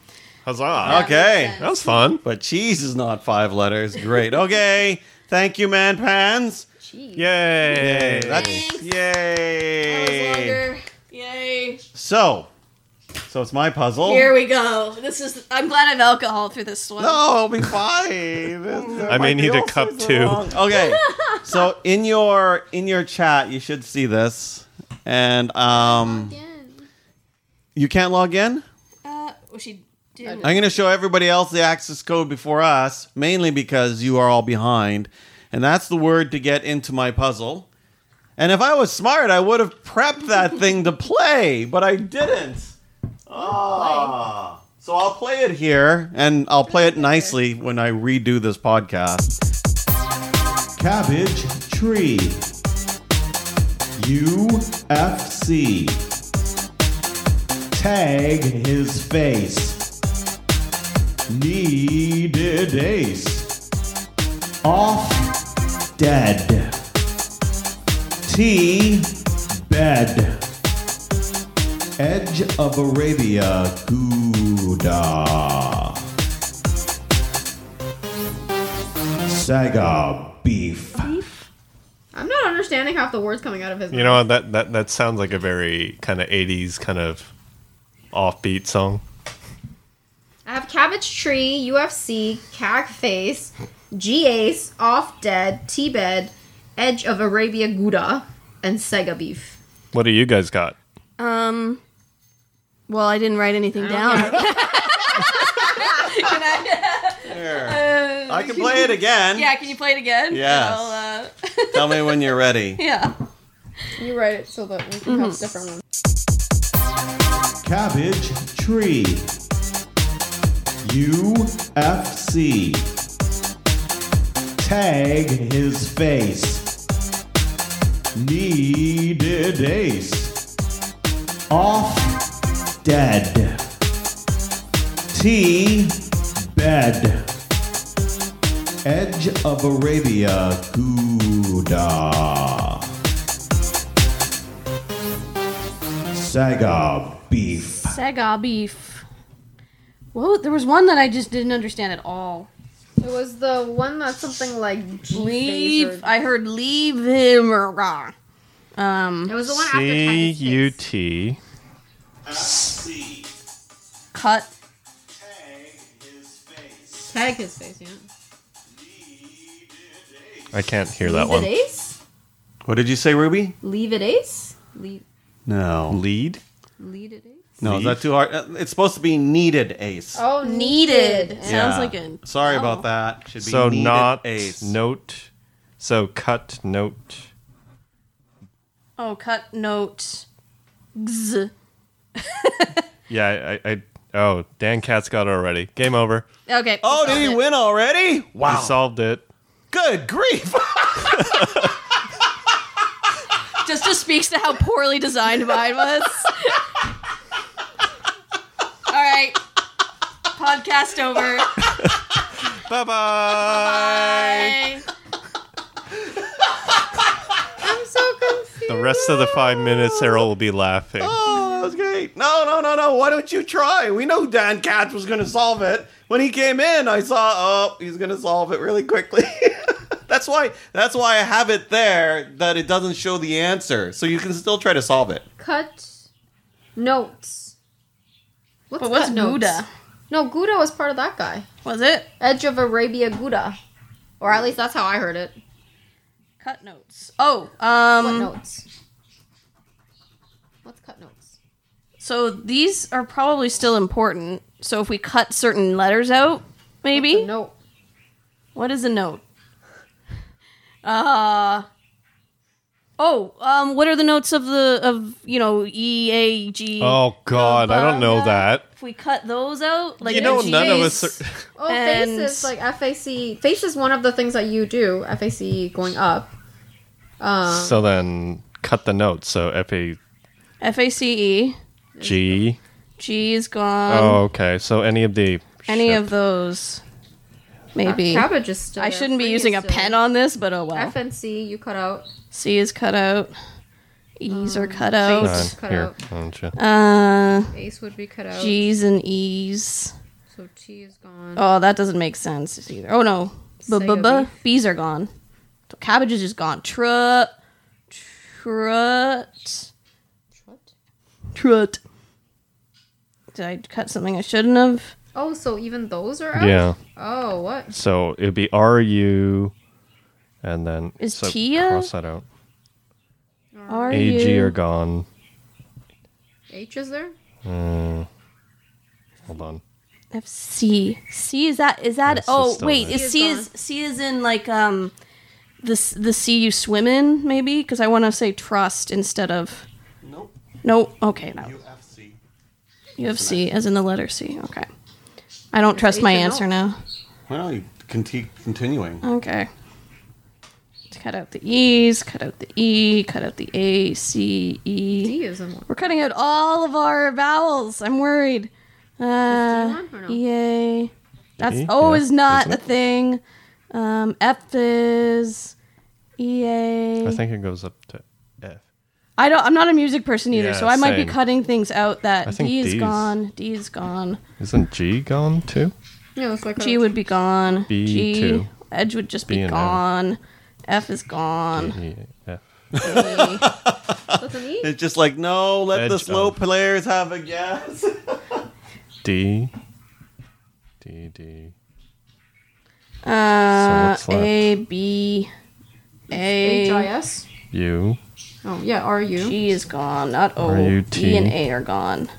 [SPEAKER 3] Huzzah.
[SPEAKER 1] okay.
[SPEAKER 3] That was fun.
[SPEAKER 1] But cheese is not five letters. Great. Okay. Thank you, man pans.
[SPEAKER 3] Yay.
[SPEAKER 1] That's yay.
[SPEAKER 4] longer. Yay.
[SPEAKER 1] So, so it's my puzzle.
[SPEAKER 4] Here we go. This is. I'm glad I have alcohol through this one.
[SPEAKER 1] no, it'll be fine.
[SPEAKER 3] I may need a cup too.
[SPEAKER 1] Okay. So in your in your chat, you should see this, and um, you can't log in.
[SPEAKER 4] Uh, well, she did.
[SPEAKER 1] I'm going to show everybody else the access code before us, mainly because you are all behind. And that's the word to get into my puzzle. And if I was smart, I would have prepped that thing to play, but I didn't. Ah. So I'll play it here, and I'll play it nicely when I redo this podcast. Cabbage tree. UFC. Tag his face. Needed ace. Off dead. Tea bed. Edge of Arabia Gouda. Saga beef.
[SPEAKER 2] I'm not understanding half the words coming out of his
[SPEAKER 3] You know what? That, that, that sounds like a very kind of 80s kind of offbeat song.
[SPEAKER 2] I have Cabbage Tree, UFC, Cag Face, G Ace, Off Dead, T Bed, Edge of Arabia Gouda, and Sega Beef.
[SPEAKER 3] What do you guys got?
[SPEAKER 4] Um. Well, I didn't write
[SPEAKER 1] Oh,
[SPEAKER 4] anything down.
[SPEAKER 1] There. I can play it again.
[SPEAKER 4] yeah, can you play it again?
[SPEAKER 1] Yes.
[SPEAKER 4] I'll, uh,
[SPEAKER 1] Tell me when you're ready.
[SPEAKER 4] yeah.
[SPEAKER 2] You write it so that we can have
[SPEAKER 3] Mm-hmm.
[SPEAKER 2] different ones.
[SPEAKER 1] Cabbage Tree. UFC.
[SPEAKER 7] Tag his face. Needed ace. Off dead. Tea bed. Edge of Arabia Gouda. Saga beef.
[SPEAKER 4] Sega beef. Whoa, there was one that I just didn't understand at all.
[SPEAKER 2] It was the one that's something like G
[SPEAKER 4] Leave. I heard leave him or rah. Um,
[SPEAKER 2] It was the one after
[SPEAKER 3] C
[SPEAKER 2] Tiny Face.
[SPEAKER 3] U T.
[SPEAKER 4] cut.
[SPEAKER 2] Tag his face, yeah.
[SPEAKER 3] I can't hear that one.
[SPEAKER 2] Leave it ace?
[SPEAKER 1] What did you say, Ruby?
[SPEAKER 2] Leave it ace? Leave,
[SPEAKER 1] No.
[SPEAKER 3] Lead?
[SPEAKER 2] lead it ace?
[SPEAKER 1] No, is that too hard? Uh, It's supposed to be needed ace.
[SPEAKER 2] Oh,
[SPEAKER 4] Needed.
[SPEAKER 2] needed.
[SPEAKER 4] Sounds
[SPEAKER 1] Yeah.
[SPEAKER 4] like Oh. an.
[SPEAKER 1] Sorry about that. Should be
[SPEAKER 3] So
[SPEAKER 1] needed
[SPEAKER 3] not
[SPEAKER 1] ace.
[SPEAKER 3] note. So cut note.
[SPEAKER 4] Oh, cut note. Gz.
[SPEAKER 3] Yeah, I, I oh Dan Cat's got it already. Game over.
[SPEAKER 4] Okay.
[SPEAKER 1] Oh, did he win already? Wow.
[SPEAKER 3] He solved it.
[SPEAKER 1] Good grief.
[SPEAKER 4] Just just speaks to how poorly designed mine was. All right. Podcast over.
[SPEAKER 3] Bye bye.
[SPEAKER 4] Bye.
[SPEAKER 2] I'm so confused.
[SPEAKER 3] The rest of the five minutes, Errol will be laughing.
[SPEAKER 1] Oh, that was great. No, no, no, no. Why don't you try? We know Dan Katz was going to solve it. When he came in, I saw, oh, he's going to solve it really quickly. that's why that's why I have it there that it doesn't show the answer. So you can still try to solve it.
[SPEAKER 2] Cut notes. What's
[SPEAKER 4] But what's
[SPEAKER 2] cut notes?
[SPEAKER 4] Gouda?
[SPEAKER 2] No, Gouda was part of that guy.
[SPEAKER 4] Was it?
[SPEAKER 2] Edge of Arabia Gouda. Or at least that's how I heard it.
[SPEAKER 4] Cut notes. Oh,
[SPEAKER 2] Cut
[SPEAKER 4] um.
[SPEAKER 2] notes. What's cut notes?
[SPEAKER 4] So these are probably still important. So if we cut certain letters out, maybe.
[SPEAKER 2] A note.
[SPEAKER 4] What is a note? Uh Oh, um what are the notes of the of, you know, E A G?
[SPEAKER 3] Oh God, I don't know that.
[SPEAKER 4] If we cut those out, like
[SPEAKER 3] You know,
[SPEAKER 4] the
[SPEAKER 3] none of
[SPEAKER 4] Gs,
[SPEAKER 3] us.
[SPEAKER 2] Oh,
[SPEAKER 4] And-
[SPEAKER 2] faces like FAC. Face is one of the things that you do. FAC going up. Um,
[SPEAKER 3] Are... So then cut the note. So F A
[SPEAKER 4] F A C E.
[SPEAKER 3] G.
[SPEAKER 4] G is gone.
[SPEAKER 3] Oh, okay. So any of the
[SPEAKER 4] Any
[SPEAKER 3] shit.
[SPEAKER 4] of those. Maybe.
[SPEAKER 2] Cabbage is still.
[SPEAKER 4] I
[SPEAKER 2] there.
[SPEAKER 4] shouldn't be
[SPEAKER 2] Free
[SPEAKER 4] using
[SPEAKER 2] is
[SPEAKER 4] a
[SPEAKER 2] still
[SPEAKER 4] pen on this, but oh well.
[SPEAKER 2] there. F and C E. you cut out.
[SPEAKER 4] C is cut out. E's
[SPEAKER 2] Um,
[SPEAKER 4] are cut out.
[SPEAKER 2] cut
[SPEAKER 3] here.
[SPEAKER 2] out.
[SPEAKER 3] Don't you-
[SPEAKER 4] Uh
[SPEAKER 2] Ace would be cut out.
[SPEAKER 4] G's and E's.
[SPEAKER 2] So T is gone.
[SPEAKER 4] Oh, that doesn't make sense either. Oh no, B- b-
[SPEAKER 2] Sega
[SPEAKER 4] b- bees are gone. So cabbage is just gone. Trut, trut, trut. Did I cut something I shouldn't have?
[SPEAKER 2] Oh, so even those are out?
[SPEAKER 3] Yeah.
[SPEAKER 2] Oh, what?
[SPEAKER 3] So it'd be R U, and then
[SPEAKER 4] Is
[SPEAKER 3] so
[SPEAKER 4] Tia-
[SPEAKER 3] cross that out.
[SPEAKER 4] Are
[SPEAKER 3] A G
[SPEAKER 4] you-
[SPEAKER 3] are gone. Uh,
[SPEAKER 2] H is there?
[SPEAKER 3] Hold on.
[SPEAKER 4] F C C is that is that?
[SPEAKER 3] Yes,
[SPEAKER 4] oh
[SPEAKER 3] it's still
[SPEAKER 4] wait,
[SPEAKER 3] there.
[SPEAKER 4] is
[SPEAKER 2] is
[SPEAKER 4] C is
[SPEAKER 2] gone.
[SPEAKER 4] C is in like um the s- the sea you swim in maybe because I want to say trust instead of
[SPEAKER 1] Nope.
[SPEAKER 4] no. Okay, no.
[SPEAKER 1] UFC.
[SPEAKER 4] You have C as in the letter C. Okay. I don't trust my
[SPEAKER 2] H and O.
[SPEAKER 4] answer now.
[SPEAKER 1] Why don't you conti- continuing?
[SPEAKER 4] Okay. Let's Cut out the E's, cut out the E, cut out the A, C, E.
[SPEAKER 2] D is in one.
[SPEAKER 4] We're cutting out all of our vowels. I'm worried. Uh,
[SPEAKER 2] Is D one or no?
[SPEAKER 4] EA. That's
[SPEAKER 3] E?
[SPEAKER 4] O
[SPEAKER 3] Yeah,
[SPEAKER 4] is not
[SPEAKER 3] isn't
[SPEAKER 4] a
[SPEAKER 3] it?
[SPEAKER 4] thing. Um, F is EA.
[SPEAKER 3] I think it goes up to F.
[SPEAKER 4] I don't. I'm not a music person either,
[SPEAKER 3] Yeah,
[SPEAKER 4] so I might be
[SPEAKER 3] same.
[SPEAKER 4] cutting things out.
[SPEAKER 3] I
[SPEAKER 4] That
[SPEAKER 3] think
[SPEAKER 4] D is
[SPEAKER 3] D's.
[SPEAKER 4] gone. D is gone.
[SPEAKER 3] Isn't G gone too?
[SPEAKER 2] No, it's like
[SPEAKER 4] G would be gone.
[SPEAKER 3] B
[SPEAKER 4] G
[SPEAKER 3] too.
[SPEAKER 4] edge would just
[SPEAKER 3] B
[SPEAKER 4] be
[SPEAKER 3] and O.
[SPEAKER 4] gone. F is gone.
[SPEAKER 3] E, F.
[SPEAKER 4] A.
[SPEAKER 2] That's an E?
[SPEAKER 1] It's just like, no, let the
[SPEAKER 3] Edge
[SPEAKER 1] slow
[SPEAKER 3] of.
[SPEAKER 1] players have a guess.
[SPEAKER 3] D D D.
[SPEAKER 4] Uh,
[SPEAKER 3] what's left?
[SPEAKER 4] A B
[SPEAKER 2] H I
[SPEAKER 4] A
[SPEAKER 2] S.
[SPEAKER 3] U.
[SPEAKER 2] Oh yeah, R U.
[SPEAKER 4] G is gone. Not O.
[SPEAKER 3] R U
[SPEAKER 4] D
[SPEAKER 3] T.
[SPEAKER 4] and A are gone.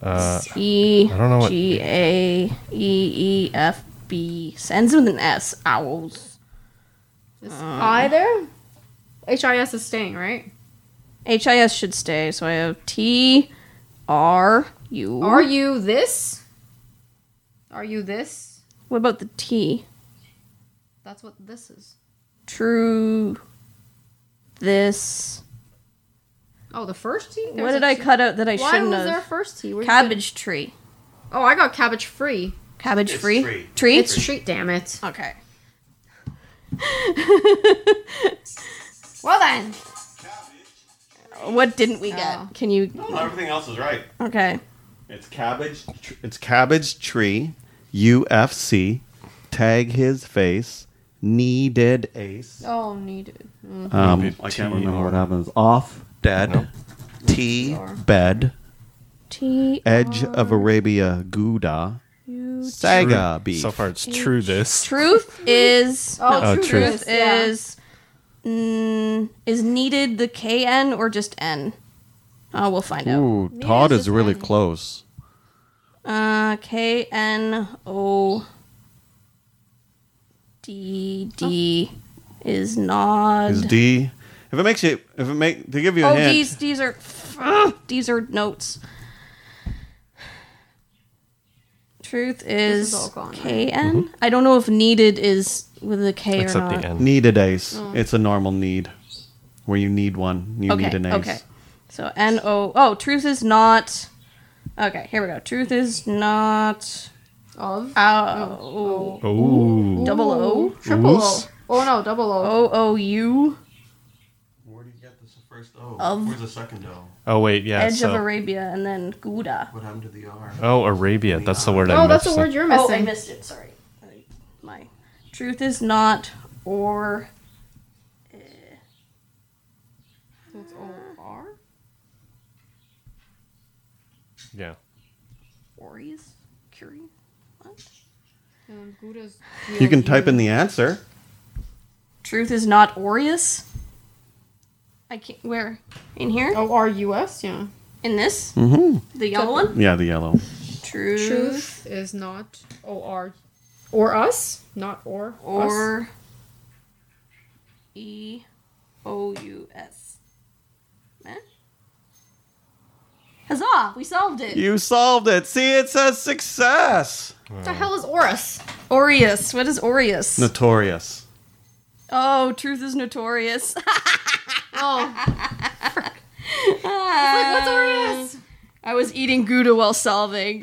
[SPEAKER 3] Uh,
[SPEAKER 4] E
[SPEAKER 3] I don't know what-
[SPEAKER 4] G A E E F B sends with an S. Owls. Uh.
[SPEAKER 2] Either. H I S is staying, right?
[SPEAKER 4] H I S should stay. So I have T R U.
[SPEAKER 2] Are you this? Are you this?
[SPEAKER 4] What about the T?
[SPEAKER 2] That's what this is.
[SPEAKER 4] True. This.
[SPEAKER 2] Oh, the first T.
[SPEAKER 4] what
[SPEAKER 2] There's
[SPEAKER 4] did
[SPEAKER 2] a
[SPEAKER 4] I
[SPEAKER 2] T.
[SPEAKER 4] cut out that I
[SPEAKER 2] Why
[SPEAKER 4] shouldn't
[SPEAKER 2] was
[SPEAKER 4] have?
[SPEAKER 2] there a first T? Where's
[SPEAKER 4] Cabbage tree.
[SPEAKER 2] the- Oh, I got cabbage free.
[SPEAKER 4] Cabbage free. Tree.
[SPEAKER 2] It's treat. Damn it.
[SPEAKER 4] okay.
[SPEAKER 2] Well then.
[SPEAKER 4] What didn't we get?
[SPEAKER 2] Oh.
[SPEAKER 4] Can you?
[SPEAKER 1] Everything else is right.
[SPEAKER 4] Okay.
[SPEAKER 1] It's cabbage. Tr- it's cabbage tree. UFC. Tag his face. Needed ace.
[SPEAKER 2] Oh, needed.
[SPEAKER 1] Um,
[SPEAKER 3] Maybe
[SPEAKER 1] I can't
[SPEAKER 3] T
[SPEAKER 1] remember
[SPEAKER 3] or-
[SPEAKER 1] what happens. Off dead. T bed.
[SPEAKER 4] T
[SPEAKER 1] Edge of Arabia. Gouda.
[SPEAKER 4] U.
[SPEAKER 1] Saga beef.
[SPEAKER 3] So far, it's true. This.
[SPEAKER 4] Truth is.
[SPEAKER 2] Oh,
[SPEAKER 3] Oh,
[SPEAKER 2] truth,
[SPEAKER 3] truth.
[SPEAKER 4] truth
[SPEAKER 2] yeah.
[SPEAKER 4] is mm, is needed the kn or just n uh, we'll find
[SPEAKER 1] Ooh, Todd is really close.
[SPEAKER 4] out uh k n o d d
[SPEAKER 2] Oh.
[SPEAKER 4] is not
[SPEAKER 1] Is D? If it makes you, if it make to give you a
[SPEAKER 4] oh
[SPEAKER 1] hint,
[SPEAKER 4] these these are ugh, these are notes truth is,
[SPEAKER 2] all gone, right?
[SPEAKER 4] kn
[SPEAKER 1] Mm-hmm.
[SPEAKER 4] i don't know if needed is with a k or
[SPEAKER 3] Except
[SPEAKER 4] not
[SPEAKER 3] the end.
[SPEAKER 1] needed ace. It's a normal need, where you need one. You need an ace.
[SPEAKER 4] Oh. Okay. So N O Oh, truth is not Okay, here we go. Truth is not
[SPEAKER 2] Of.
[SPEAKER 4] ow
[SPEAKER 3] Ooh.
[SPEAKER 4] double O
[SPEAKER 2] Triple.
[SPEAKER 3] Oos.
[SPEAKER 2] O. Oh no, double O.
[SPEAKER 4] O O U
[SPEAKER 1] Where do you get this first O?
[SPEAKER 4] Of- Where's
[SPEAKER 1] the second O?
[SPEAKER 3] Oh wait, yeah.
[SPEAKER 4] Edge
[SPEAKER 3] so,
[SPEAKER 4] of Arabia and then Gouda.
[SPEAKER 1] What happened to the R?
[SPEAKER 3] oh, Arabia. That's the word I
[SPEAKER 2] Oh, that's the
[SPEAKER 3] missed.
[SPEAKER 2] word you're missing.
[SPEAKER 4] missed it, sorry. My truth is not or
[SPEAKER 2] That's O R.
[SPEAKER 3] Yeah.
[SPEAKER 4] Ories? Curie? What?
[SPEAKER 2] And Gouda's.
[SPEAKER 1] You can type in the answer.
[SPEAKER 4] Truth is not Aureus? I can't where? In here?
[SPEAKER 2] O R Oh, U S. Yeah.
[SPEAKER 4] In this?
[SPEAKER 1] Oh. Mm-hmm.
[SPEAKER 4] The yellow one?
[SPEAKER 1] Yeah, the yellow.
[SPEAKER 4] Truth,
[SPEAKER 2] Truth is not O R. Or us, not or. us.
[SPEAKER 4] or E O U S. Eh? Huzzah! We solved it.
[SPEAKER 1] You solved it. See, it says success.
[SPEAKER 2] What the hell is Orus?
[SPEAKER 4] Aureus. What is Aureus?
[SPEAKER 1] Notorious.
[SPEAKER 4] oh, truth is notorious.
[SPEAKER 2] Oh,
[SPEAKER 4] what's Aureus? I was eating Gouda while solving.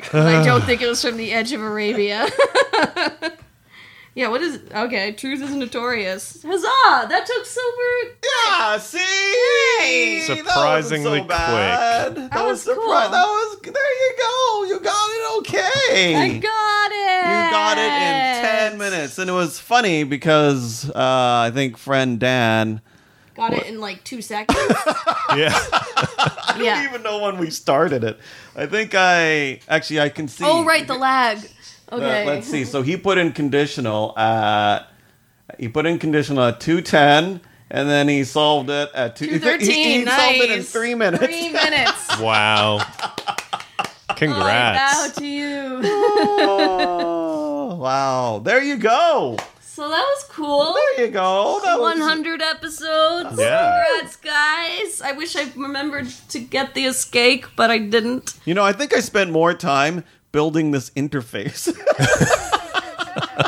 [SPEAKER 4] 'cause I don't think it was from the edge of Arabia. yeah. What is? Okay. Truth is notorious. Huzzah! That took super.
[SPEAKER 1] Yeah, see?
[SPEAKER 3] Surprisingly quick.
[SPEAKER 1] bad. That,
[SPEAKER 4] was
[SPEAKER 1] surpri-
[SPEAKER 4] cool.
[SPEAKER 1] That was, there you go. You got it okay.
[SPEAKER 4] I got it.
[SPEAKER 1] You got it in 10 minutes. And it was funny because uh, I think friend Dan.
[SPEAKER 4] Got it in like two seconds.
[SPEAKER 3] Yeah.
[SPEAKER 1] I don't even know when we started it. I think I actually I can see.
[SPEAKER 4] Oh right, the lag.
[SPEAKER 1] Uh,
[SPEAKER 4] Okay.
[SPEAKER 1] let's see. So he put in conditional at he put in conditional at two ten, and then he solved it at two He, he, he
[SPEAKER 4] 213,
[SPEAKER 1] solved it in
[SPEAKER 4] nice.
[SPEAKER 1] three minutes.
[SPEAKER 4] Three minutes.
[SPEAKER 3] wow.
[SPEAKER 4] Bow
[SPEAKER 3] Congrats.
[SPEAKER 4] to you.
[SPEAKER 1] Oh, wow! There you go.
[SPEAKER 4] So that was cool.
[SPEAKER 1] There you go. That was-
[SPEAKER 4] 100 episodes.
[SPEAKER 3] Yeah.
[SPEAKER 4] Congrats, guys. I wish I remembered to get the escape, but I didn't.
[SPEAKER 1] You know, I think I spent more time building this interface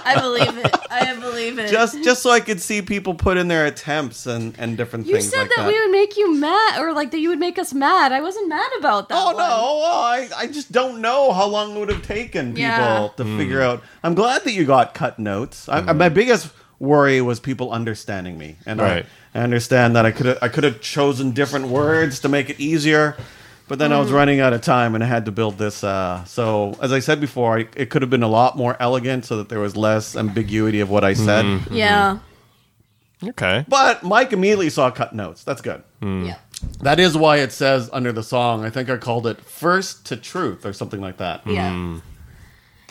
[SPEAKER 4] I believe it. I believe it.
[SPEAKER 1] just just so I could see people put in their attempts and and different
[SPEAKER 4] you
[SPEAKER 1] things
[SPEAKER 4] said
[SPEAKER 1] like
[SPEAKER 4] that,
[SPEAKER 1] that.
[SPEAKER 4] we would make you mad, or like that you would make us mad. I wasn't mad about that.
[SPEAKER 1] Oh
[SPEAKER 4] one.
[SPEAKER 1] no! Oh, I, I just don't know how long it would have taken people
[SPEAKER 4] Yeah.
[SPEAKER 1] to figure out. I'm glad that you got cut notes. I, My biggest worry was people understanding me, and I-
[SPEAKER 3] Right.
[SPEAKER 1] I, understand that I could I could have chosen different words to make it easier, but then I
[SPEAKER 4] Hmm.
[SPEAKER 1] was running out of time and I had to build this. Uh, so as I said before, I, it could have been a lot more elegant so that there was less ambiguity of what I said.
[SPEAKER 4] Yeah.
[SPEAKER 3] Okay.
[SPEAKER 1] But Mike immediately saw cut notes. That's good.
[SPEAKER 4] Hmm.
[SPEAKER 3] Mm-hmm.
[SPEAKER 2] Yeah.
[SPEAKER 1] That is why it
[SPEAKER 4] Hmm.
[SPEAKER 3] Mm-hmm.
[SPEAKER 1] says under the song. I think I called it "First to Truth" or something like that.
[SPEAKER 4] Yeah.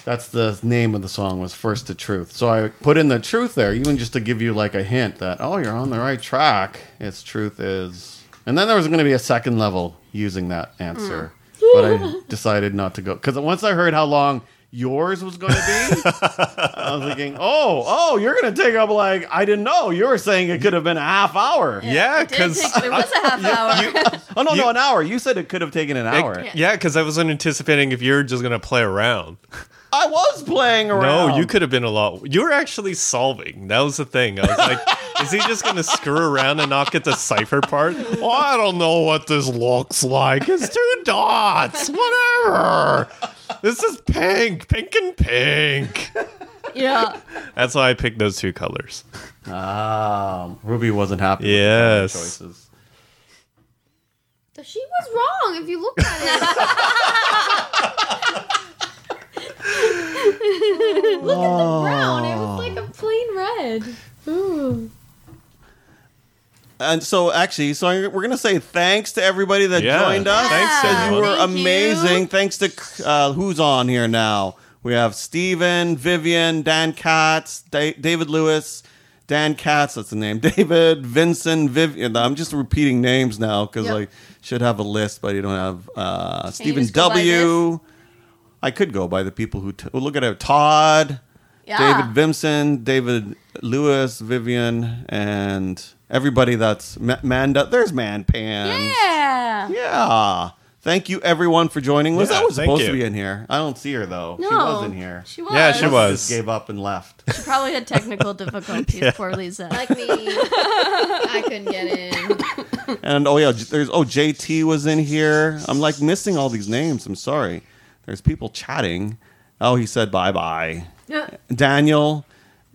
[SPEAKER 1] That's the name of the song was First to Truth. So I put in the truth there, even just to give you like a hint that oh you're on the right track. It's truth is and then there was gonna be a second level using that
[SPEAKER 3] Mm.
[SPEAKER 1] answer. But I decided not to go because once I heard how long yours was gonna be, I was thinking, Oh, oh, you're gonna take up like I didn't know. You were saying it could have been a half hour.
[SPEAKER 3] Yeah,
[SPEAKER 8] It did
[SPEAKER 3] because
[SPEAKER 8] take, it was a half hour.
[SPEAKER 1] Oh no, no, an hour. You said it could have taken an hour.
[SPEAKER 3] yeah, because I wasn't anticipating if you're just gonna play around.
[SPEAKER 1] I was playing around.
[SPEAKER 3] No, you could have been a lot. You were actually solving. That was the thing. I was like, is he just gonna screw around and not get the cipher part? Oh, I don't know what this looks like. It's two dots. Whatever. This is pink, pink and pink.
[SPEAKER 4] Yeah.
[SPEAKER 3] That's why I picked those two colors.
[SPEAKER 1] Um, Ruby wasn't happy. with
[SPEAKER 3] Yes.
[SPEAKER 1] the choices.
[SPEAKER 9] She was wrong if you look at it.
[SPEAKER 2] brown. It was like a plain red.
[SPEAKER 1] And so, actually, so I- we're gonna say thanks to everybody that
[SPEAKER 3] Yeah,
[SPEAKER 1] joined us.
[SPEAKER 3] thanks,
[SPEAKER 1] Said you
[SPEAKER 3] everyone.
[SPEAKER 1] were
[SPEAKER 4] Thank you.
[SPEAKER 1] amazing. Thanks to uh, who's on here now. We have Steven, Vivian, Dan Katz, da- David Lewis, Dan Katz. That's the name. David, Vincent, Vivian. I'm just repeating names now because
[SPEAKER 4] Yep.
[SPEAKER 1] I should have a list, but you don't have uh, Stephen
[SPEAKER 4] just go by
[SPEAKER 1] W. I could go by the people who t- oh, look at it. Todd. David Vimson, David Lewis, Vivian, and everybody that's Ma- Manda. There's Man Pan.
[SPEAKER 4] Yeah.
[SPEAKER 1] Yeah. Thank you, everyone, for joining. Liz,
[SPEAKER 3] Yeah,
[SPEAKER 1] I was
[SPEAKER 3] thank
[SPEAKER 1] supposed
[SPEAKER 3] you.
[SPEAKER 1] to be in here. I don't see her, though. She
[SPEAKER 4] No.
[SPEAKER 1] was in here.
[SPEAKER 4] She was.
[SPEAKER 3] Yeah, she was.
[SPEAKER 1] just gave up and left.
[SPEAKER 4] She probably had technical difficulties. Poor Lisa.
[SPEAKER 2] Like me. I couldn't get in.
[SPEAKER 1] and oh, yeah, j- there's, oh, JT was in here. I'm like missing all these names. I'm sorry. There's people chatting. Oh, he said bye bye. Daniel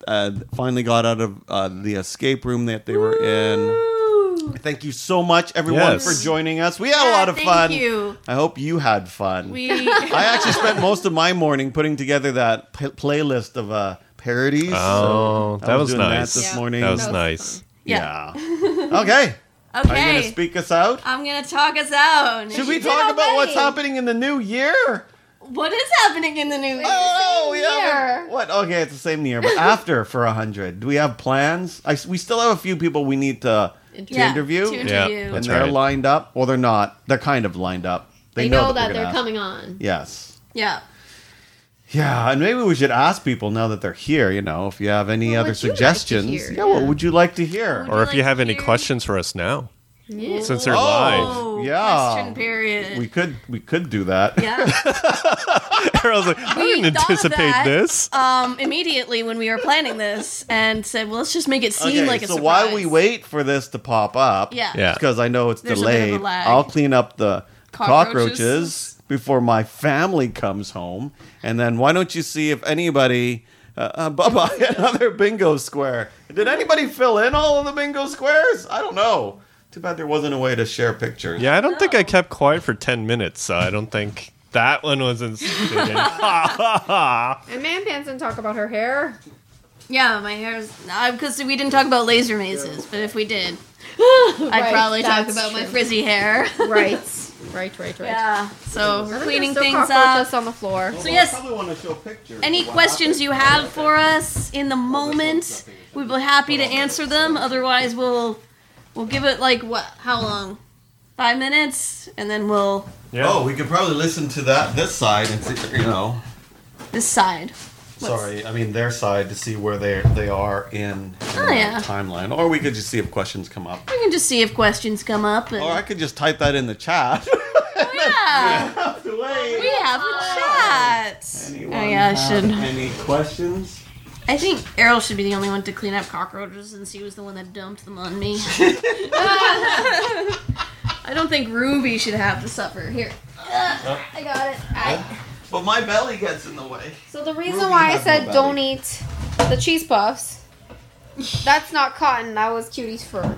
[SPEAKER 1] uh, finally got out of uh, the escape room that they were in. Thank you so much, everyone,
[SPEAKER 3] Yes.
[SPEAKER 1] for joining us. We had a lot of
[SPEAKER 4] thank
[SPEAKER 1] fun.
[SPEAKER 4] you.
[SPEAKER 1] I hope you had fun.
[SPEAKER 4] We
[SPEAKER 1] I actually spent most of my morning putting together that p- playlist of uh, parodies.
[SPEAKER 3] Oh,
[SPEAKER 1] I
[SPEAKER 3] that was
[SPEAKER 1] doing
[SPEAKER 3] nice.
[SPEAKER 1] That this
[SPEAKER 2] Yeah.
[SPEAKER 1] morning.
[SPEAKER 3] That was nice.
[SPEAKER 1] yeah. okay. Are you going to
[SPEAKER 4] okay. Uh,
[SPEAKER 1] speak us out?
[SPEAKER 4] I'm gonna talk us out.
[SPEAKER 1] Should we talk about what's happening in the new year?
[SPEAKER 4] What is happening in the news?
[SPEAKER 1] Oh, yeah.
[SPEAKER 2] year.
[SPEAKER 1] but- What? Okay, it's the same year, but after for a hundred, do we have plans? I s we still have a few people we need to, to
[SPEAKER 4] Yeah,
[SPEAKER 1] interview,
[SPEAKER 4] to interview.
[SPEAKER 3] Yeah,
[SPEAKER 4] And
[SPEAKER 1] and
[SPEAKER 3] that's
[SPEAKER 1] they're
[SPEAKER 3] right.
[SPEAKER 1] lined up. Well, they're not. They're kind of lined up. They,
[SPEAKER 2] They know, that
[SPEAKER 1] we're
[SPEAKER 2] they're
[SPEAKER 1] gonna ask.
[SPEAKER 2] coming on.
[SPEAKER 1] Yes.
[SPEAKER 4] Yeah.
[SPEAKER 1] Yeah, and maybe we should ask people now that they're here. You know, if you have any
[SPEAKER 2] What
[SPEAKER 1] other
[SPEAKER 2] would you like to
[SPEAKER 1] suggestions,
[SPEAKER 2] hear?
[SPEAKER 1] yeah, what would you like to hear?
[SPEAKER 4] Would
[SPEAKER 3] Or if
[SPEAKER 4] like
[SPEAKER 3] you have any
[SPEAKER 4] you?
[SPEAKER 3] questions for us now,
[SPEAKER 2] Yeah.
[SPEAKER 3] since they're live.
[SPEAKER 4] Oh,
[SPEAKER 1] Yeah.
[SPEAKER 4] Question period.
[SPEAKER 1] we could we could do that.
[SPEAKER 4] yeah.
[SPEAKER 3] I was like, I
[SPEAKER 4] We
[SPEAKER 3] didn't
[SPEAKER 4] thought of
[SPEAKER 3] anticipate
[SPEAKER 4] that.
[SPEAKER 3] this.
[SPEAKER 4] um, immediately when we were planning this and said, well, let's just make it seem
[SPEAKER 1] Okay,
[SPEAKER 4] like a
[SPEAKER 1] so
[SPEAKER 4] surprise.
[SPEAKER 1] while we wait for this to pop up,
[SPEAKER 4] Yeah.
[SPEAKER 3] Yeah.
[SPEAKER 1] because I know it's
[SPEAKER 4] There's a bit of a
[SPEAKER 1] delayed.
[SPEAKER 4] lag.
[SPEAKER 1] I'll clean up the cockroaches.
[SPEAKER 4] Cockroaches.
[SPEAKER 1] before my family comes home, and then why don't you see if anybody? Uh, uh, bye bye, another bingo square. Did anybody fill in all of the bingo squares? I don't know. Too bad there wasn't a way to share pictures.
[SPEAKER 3] Yeah, I don't think I kept quiet for 10 minutes, so I don't think that one was in.
[SPEAKER 2] And Man Pants didn't talk about her hair.
[SPEAKER 4] Yeah, my hair's because we didn't talk about laser mazes, but if we did, I'd
[SPEAKER 2] Right,
[SPEAKER 4] probably talk
[SPEAKER 2] that's
[SPEAKER 4] about my
[SPEAKER 2] true.
[SPEAKER 4] frizzy hair.
[SPEAKER 2] Right. right, right, right.
[SPEAKER 4] yeah. So we're
[SPEAKER 2] There's
[SPEAKER 4] cleaning
[SPEAKER 2] still
[SPEAKER 4] things up.
[SPEAKER 2] cockroaches on the floor.
[SPEAKER 4] So yes,
[SPEAKER 1] probably want to show pictures.
[SPEAKER 4] any questions you have for us in the moment, we'd be happy to answer them. Otherwise, we'll we'll give it like what? How long? Five minutes, and then we'll
[SPEAKER 3] Yeah.
[SPEAKER 1] Oh, we could probably listen to that this side and see, you know.
[SPEAKER 4] decide.
[SPEAKER 1] Sorry, I mean their side to see where they they are in, in the
[SPEAKER 4] Oh, yeah.
[SPEAKER 1] timeline, or we could just see if questions come up,
[SPEAKER 4] We can just see if questions come up. And,
[SPEAKER 1] or I could just type that in the chat.
[SPEAKER 4] Oh, yeah,
[SPEAKER 1] Wait.
[SPEAKER 4] we have a chat.
[SPEAKER 1] Anyone
[SPEAKER 4] Oh, yeah, I
[SPEAKER 1] have
[SPEAKER 4] should-
[SPEAKER 1] Any questions?
[SPEAKER 4] I think Errol should be the only one to clean up cockroaches since he was the one that dumped them on me. I don't think Ruby should have to suffer. Here.
[SPEAKER 2] I got it.
[SPEAKER 1] But my belly gets in the way.
[SPEAKER 2] So the reason
[SPEAKER 1] Ruby
[SPEAKER 2] why I
[SPEAKER 1] has
[SPEAKER 2] said
[SPEAKER 1] no
[SPEAKER 2] don't
[SPEAKER 1] belly.
[SPEAKER 2] eat the cheese puffs, that's not cotton. That was Cutie's fur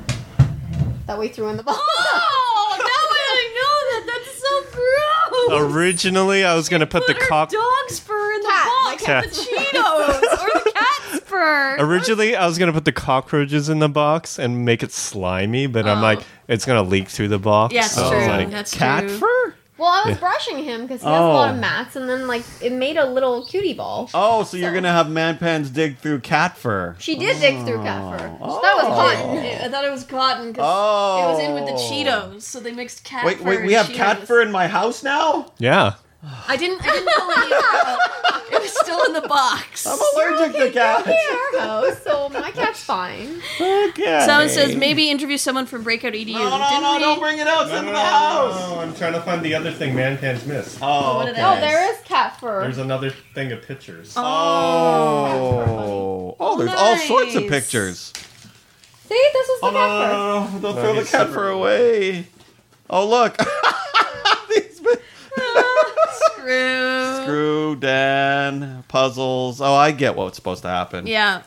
[SPEAKER 2] that we threw in the box.
[SPEAKER 4] Oh, now I know that. That's so gross.
[SPEAKER 3] Originally, I was going to put the
[SPEAKER 4] Put her
[SPEAKER 3] cock.
[SPEAKER 4] dog's fur in the
[SPEAKER 2] Cat, my
[SPEAKER 4] box.
[SPEAKER 3] cat.
[SPEAKER 4] The
[SPEAKER 1] Oh.
[SPEAKER 4] Cheetos or the cat's fur.
[SPEAKER 3] Originally, I was going to put the cockroaches in the box and make it slimy, but I'm
[SPEAKER 4] Oh.
[SPEAKER 3] like, it's going to leak through the box.
[SPEAKER 4] Yes,
[SPEAKER 3] so I was
[SPEAKER 4] true.
[SPEAKER 3] like,
[SPEAKER 4] That's
[SPEAKER 1] Oh, Cat
[SPEAKER 4] true.
[SPEAKER 1] fur?
[SPEAKER 2] Well, I was brushing him because he has a lot of
[SPEAKER 1] Oh.
[SPEAKER 2] mats, and then like it made a little cutie ball.
[SPEAKER 1] Oh, so you're gonna have manpans dig through cat fur.
[SPEAKER 2] She did dig through cat fur. So that was
[SPEAKER 1] Oh.
[SPEAKER 2] cotton.
[SPEAKER 4] I thought it was cotton because
[SPEAKER 1] Oh.
[SPEAKER 4] it was in with the Cheetos, so they mixed cat
[SPEAKER 1] Wait,
[SPEAKER 4] fur.
[SPEAKER 1] wait,
[SPEAKER 4] and
[SPEAKER 1] we have
[SPEAKER 4] Cheetos.
[SPEAKER 1] cat fur in my house now?
[SPEAKER 3] Yeah.
[SPEAKER 4] I didn't. I didn't pull any out. It was still in the box.
[SPEAKER 1] I'm allergic to cats.
[SPEAKER 2] Our house, so my cat's fine.
[SPEAKER 1] Okay.
[SPEAKER 4] Someone says maybe interview someone from Breakout EDU.
[SPEAKER 1] No, no,
[SPEAKER 4] Didn't
[SPEAKER 1] no,
[SPEAKER 4] we?
[SPEAKER 1] don't bring it out. It's in the house.
[SPEAKER 3] Oh, I'm trying to find the other thing Manpan's missed.
[SPEAKER 1] Oh,
[SPEAKER 4] What did
[SPEAKER 1] okay.
[SPEAKER 4] I-
[SPEAKER 2] Oh, there is cat fur.
[SPEAKER 3] another thing of pictures.
[SPEAKER 1] Oh. Oh, there's all sorts of
[SPEAKER 4] Nice.
[SPEAKER 1] pictures.
[SPEAKER 2] See, this was the
[SPEAKER 1] Oh, no,
[SPEAKER 2] cat fur.
[SPEAKER 1] no, no, no, Don't
[SPEAKER 3] No,
[SPEAKER 1] throw the
[SPEAKER 3] he's
[SPEAKER 1] cat fur
[SPEAKER 3] separate.
[SPEAKER 1] away. Oh, look. These been-
[SPEAKER 4] Ah, Screw.
[SPEAKER 1] Screw, Dan, puzzles. Oh, I get what's supposed to happen.
[SPEAKER 4] Yeah,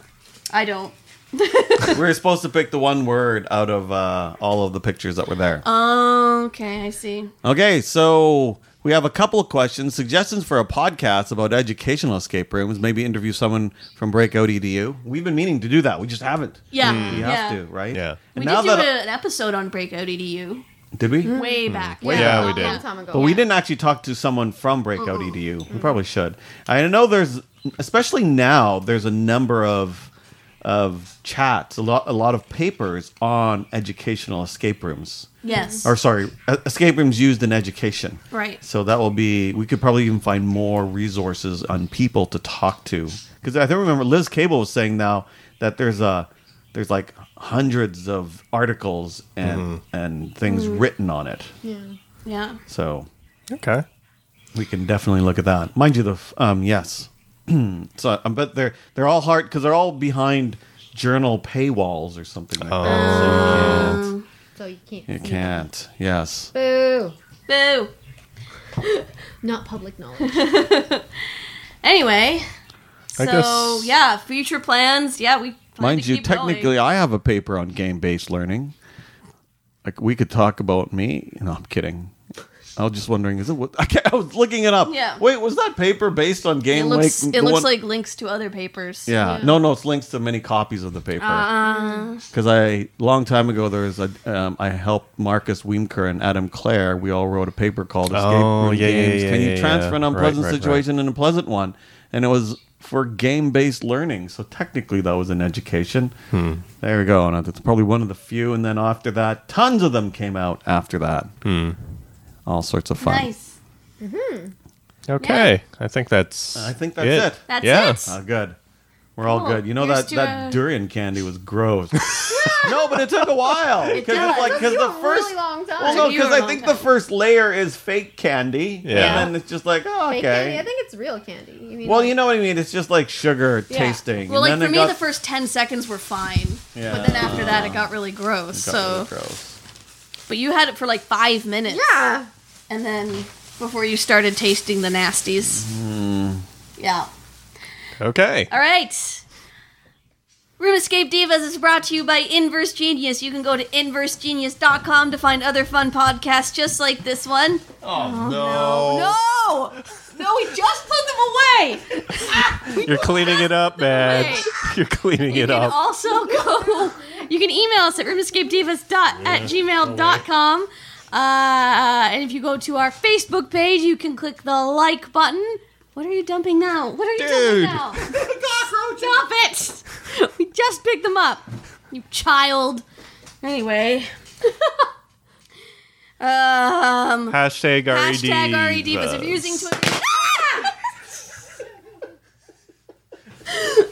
[SPEAKER 4] I don't.
[SPEAKER 1] We were supposed to pick the one word out of uh, all of the pictures that were there.
[SPEAKER 4] Oh, okay, I see.
[SPEAKER 1] Okay, so we have a couple of questions, suggestions for a podcast about educational escape rooms. Maybe interview someone from Breakout EDU. We've been meaning to do that. We just haven't.
[SPEAKER 4] Yeah,
[SPEAKER 1] We
[SPEAKER 4] yeah.
[SPEAKER 1] Hmm. have to, right?
[SPEAKER 3] Yeah.
[SPEAKER 1] And
[SPEAKER 4] We
[SPEAKER 1] now
[SPEAKER 4] did do
[SPEAKER 1] that
[SPEAKER 4] an episode on Breakout E EDU
[SPEAKER 1] did we?
[SPEAKER 4] way back.
[SPEAKER 1] Way
[SPEAKER 3] Yeah,
[SPEAKER 2] a
[SPEAKER 3] we
[SPEAKER 2] long,
[SPEAKER 3] did.
[SPEAKER 2] long time ago.
[SPEAKER 1] But Mm-hmm. we didn't actually talk to someone from Breakout EDU. We probably should. I know there's, especially now, there's a number of of chats, a lot, a lot of papers on educational escape rooms,
[SPEAKER 4] Yes.
[SPEAKER 1] or sorry, e- escape rooms used in education.
[SPEAKER 4] Mm-hmm. Right.
[SPEAKER 1] So that will be. We could probably even find more resources on people to talk to. Because I think remember Liz Cable was saying now that there's a there's like hundreds of articles and and things written on it.
[SPEAKER 4] Yeah.
[SPEAKER 1] So
[SPEAKER 3] Okay.
[SPEAKER 1] we can definitely look at that. Mind you, the f- um yes. so I bet they're they're all hard because they're all behind journal paywalls or something like that. So
[SPEAKER 2] So you can't.
[SPEAKER 1] you can't. You can't. Yes.
[SPEAKER 2] Boo.
[SPEAKER 4] Boo.
[SPEAKER 2] Not public knowledge.
[SPEAKER 4] Anyway, so
[SPEAKER 3] I guess-
[SPEAKER 4] yeah, future plans. Yeah, we. plan
[SPEAKER 1] Mind
[SPEAKER 4] to
[SPEAKER 1] you,
[SPEAKER 4] keep going.
[SPEAKER 1] technically, I have a paper on game based learning. Like we could talk about me. No, I'm kidding. I was just wondering. Is it? What, I, can't- I was looking it up.
[SPEAKER 4] Yeah.
[SPEAKER 1] Wait, was that paper based on
[SPEAKER 4] It
[SPEAKER 1] game?
[SPEAKER 4] looks.
[SPEAKER 1] Lake-
[SPEAKER 4] it
[SPEAKER 1] the
[SPEAKER 4] looks
[SPEAKER 1] one-
[SPEAKER 4] like links to other papers.
[SPEAKER 1] Yeah. No, no, it's links to many copies of the paper. Because I long time ago there was a um, I helped Marcus Wiemker and Adam Clare. We all wrote a paper called Escape
[SPEAKER 3] Oh,
[SPEAKER 1] Room
[SPEAKER 3] yeah, yeah,
[SPEAKER 1] Games.
[SPEAKER 3] yeah,
[SPEAKER 1] Can you
[SPEAKER 3] yeah,
[SPEAKER 1] transfer
[SPEAKER 3] yeah.
[SPEAKER 1] an unpleasant
[SPEAKER 3] Right, right,
[SPEAKER 1] situation in a pleasant one? And it was for game based learning. So technically that was an education.
[SPEAKER 3] Hmm.
[SPEAKER 1] There we go. And that's probably one of the few. And then after that, tons of them came out after that.
[SPEAKER 3] Hmm.
[SPEAKER 1] All sorts of fun.
[SPEAKER 4] Nice.
[SPEAKER 3] Okay. I think that's.
[SPEAKER 1] I think that's it.
[SPEAKER 4] That's it.
[SPEAKER 1] Oh, good. We're all
[SPEAKER 4] Cool.
[SPEAKER 1] good. You know
[SPEAKER 4] Here's
[SPEAKER 1] that,
[SPEAKER 4] to,
[SPEAKER 1] that
[SPEAKER 4] uh,
[SPEAKER 1] durian candy was gross. no, but it took a while because
[SPEAKER 4] does.
[SPEAKER 1] it's like because the
[SPEAKER 2] a
[SPEAKER 1] first
[SPEAKER 2] really long time.
[SPEAKER 1] well no
[SPEAKER 4] Took you
[SPEAKER 1] because
[SPEAKER 4] a
[SPEAKER 1] I
[SPEAKER 4] long
[SPEAKER 1] think the
[SPEAKER 4] time.
[SPEAKER 1] first layer is fake candy
[SPEAKER 3] Yeah.
[SPEAKER 1] and then it's just like oh,
[SPEAKER 2] Fake candy. I
[SPEAKER 1] okay.
[SPEAKER 2] think it's real candy. You mean,
[SPEAKER 1] Well,
[SPEAKER 2] like-
[SPEAKER 1] you know what I mean. It's just like sugar
[SPEAKER 2] Yeah.
[SPEAKER 1] tasting.
[SPEAKER 4] Well, like
[SPEAKER 1] and
[SPEAKER 4] for
[SPEAKER 1] then
[SPEAKER 4] me,
[SPEAKER 1] it got,
[SPEAKER 4] the first ten seconds were fine,
[SPEAKER 1] Yeah.
[SPEAKER 4] but then after that, it got really gross.
[SPEAKER 1] got
[SPEAKER 4] so,
[SPEAKER 1] really gross.
[SPEAKER 4] but you had it for like five minutes.
[SPEAKER 2] Yeah.
[SPEAKER 4] and then before you started tasting the nasties.
[SPEAKER 1] Mm-hmm.
[SPEAKER 4] Yeah.
[SPEAKER 3] Okay.
[SPEAKER 4] All right. Room Escape Divas is brought to you by Inverse Genius. You can go to inversegenius.com to find other fun podcasts just like this one. Oh, no. No. No, we just put them away.
[SPEAKER 3] You're cleaning it up, man. You're cleaning
[SPEAKER 4] You
[SPEAKER 3] it
[SPEAKER 4] can
[SPEAKER 3] up.
[SPEAKER 4] also go. You can email us at roomescapedivas dot at gmail.com. Uh, and if you go to our Facebook page, you can click the like button. What are you dumping now? What are you
[SPEAKER 3] Dude.
[SPEAKER 4] dumping now? Stop it! We just picked them up. You child. Anyway. um.
[SPEAKER 3] Hashtag E RED.
[SPEAKER 4] Hashtag E REDivas. If you're using Twitter.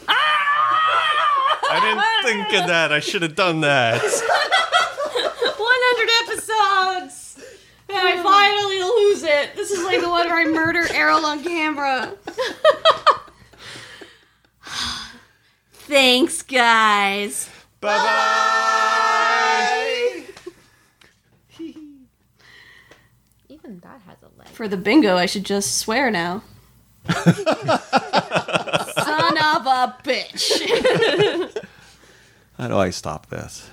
[SPEAKER 4] Ah!
[SPEAKER 3] I didn't think of that. I should have done that.
[SPEAKER 4] 100 episodes! And I finally lose it. Oh This is like the one where I murder Errol on camera. Thanks, guys.
[SPEAKER 3] Bye
[SPEAKER 1] uh,
[SPEAKER 4] Ah!
[SPEAKER 3] bye.
[SPEAKER 2] even that has a leg.
[SPEAKER 4] For the bingo, I should just swear now. Son of a bitch.
[SPEAKER 1] How do I stop this?